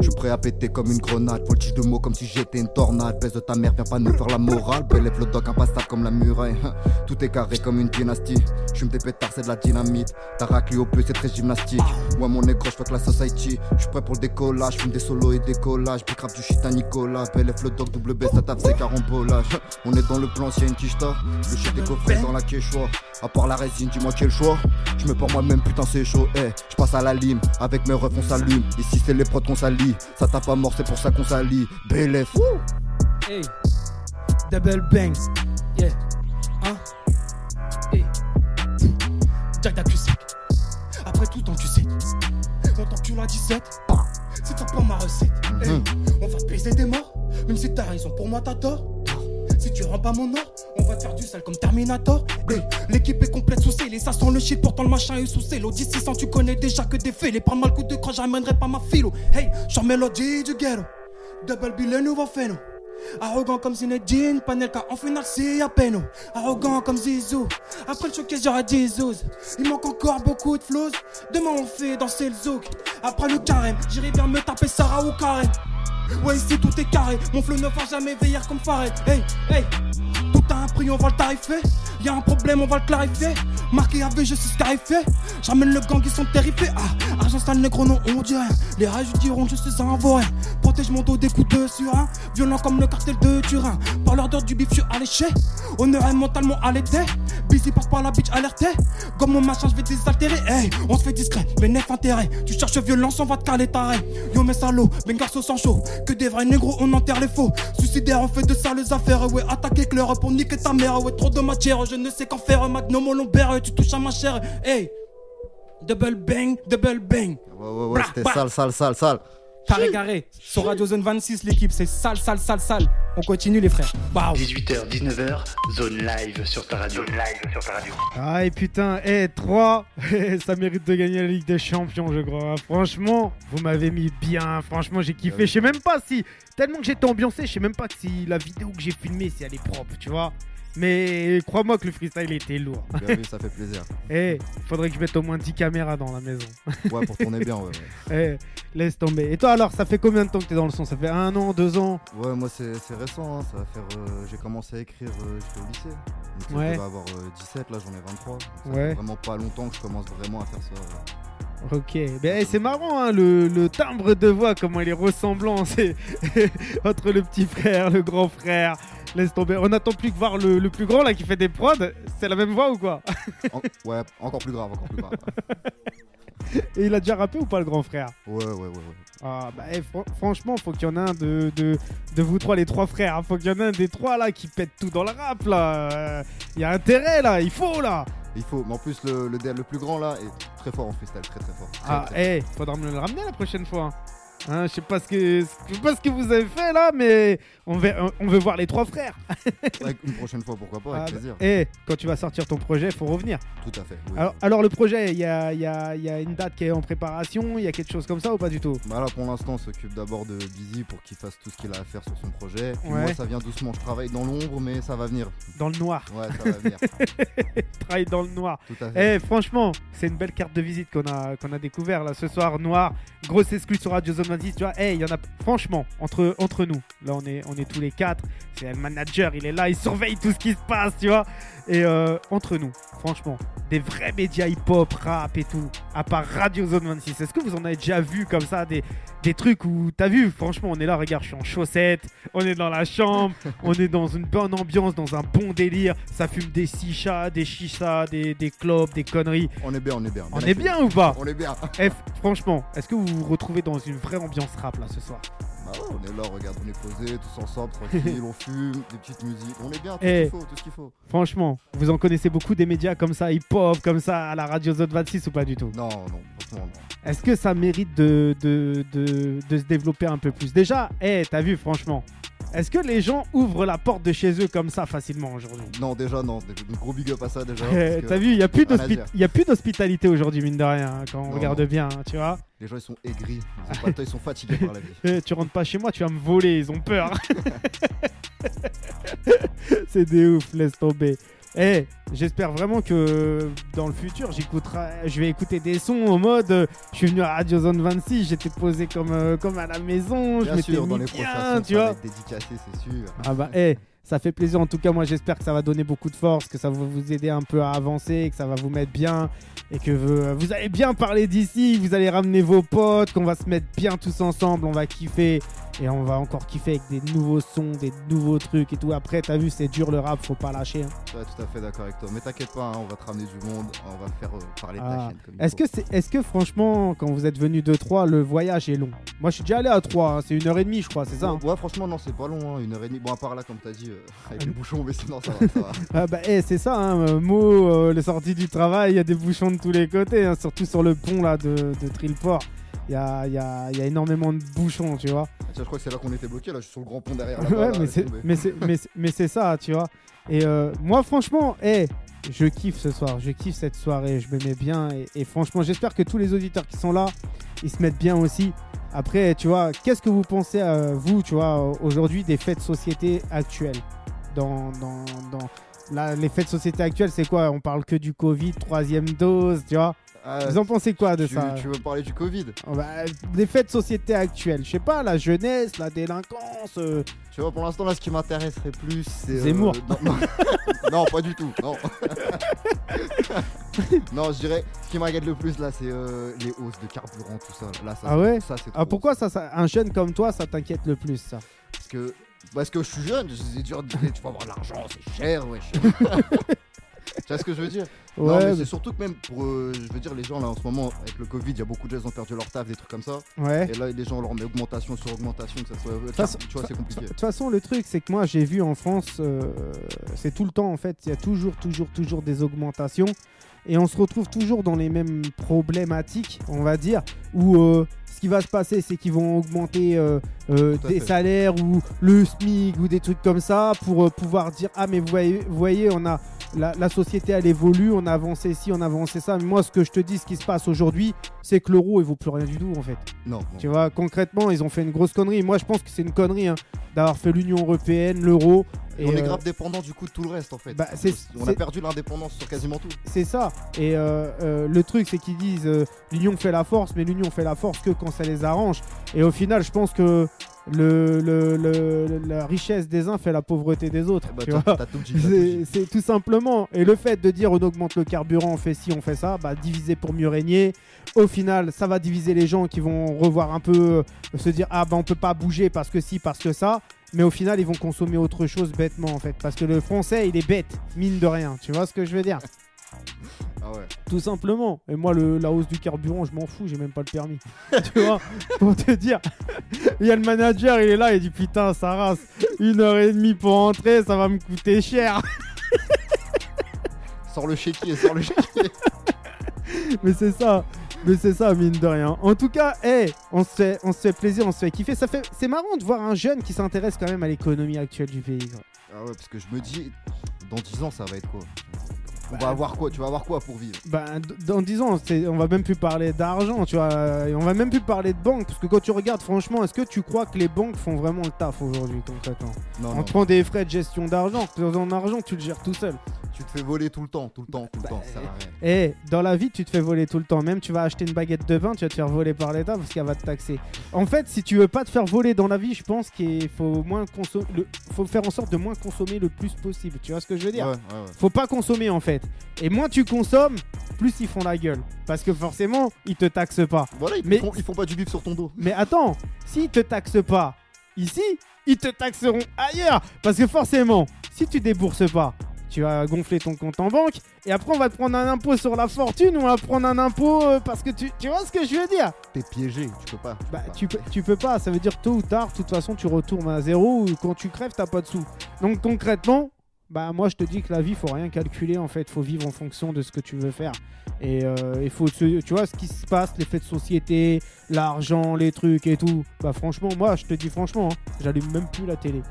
[SPEAKER 8] Je suis prêt à péter comme une grenade. Voltige de mots comme si j'étais une tornade. Baisse de ta mère, viens pas nous faire la morale. BLF, le doc, impassable comme la muraille. Tout est carré comme une dynastie. Je me pétard, c'est de la dynamite. Ta raclée au plus, c'est très gymnastique. Moi, mon négro, je que la society. Je suis prêt pour le décollage. Fume des solos et décollage. Big rap du shit à Nicolas. BLF, le doc, double B, ça tape, c'est carambolage. On est dans le plan, s'il y a une quicheta. Le shit est coffré dans la quechua. À part la résine, dis-moi quel choix. Je me porte moi-même, putain, c'est chaud. Eh, je passe à la lime. Avec mes refs, on s'allume. Ici, c'est les prods qu'on s'allie. Ça tape à mort, c'est pour ça qu'on s'allie. BLF.
[SPEAKER 4] Hey. Double bang. Yeah. Hein? Hey. Jack Dacusac.
[SPEAKER 2] Après tout temps tu sais On t'encule à 17 C'est un peu ma recette Hey,
[SPEAKER 8] Mhm.
[SPEAKER 2] On va te baiser des morts Même si t'as raison pour moi t'as tort si tu rends pas mon or, on va te faire du sale comme Terminator. Hey, L'équipe est complète sous scellé, ça sent le shit, pourtant le machin est sous scellé. Odyssey sans tu connais déjà que des faits. Les prends mal coup de croix, j'amènerai pas ma philo. Hey, j'en mélodie du ghetto. Double bill, le nouveau phéno. Arrogant comme Zinedine, Panelka, en finale c'est à peine. Arrogant comme Zizou, après le showcase j'aurai 10 zoos. Il manque encore beaucoup de flows, demain on fait danser le zouk. Après le carême, j'irai bien me taper Sarah ou Karen. Ouais, ici tout est carré, mon flow ne va jamais veiller comme Farid. Hey, hey, tout a un prix, on va le tarifer. Y'a un problème, on va le clarifier. Marqué avec, je suis scarifié. J'amène le gang, ils sont terrifiés. Ah, argent sale, négro, non, on dit rien. Les rages diront, je suis un vorin. Protège mon dos des coups de surin. Violent comme le cartel de Turin. Par l'ordre du bif, je suis alléché. Honneur et mentalement allaité. Busy passe par la bitch alerté. Comme mon machin, je vais désaltérer. Hey, on se fait discret, mais nef intérêt. Tu cherches violence, on va te caler taré. Yo, mes salauds, mes garçons sans chaud. Que des vrais négros, on enterre les faux. Suicidaire, on fait de sales affaires. Ouais, attaque éclair pour niquer ta mère. Ouais, trop de matière, je ne sais qu'en faire. Magnum au lombaire, tu touches à ma chair. Hey, double bang, double bang.
[SPEAKER 8] Ouais, ouais, ouais, c'était sale, sale, sale, sale.
[SPEAKER 4] Carré, carré. Sur Radio Zone 26, l'équipe, c'est sale, sale, sale, sale. On continue, les frères. Waouh.
[SPEAKER 1] 18h, 19h, zone live sur ta radio. live sur ta radio.
[SPEAKER 3] Aïe putain, eh 3, ça mérite de gagner la Ligue des Champions je crois. hein. Franchement, vous m'avez mis bien, franchement j'ai
[SPEAKER 8] Ah
[SPEAKER 3] kiffé. Je sais même pas si, tellement que j'étais ambiancé, je sais même pas que si la vidéo que j'ai filmée si elle est propre, tu vois. Mais crois-moi que le freestyle était lourd.
[SPEAKER 8] Bien vu, Ah ça fait plaisir.
[SPEAKER 3] Eh, faudrait que je mette au moins 10 caméras dans la maison.
[SPEAKER 8] Ouais, pour tourner bien, ouais. ouais.
[SPEAKER 3] Eh, laisse tomber. Et toi alors, ça fait combien de temps que t'es dans le son Ça fait un an, deux ans
[SPEAKER 8] Ouais, moi c'est c'est récent, hein, ça va faire. euh, J'ai commencé à écrire, euh, j'étais au lycée. Donc
[SPEAKER 3] Ouais.
[SPEAKER 8] je devais avoir euh, 17, là j'en ai 23. Donc, ça
[SPEAKER 3] Ouais.
[SPEAKER 8] fait vraiment pas longtemps que je commence vraiment à faire ça. euh. ouais.
[SPEAKER 3] Ok, ben eh, c'est marrant hein, le, le timbre de voix, comment il est ressemblant c'est entre le petit frère, le grand frère. Laisse tomber, on n'attend plus que voir le, le plus grand là qui fait des prods, c'est la même voix ou quoi
[SPEAKER 8] En- ouais, encore plus grave, encore plus grave.
[SPEAKER 3] Et il a déjà rappé ou pas le grand frère
[SPEAKER 8] Ouais, ouais, ouais. ouais.
[SPEAKER 3] Ah bah eh, fran- franchement, faut qu'il y en ait un de, de, de vous trois, les trois frères, faut qu'il y en ait un des trois là qui pète tout dans le rap là. Il y a intérêt là, il faut là.
[SPEAKER 8] Il faut, mais en plus le, le, DL le plus grand là est très fort en freestyle, très très fort. Très,
[SPEAKER 3] Ah,
[SPEAKER 8] très-
[SPEAKER 3] eh, faudra me le ramener la prochaine fois. Hein, je sais pas ce que, je sais pas ce que vous avez fait là, mais on veut, on veut voir les trois frères.
[SPEAKER 8] Ouais, une prochaine fois, pourquoi pas,
[SPEAKER 3] Ah,
[SPEAKER 8] avec
[SPEAKER 3] bah,
[SPEAKER 8] plaisir.
[SPEAKER 3] Eh, quand tu vas sortir ton projet, faut revenir.
[SPEAKER 8] Tout à fait. oui.
[SPEAKER 3] Alors, alors le projet, il y a, il y a- il y a une date qui est en préparation, il y a quelque chose comme ça ou pas du tout
[SPEAKER 8] Bah là pour l'instant on s'occupe d'abord de Busy pour qu'il fasse tout ce qu'il a à faire sur son projet. Puis
[SPEAKER 3] Ouais.
[SPEAKER 8] Moi ça vient doucement, je travaille dans l'ombre mais ça va venir.
[SPEAKER 3] Dans le noir,
[SPEAKER 8] Ouais ça va venir.
[SPEAKER 3] travaille dans le noir.
[SPEAKER 8] Tout à
[SPEAKER 3] Eh,
[SPEAKER 8] fait.
[SPEAKER 3] franchement, c'est une belle carte de visite qu'on a, qu'on a découvert là ce soir. Noir, grosse exclue sur Radio Zone 26. Tu vois, eh, il y en a. Franchement, entre, entre nous, là on est, on est tous les quatre. C'est le manager, il est là, il surveille tout ce qui se passe, tu vois. Et euh, entre nous, franchement, des vrais médias hip-hop, rap et tout, à part Radio Zone 26, est-ce que vous en avez déjà vu comme ça des, des trucs où t'as vu, franchement, on est là, regarde, je suis en chaussettes, on est dans la chambre, on est dans une bonne ambiance, dans un bon délire, ça fume des chichas, des chichas, des, des clopes, des conneries.
[SPEAKER 8] On est bien, on est bien.
[SPEAKER 3] On est bien ou pas
[SPEAKER 8] On est bien.
[SPEAKER 3] Eh, franchement, est-ce que vous vous retrouvez dans une vraie ambiance rap là ce soir
[SPEAKER 8] Bah ouais, on est là, regarde, on est posé, tous ensemble, tranquille, on fume, des petites musiques, on est bien, tout
[SPEAKER 3] Eh.
[SPEAKER 8] ce qu'il faut, tout ce qu'il faut.
[SPEAKER 3] Franchement, vous en connaissez beaucoup des médias comme ça, hip-hop, comme ça, à la Radio Zone 26 ou pas du tout
[SPEAKER 8] Non, non, franchement, non.
[SPEAKER 3] Est-ce que ça mérite de, de, de- de se développer un peu plus Déjà, eh, t'as vu, franchement, est-ce que les gens ouvrent la porte de chez eux comme ça facilement aujourd'hui
[SPEAKER 8] Non, déjà, non, déjà, gros big up à ça déjà.
[SPEAKER 3] Eh,
[SPEAKER 8] parce que
[SPEAKER 3] T'as vu, il n'y a plus
[SPEAKER 8] rien à
[SPEAKER 3] d'hospi-
[SPEAKER 8] dire.
[SPEAKER 3] y a plus d'hospitalité aujourd'hui, mine de rien, hein, quand on
[SPEAKER 8] Non,
[SPEAKER 3] regarde
[SPEAKER 8] non.
[SPEAKER 3] bien, hein, tu vois.
[SPEAKER 8] Les gens ils sont aigris, ils, ont pas le temps, ils sont fatigués par la vie.
[SPEAKER 3] Eh, tu rentres pas chez moi, tu vas me voler, ils ont peur. C'est des ouf, laisse tomber. Eh, j'espère vraiment que dans le futur, j'écouterai, je vais écouter des sons en mode euh, je suis venu à Radio Zone 26, j'étais posé comme, euh, comme à la maison, je
[SPEAKER 8] Bien
[SPEAKER 3] m'étais
[SPEAKER 8] sûr, dans
[SPEAKER 3] mis
[SPEAKER 8] les
[SPEAKER 3] bien,
[SPEAKER 8] prochains
[SPEAKER 3] tu
[SPEAKER 8] sons, ça
[SPEAKER 3] vois.
[SPEAKER 8] va être dédicacé, c'est sûr.
[SPEAKER 3] Ah bah, eh, ça fait plaisir. En tout cas, moi, j'espère que ça va donner beaucoup de force, que ça va vous aider un peu à avancer, que ça va vous mettre bien et que vous, vous allez bien parler d'ici. Vous allez ramener vos potes, qu'on va se mettre bien tous ensemble. On va kiffer et on va encore kiffer avec des nouveaux sons, des nouveaux trucs et tout. Après, t'as vu, c'est dur le rap, faut pas lâcher. hein.
[SPEAKER 8] Ouais, tout à fait d'accord avec toi. Mais t'inquiète pas, hein, on va te ramener du monde, on va faire euh, parler de
[SPEAKER 3] Ah.
[SPEAKER 8] ta chaîne. comme il
[SPEAKER 3] Est-ce
[SPEAKER 8] faut.
[SPEAKER 3] que, c'est, est-ce que franchement, quand vous êtes venus de 3 le voyage est long Moi, je suis déjà allé à 3 c'est une heure et demie, je crois, c'est ça hein.
[SPEAKER 8] Ouais, ouais, franchement, non, c'est pas long, hein, une heure et demie. Bon, à part là, comme t'as dit, euh, avec les bouchons, mais sinon, ça va, ça va.
[SPEAKER 3] Ah bah eh, c'est ça, hein, euh, Mo, euh, les sorties du travail, il y a des bouchons de tous les côtés, hein, surtout sur le pont là de, de Trilport. Il y a, il y a- il y a énormément de bouchons, tu vois.
[SPEAKER 8] Tiens, je crois que c'est là qu'on était bloqué, là, je suis sur le grand pont derrière. là-bas,
[SPEAKER 3] Ouais,
[SPEAKER 8] là,
[SPEAKER 3] mais
[SPEAKER 8] laisse
[SPEAKER 3] c'est-
[SPEAKER 8] tomber.
[SPEAKER 3] mais c'est mais c'est- mais c'est ça, tu vois. Et euh, moi, franchement, eh, je kiffe ce soir, je kiffe cette soirée, je me mets bien. Et, et franchement, j'espère que tous les auditeurs qui sont là, ils se mettent bien aussi. Après, tu vois, qu'est-ce que vous pensez, euh, vous, tu vois, aujourd'hui des fêtes société actuelles dans, dans, dans... Là, les fêtes société actuelles, c'est quoi On parle que du Covid, troisième dose, tu vois.
[SPEAKER 8] Ah,
[SPEAKER 3] Vous en pensez quoi de
[SPEAKER 8] tu,
[SPEAKER 3] ça
[SPEAKER 8] tu veux parler du Covid
[SPEAKER 3] Oh, bah, Les fêtes société actuelles, je sais pas, la jeunesse, la délinquance. euh,
[SPEAKER 8] Tu vois, pour l'instant, là, ce qui m'intéresserait plus, c'est. euh,
[SPEAKER 3] Zemmour.
[SPEAKER 8] non, non, pas du tout, non. non, je dirais, ce qui m'inquiète le plus, là, c'est euh, les hausses de carburant, tout ça. Là, ça
[SPEAKER 3] Ah ouais
[SPEAKER 8] ça, c'est
[SPEAKER 3] Ah
[SPEAKER 8] trop.
[SPEAKER 3] pourquoi ça, ça- un jeune comme toi ça t'inquiète le plus ça
[SPEAKER 8] Parce que, parce que je suis jeune, c'est dur de dire, tu vas avoir de l'argent, c'est cher, wesh. Tu vois ce que je veux dire Non, mais c'est surtout que même pour, euh, je veux dire, les gens là en ce moment, avec le Covid, il y a beaucoup de gens qui ont perdu leur taf, des trucs comme ça.
[SPEAKER 3] ouais.
[SPEAKER 8] Et là, les gens leur met augmentation sur augmentation, que ça soit. euh,
[SPEAKER 3] Ça, c'est-
[SPEAKER 8] tu vois, c'est compliqué.
[SPEAKER 3] De toute façon, le truc, c'est que moi, j'ai vu en France, euh, c'est tout le temps en fait, il y a toujours, toujours, toujours des augmentations. Et on se retrouve toujours dans les mêmes problématiques, on va dire, où euh, ce qui va se passer, c'est qu'ils vont augmenter euh, euh,
[SPEAKER 8] Tout à
[SPEAKER 3] des
[SPEAKER 8] fait.
[SPEAKER 3] salaires ou le SMIC ou des trucs comme ça pour euh, pouvoir dire Ah, mais vous voyez, vous voyez on a, la, la société, elle évolue, on a avancé ci, on a avancé ça. Mais moi, ce que je te dis, ce qui se passe aujourd'hui, c'est que l'euro, il vaut plus rien du tout en fait.
[SPEAKER 8] Non, non.
[SPEAKER 3] Tu vois, concrètement, ils ont fait une grosse connerie. Moi, je pense que c'est une connerie hein, d'avoir fait l'Union européenne, l'euro,
[SPEAKER 8] Et
[SPEAKER 3] Et,
[SPEAKER 8] on
[SPEAKER 3] euh,
[SPEAKER 8] est grave dépendant du coup de tout le reste en fait.
[SPEAKER 3] Bah, c'est-
[SPEAKER 8] on a
[SPEAKER 3] c'est-
[SPEAKER 8] perdu l'indépendance sur quasiment tout.
[SPEAKER 3] C'est ça. Et euh, euh, le truc, c'est qu'ils disent euh, l'union fait la force, mais l'union fait la force que quand ça les arrange. Et au final, je pense que le, le- le- la richesse des uns fait la pauvreté des autres.
[SPEAKER 8] Eh ben,
[SPEAKER 3] tu
[SPEAKER 8] t'as-
[SPEAKER 3] vois
[SPEAKER 8] t'as tout dit, t'as tout dit.
[SPEAKER 3] c'est c'est tout simplement. Et le fait de dire on augmente le carburant, on fait ci, on fait ça, bah diviser pour mieux régner. Au final, ça va diviser les gens qui vont revoir un peu, euh, se dire ah bah on peut pas bouger parce que si, parce que ça. Mais au final, ils vont consommer autre chose bêtement en fait. Parce que le français, il est bête, mine de rien. Tu vois ce que je veux dire
[SPEAKER 8] Ah ouais.
[SPEAKER 3] tout simplement. Et moi, le- la hausse du carburant, je m'en fous, j'ai même pas le permis. tu vois Pour te dire. Il y a le manager, il est là, il dit Putain, ça rase, une heure et demie pour entrer, ça va me coûter cher.
[SPEAKER 8] Sors le chéquier, et sors le chéquier.
[SPEAKER 3] Mais c'est ça. Mais c'est ça, mine de rien. En tout cas, hey, on, se fait, on se fait plaisir, on se fait kiffer. Ça fait, c'est marrant de voir un jeune qui s'intéresse quand même à l'économie actuelle du pays. quoi.
[SPEAKER 8] ah ouais, parce que je me dis, dans 10 ans ça va être quoi On
[SPEAKER 3] Bah,
[SPEAKER 8] va avoir quoi Tu vas avoir quoi pour vivre
[SPEAKER 3] Ben, d- dans 10 ans, c'est- on va même plus parler d'argent, tu vois. Et on va même plus parler de banque. Parce que quand tu regardes, franchement, est-ce que tu crois que les banques font vraiment le taf aujourd'hui, concrètement
[SPEAKER 8] Non,
[SPEAKER 3] On
[SPEAKER 8] non.
[SPEAKER 3] te prend des frais de gestion d'argent. Ton argent, tu le gères tout seul.
[SPEAKER 8] Tu te fais voler tout le temps, tout le temps, tout le temps. Ça sert à rien.
[SPEAKER 3] Et Eh, dans la vie, tu te fais voler tout le temps. Même tu vas acheter une baguette de pain, tu vas te faire voler par l'État parce qu'elle va te taxer. En fait, si tu veux pas te faire voler dans la vie, je pense qu'il faut moins consommer. le- Faut faire en sorte de moins consommer le plus possible. Tu vois ce que je veux dire
[SPEAKER 8] Ouais, ouais, ouais.
[SPEAKER 3] Faut pas consommer en fait. Et moins tu consommes, plus ils font la gueule. Parce que forcément, ils te taxent pas.
[SPEAKER 8] Voilà, ils,
[SPEAKER 3] Mais-
[SPEAKER 8] font, ils font pas du bif sur ton dos.
[SPEAKER 3] Mais attends, s'ils te taxent pas ici, ils te taxeront ailleurs. Parce que forcément, si tu débourses pas, tu vas gonfler ton compte en banque. Et après, on va te prendre un impôt sur la fortune ou on va te prendre un impôt euh, parce que tu, tu vois ce que je veux dire.
[SPEAKER 8] T'es piégé, tu peux pas. tu
[SPEAKER 3] Bah,
[SPEAKER 8] peux pas.
[SPEAKER 3] tu peux, tu peux pas. Ça veut dire tôt ou tard, de toute façon, tu retournes à zéro ou quand tu crèves, t'as pas de sous. Donc concrètement, bah moi je te dis que la vie, faut rien calculer en fait. Faut vivre en fonction de ce que tu veux faire. Et il faut, se- tu vois, ce qui se passe, les faits de société, l'argent, les trucs et tout. Bah franchement, moi je te dis franchement, hein, j'allume même plus la télé.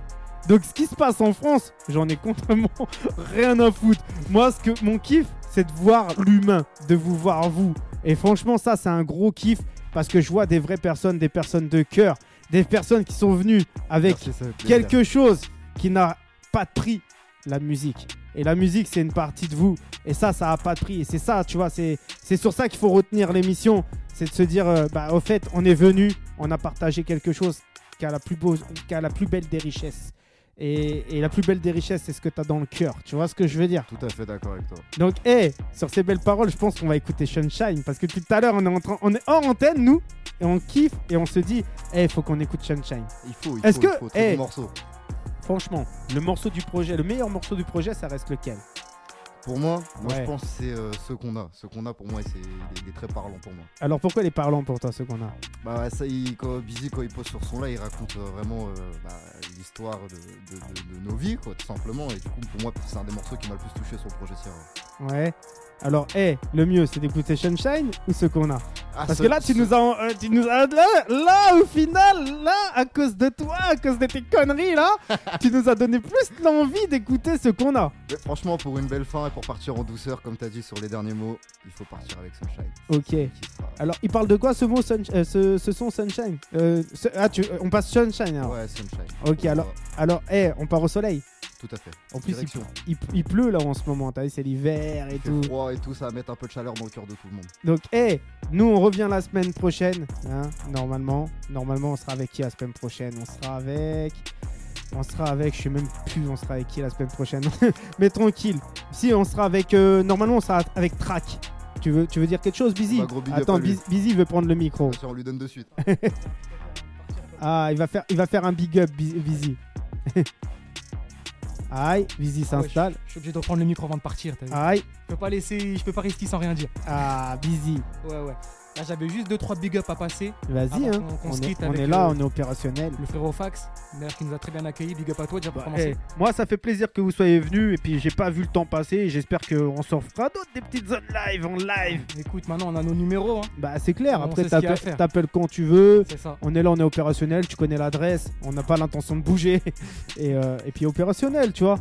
[SPEAKER 3] Donc ce qui se passe en France, j'en ai contrairement rien à foutre. Moi, ce que mon kiff, c'est de voir l'humain, de vous voir vous. Et franchement, ça, c'est un gros kiff parce que je vois des vraies personnes, des personnes de cœur, des personnes qui sont venues avec
[SPEAKER 8] Merci, ça fait plaisir.
[SPEAKER 3] quelque chose qui n'a pas de prix, la musique. Et la musique, c'est une partie de vous. Et ça, ça n'a pas de prix. Et c'est ça, tu vois, c'est c'est sur ça qu'il faut retenir l'émission. C'est de se dire, euh, bah, au fait, on est venu, on a partagé quelque chose qui a la plus, beau, qui a la plus belle des richesses. Et, et la plus belle des richesses, c'est ce que tu as dans le cœur. Tu vois ce que je veux dire
[SPEAKER 8] Tout à fait d'accord avec toi.
[SPEAKER 3] Donc, hé, sur ces belles paroles, je pense qu'on va écouter Sunshine. Parce que depuis tout à l'heure, on, est en train- on est hors antenne, nous. Et on kiffe. Et on se dit, hé, faut qu'on écoute Sunshine.
[SPEAKER 8] Il faut, il
[SPEAKER 3] Est-ce
[SPEAKER 8] faut,
[SPEAKER 3] que-
[SPEAKER 8] il faut. Très
[SPEAKER 3] eh,
[SPEAKER 8] bon morceau.
[SPEAKER 3] Franchement, le morceau du projet, le meilleur morceau du projet, ça reste lequel
[SPEAKER 8] Pour moi, moi
[SPEAKER 3] Ouais.
[SPEAKER 8] je pense que c'est euh, ce qu'on a. Ce qu'on a pour moi, c'est il est- il est très parlant pour moi.
[SPEAKER 3] Alors pourquoi les parlants pour toi, ce qu'on a
[SPEAKER 8] Bah ouais, ça, il, quand, Busy, quand il pose sur son là, il raconte euh, vraiment euh, bah, l'histoire de, de- de- de nos vies, quoi, tout simplement. Et du coup, pour moi, c'est un des morceaux qui m'a le plus touché sur le projet Sierra.
[SPEAKER 3] Ouais. Alors, hé, le mieux, c'est d'écouter Sunshine ou ce qu'on a
[SPEAKER 8] Ah,
[SPEAKER 3] Parce
[SPEAKER 8] ce-
[SPEAKER 3] que là, tu
[SPEAKER 8] ce-
[SPEAKER 3] nous as, en- euh, tu nous as là, là, au final, là, à cause de toi, à cause de tes conneries, là, tu nous as donné plus l'envie d'écouter ce qu'on a.
[SPEAKER 8] Mais franchement, pour une belle fin et pour partir en douceur, comme t'as dit sur les derniers mots, il faut partir avec Sunshine.
[SPEAKER 3] Ok.
[SPEAKER 8] Qui sera-
[SPEAKER 3] Alors, il parle de quoi ce mot, Sunsh- euh, ce, ce son Sunshine Euh, ce- Ah, tu, euh, on passe Sunshine alors.
[SPEAKER 8] Ouais, Sunshine.
[SPEAKER 3] Ok, alors, alors, hé, on part au soleil.
[SPEAKER 8] Tout à fait.
[SPEAKER 3] En plus, il,
[SPEAKER 8] Direction.
[SPEAKER 3] il- il pleut là en ce moment, t'as vu, c'est l'hiver et
[SPEAKER 8] Il fait
[SPEAKER 3] tout.
[SPEAKER 8] froid et tout, ça va mettre un peu de chaleur dans le cœur de tout le monde.
[SPEAKER 3] Donc, hé, nous, on revient la semaine prochaine. hein, normalement. Normalement, on sera avec qui la semaine prochaine On sera avec. On sera avec. Je sais même plus, on sera avec qui la semaine prochaine. Mais tranquille. Si, on sera avec. euh, normalement, on sera avec Track. Tu veux, tu veux dire quelque chose, Busy
[SPEAKER 8] Bah, gros big up
[SPEAKER 3] Attends,
[SPEAKER 8] à lui.
[SPEAKER 3] Biz- Busy veut prendre le micro.
[SPEAKER 8] Bien sûr, on lui donne de suite.
[SPEAKER 3] Ah, il va faire, il va faire un big up, Biz- Busy. Aïe, Busy
[SPEAKER 4] Ah ouais, je-
[SPEAKER 3] s'installe.
[SPEAKER 4] Je suis obligé de reprendre le micro avant de partir. t'as vu.
[SPEAKER 3] Aïe,
[SPEAKER 4] Je peux pas laisser, je peux pas risquer sans rien dire.
[SPEAKER 3] ah, Busy.
[SPEAKER 4] Ouais, ouais. Là, j'avais juste 2-3 big up à passer.
[SPEAKER 3] Vas-y,
[SPEAKER 4] Avant
[SPEAKER 3] hein.
[SPEAKER 4] qu'on- qu'on
[SPEAKER 3] On
[SPEAKER 4] Ah bah, se
[SPEAKER 3] est,
[SPEAKER 4] quitte
[SPEAKER 3] on
[SPEAKER 4] avec
[SPEAKER 3] est là,
[SPEAKER 4] le-
[SPEAKER 3] on est opérationnel.
[SPEAKER 4] Le frérot Fax, d'ailleurs, qui nous a très bien accueillis. Big up à toi déjà pour
[SPEAKER 3] Bah,
[SPEAKER 4] commencer.
[SPEAKER 3] eh, moi, ça fait plaisir que vous soyez venus. Et puis, j'ai pas vu le temps passer. et J'espère qu'on s'en fera d'autres des petites zones live en live.
[SPEAKER 4] Écoute, maintenant, on a nos numéros. Hein.
[SPEAKER 3] Bah, c'est clair.
[SPEAKER 4] On
[SPEAKER 3] Après,
[SPEAKER 4] sait ce qu'il y a à
[SPEAKER 3] t'appelles
[SPEAKER 4] faire.
[SPEAKER 3] t'appelles quand tu veux.
[SPEAKER 4] C'est ça.
[SPEAKER 3] On est là, on est opérationnel. Tu connais l'adresse. On n'a pas l'intention de bouger. Et, euh, et puis, opérationnel, tu vois.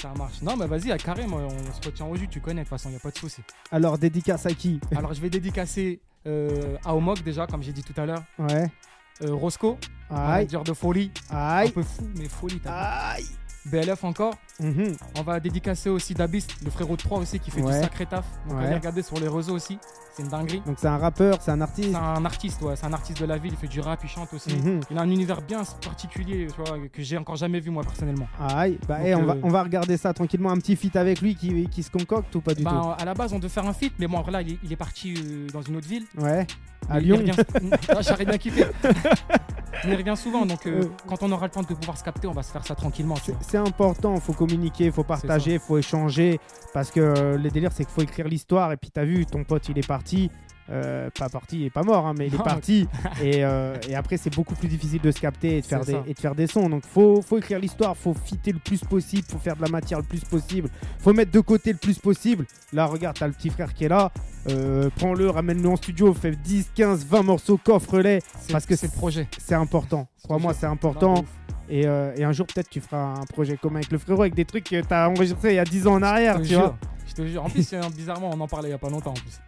[SPEAKER 4] Ça marche. Non, mais vas-y, à carré, moi, on se retient au jus, tu connais, de toute façon, il n'y a pas de souci.
[SPEAKER 3] Alors, dédicace à qui
[SPEAKER 4] Alors, je vais dédicacer euh, à Omok, déjà, comme j'ai dit tout à l'heure.
[SPEAKER 3] Ouais.
[SPEAKER 4] Euh, Roscoe,
[SPEAKER 3] Aïe,
[SPEAKER 4] manager de folie. Un
[SPEAKER 3] aïe,
[SPEAKER 4] peu fou, mais folie, t'as vu.
[SPEAKER 3] aïe.
[SPEAKER 4] BLF encore.
[SPEAKER 3] Mhm.
[SPEAKER 4] On va dédicacer aussi Dabist, le frérot de 3 aussi, qui fait
[SPEAKER 3] Ouais.
[SPEAKER 4] du sacré taf. Donc
[SPEAKER 3] Ouais.
[SPEAKER 4] allez regarder sur les réseaux aussi. C'est une dinguerie.
[SPEAKER 3] Donc c'est un rappeur, c'est un artiste.
[SPEAKER 4] C'est un artiste, ouais. C'est un artiste de la ville. Il fait du rap, il chante aussi.
[SPEAKER 3] Mhm.
[SPEAKER 4] Il a un univers bien particulier, tu vois, que j'ai encore jamais vu moi personnellement.
[SPEAKER 3] Aïe, bah
[SPEAKER 4] Donc,
[SPEAKER 3] eh, on, va,
[SPEAKER 4] euh,
[SPEAKER 3] on va regarder ça tranquillement, un petit feat avec lui qui, qui se concocte ou pas du
[SPEAKER 4] Bah, à la base, on devait faire un feat, mais bon, après là, il est, il est parti euh, dans une autre ville.
[SPEAKER 3] tout Ouais, à
[SPEAKER 4] Mais
[SPEAKER 3] Lyon.
[SPEAKER 4] Il revient... Ah, J'aurais bien kiffé. Mais il revient souvent, donc euh,
[SPEAKER 3] Euh.
[SPEAKER 4] quand on aura le temps de pouvoir se capter, on va se faire ça tranquillement. Tu
[SPEAKER 3] C'est-
[SPEAKER 4] vois.
[SPEAKER 3] C'est important, faut communiquer, faut partager, faut échanger, parce que euh, le délire c'est qu'il faut écrire l'histoire. Et puis t'as vu, ton pote il est parti, euh, pas parti, il est pas mort, hein, mais il est
[SPEAKER 4] Non.
[SPEAKER 3] parti. et, euh, et après c'est beaucoup plus difficile de se capter et de faire,
[SPEAKER 4] C'est
[SPEAKER 3] des,
[SPEAKER 4] ça.
[SPEAKER 3] et de faire des sons. Donc faut, faut écrire l'histoire, faut fitter le plus possible, faut faire de la matière le plus possible, faut mettre de côté le plus possible. Là regarde, t'as le petit frère qui est là, euh, prends-le, ramène-le en studio, fais 10, 15, 20 morceaux, coffre-les.
[SPEAKER 4] C'est-
[SPEAKER 3] parce que
[SPEAKER 4] c'est le projet.
[SPEAKER 3] C'est important, crois-moi,
[SPEAKER 4] toujours-
[SPEAKER 3] c'est
[SPEAKER 4] Non, de
[SPEAKER 3] important.
[SPEAKER 4] ouf.
[SPEAKER 3] Et, euh, et un jour, peut-être, tu feras un projet commun avec le frérot, avec des trucs que t'as enregistrés il y a 10 ans en arrière,
[SPEAKER 4] Je te
[SPEAKER 3] tu
[SPEAKER 4] jure,
[SPEAKER 3] vois.
[SPEAKER 4] Je te jure. En plus, c'est un- bizarrement, on en parlait il y a pas longtemps. En plus.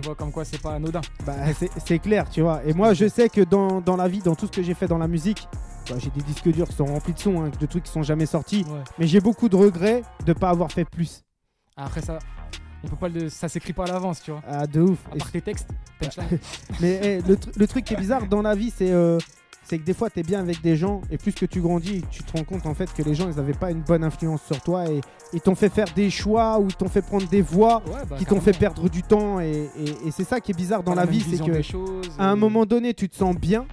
[SPEAKER 4] tu vois, comme quoi, c'est pas anodin.
[SPEAKER 3] Bah, c'est- c'est clair, tu vois. Et moi, je sais que dans, dans la vie, dans tout ce que j'ai fait dans la musique, bah, j'ai des disques durs qui sont remplis de sons, hein, de trucs qui sont jamais sortis.
[SPEAKER 4] Ouais.
[SPEAKER 3] Mais j'ai beaucoup de regrets de pas avoir fait plus.
[SPEAKER 4] Après ça, on peut pas le, ça s'écrit pas à l'avance, tu vois.
[SPEAKER 3] Ah, de ouf.
[SPEAKER 4] À
[SPEAKER 3] Et-
[SPEAKER 4] part tes textes, punchline.
[SPEAKER 3] mais eh, le, tru- le truc qui est bizarre dans la vie, c'est euh, c'est que des fois, t'es bien avec des gens, et plus que tu grandis, tu te rends compte en fait que les gens, ils avaient pas une bonne influence sur toi, et ils t'ont fait faire des choix, ou ils t'ont fait prendre des voies.
[SPEAKER 4] Ouais, bah,
[SPEAKER 3] qui t'ont fait
[SPEAKER 4] carrément.
[SPEAKER 3] perdre du temps et, et- et c'est ça qui est bizarre dans
[SPEAKER 4] Pas
[SPEAKER 3] la
[SPEAKER 4] même
[SPEAKER 3] vie, c'est
[SPEAKER 4] vision
[SPEAKER 3] que
[SPEAKER 4] des choses,
[SPEAKER 3] à un
[SPEAKER 4] euh,
[SPEAKER 3] moment donné tu te sens bien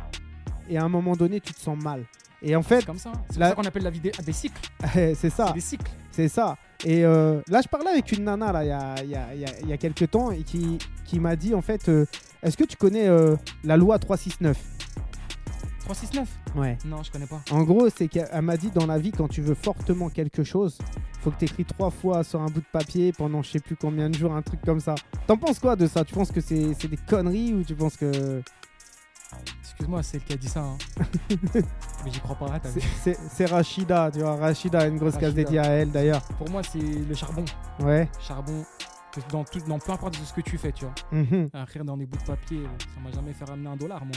[SPEAKER 3] et à un moment donné tu te sens mal. Et en
[SPEAKER 4] c'est
[SPEAKER 3] fait,
[SPEAKER 4] comme ça. hein. C'est
[SPEAKER 3] la-
[SPEAKER 4] pour ça qu'on appelle la vie des, des cycles.
[SPEAKER 3] c'est ça,
[SPEAKER 4] C'est des cycles.
[SPEAKER 3] c'est ça. Et euh, là, je parlais avec une nana là il y a, il y a- il y a- il y a quelques temps et qui, qui m'a dit en fait, euh, est-ce que tu connais euh, la loi 369
[SPEAKER 4] 369
[SPEAKER 3] Ouais.
[SPEAKER 4] Non, je connais pas.
[SPEAKER 3] En gros, c'est qu'elle elle m'a dit dans la vie, quand tu veux fortement quelque chose, faut que tu écris trois fois sur un bout de papier pendant je sais plus combien de jours, un truc comme ça. T'en penses quoi de ça Tu penses que c'est c'est des conneries ou tu penses que.
[SPEAKER 4] Excuse-moi, c'est elle qui a dit ça. hein. Mais j'y crois pas. hein, t'as
[SPEAKER 3] C'est-
[SPEAKER 4] vu.
[SPEAKER 3] C'est c'est Rachida, tu vois. Rachida, une grosse case
[SPEAKER 4] Rachida.
[SPEAKER 3] dédiée à elle d'ailleurs.
[SPEAKER 4] Ah, Pour moi, c'est le charbon.
[SPEAKER 3] Ouais.
[SPEAKER 4] Charbon. que Dans, tout, dans peu importe ce que tu fais, tu vois.
[SPEAKER 3] Mhm.
[SPEAKER 4] À Rire dans des bouts de papier, euh, ça m'a jamais fait ramener un dollar, moi.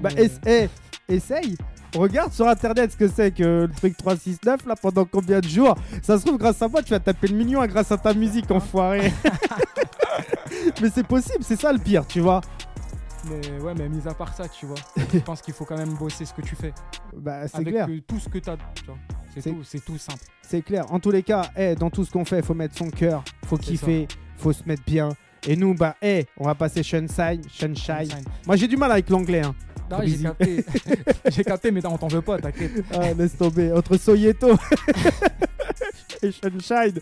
[SPEAKER 3] Bah,
[SPEAKER 4] Mais,
[SPEAKER 3] es- eh, essaye. Regarde sur internet ce que c'est que le truc 369 là pendant combien de jours. Ça se trouve, grâce à moi, tu vas taper le million hein, grâce à ta musique, enfoiré. Mais c'est possible, c'est ça le pire, tu vois.
[SPEAKER 4] mais ouais, mais mis à part ça, tu vois, je pense qu'il faut quand même bosser ce que tu fais.
[SPEAKER 3] Bah, c'est
[SPEAKER 4] Avec
[SPEAKER 3] clair.
[SPEAKER 4] euh, tout ce que t'as, tu vois. C'est
[SPEAKER 3] C'est-
[SPEAKER 4] tout, c'est tout simple.
[SPEAKER 3] C'est clair. En tous les cas, eh, dans tout ce qu'on fait, faut mettre son cœur, faut
[SPEAKER 4] C'est
[SPEAKER 3] kiffer, faut se mettre bien. Et nous, bah, eh, on va passer Sunshine. Sunshine.
[SPEAKER 4] Sunshine.
[SPEAKER 3] Moi, j'ai du mal avec l'anglais. Hein.
[SPEAKER 4] Non,
[SPEAKER 3] Trop
[SPEAKER 4] j'ai
[SPEAKER 3] busy.
[SPEAKER 4] capté. j'ai capté, mais non, on t'en veut pas, t'inquiète.
[SPEAKER 3] Ah, laisse tomber. Entre Soyeto et Sunshine,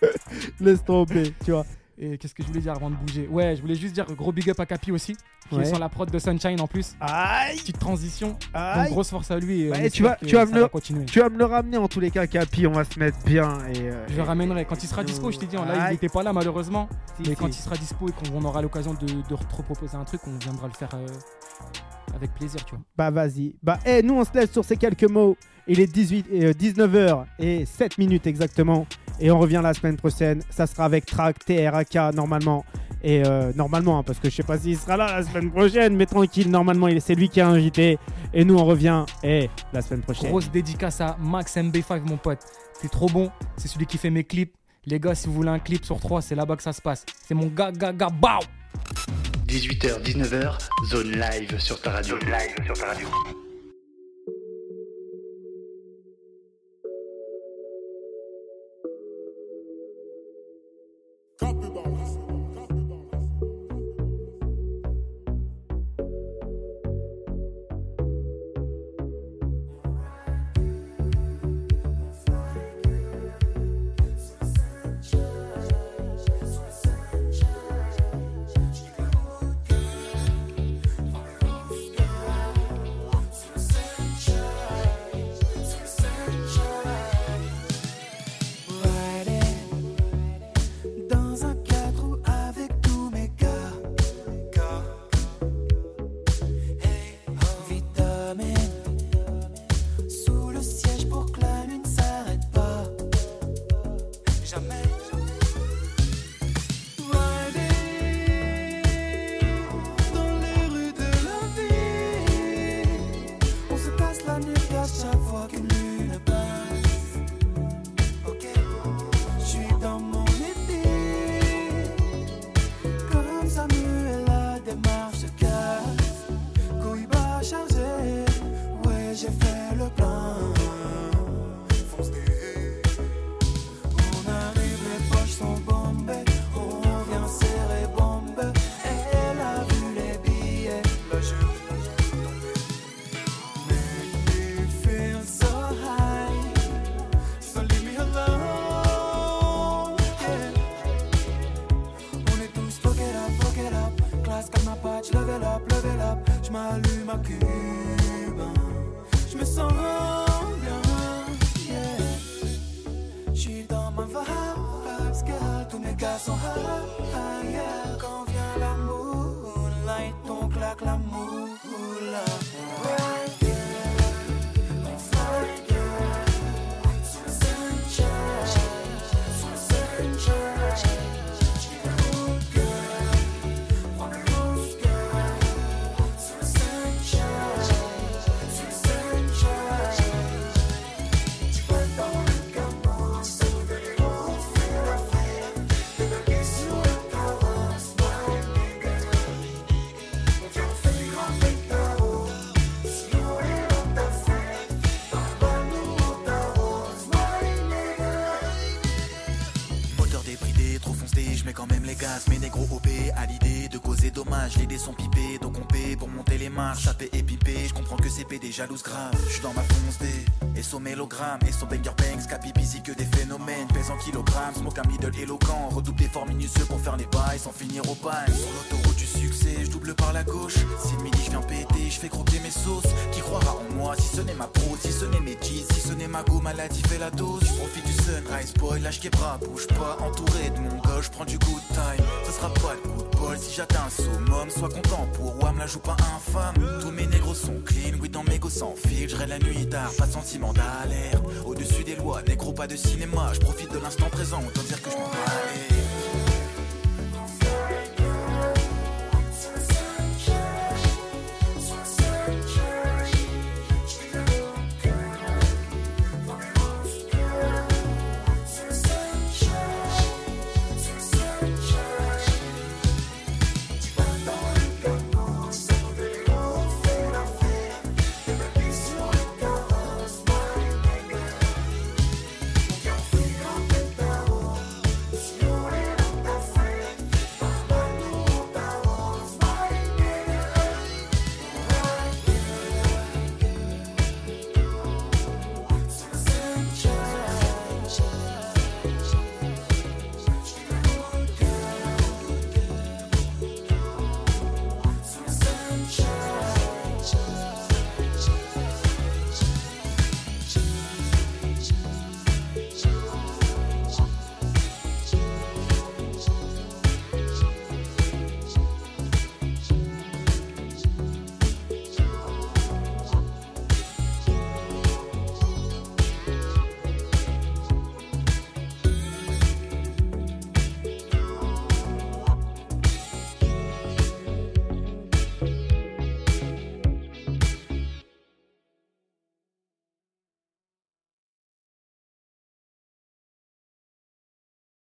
[SPEAKER 3] laisse tomber, tu vois.
[SPEAKER 4] Et qu'est-ce que je voulais dire avant de bouger Ouais, je voulais juste dire gros big up à Capi aussi, qui
[SPEAKER 3] Ouais.
[SPEAKER 4] est sur la prod de Sunshine en plus.
[SPEAKER 3] Aïe,
[SPEAKER 4] Petite transition, donc
[SPEAKER 3] aïe.
[SPEAKER 4] grosse force à lui. et
[SPEAKER 3] Ouais,
[SPEAKER 4] on est
[SPEAKER 3] tu
[SPEAKER 4] sûr
[SPEAKER 3] vas-
[SPEAKER 4] que
[SPEAKER 3] tu vas
[SPEAKER 4] ça
[SPEAKER 3] me-
[SPEAKER 4] va continuer.
[SPEAKER 3] Tu vas me le ramener en tous les cas, Capi. On va se mettre bien. Et, euh,
[SPEAKER 4] Je le ramènerai. Quand il sera dispo, je t'ai dit, en live, il
[SPEAKER 3] Aïe.
[SPEAKER 4] n'était pas là malheureusement.
[SPEAKER 3] si,
[SPEAKER 4] Mais
[SPEAKER 3] si.
[SPEAKER 4] quand il sera dispo et qu'on aura l'occasion de, de te reproposer un truc, on viendra le faire euh, avec plaisir, tu vois.
[SPEAKER 3] Bah, vas-y. Bah, eh, nous, on se laisse sur ces quelques mots. Il est 18, euh, 19h et 7 minutes exactement. Et on revient la semaine prochaine. Ça sera avec Track, TRAK, normalement. Et euh, normalement, hein, parce que je sais pas s'il sera là la semaine prochaine, mais tranquille, normalement, il- c'est lui qui a invité. Et nous, on revient, eh, la semaine prochaine.
[SPEAKER 4] Grosse dédicace à Max MB5, mon pote. T'es trop bon. C'est celui qui fait mes clips. Les gars, si vous voulez un clip sur 3, c'est là-bas que ça se passe. C'est mon gars, gars, gars, bao
[SPEAKER 1] 18h, 19h, zone live sur ta radio. live sur ta radio.
[SPEAKER 9] Sunshine, sunshine,
[SPEAKER 10] oh. je m'allume à Cuba. Je me sens bien, yeah. Je suis dans ma vibe, girl. Tous mes gars sont high, yeah. Quand vient la moonlight, on claque la moula. Right, yeah. On fly, yeah. Sous le sunshine, sous le sunshine.
[SPEAKER 9] Odeur débridée, trop foncée, je mets quand même les gaz, mes négros OP à l'idée de causer dommage, les dés sont pipés, donc on paie pour monter les marches, taper et piper, je comprends que c'est des jalouses graves, je suis dans ma fonce D, et son mélogramme, et son banger bangs, capi busy que des phénomènes, pèse en kilogrammes, smoke un middle éloquent, redouble d'efforts minutieux pour faire les bails sans finir au bail. Sur l'autoroute du succès, je double par la gauche, si le midi je viens péter, je fais croquer mes sauces, qui croira en moi si ce n'est ma pro, si ce n'est mes jeans, si ce n'est ma go, maladie fait la dose, je profite du sunrise, boy, lâche qui bras, bouge pas, entouré de mon gars, je prends du good time, ce sera pas le coup de bol si j'atteins un summum, sois content pour Wam, la joue pas infâme, tous mes négros sont clean, oui dans mes go sans fil, je rêve la nuit tard, pas de sentiment d'alerte, au-dessus des lois, négro pas de cinéma, je profite de l'instant présent, autant dire que je m'en bats les-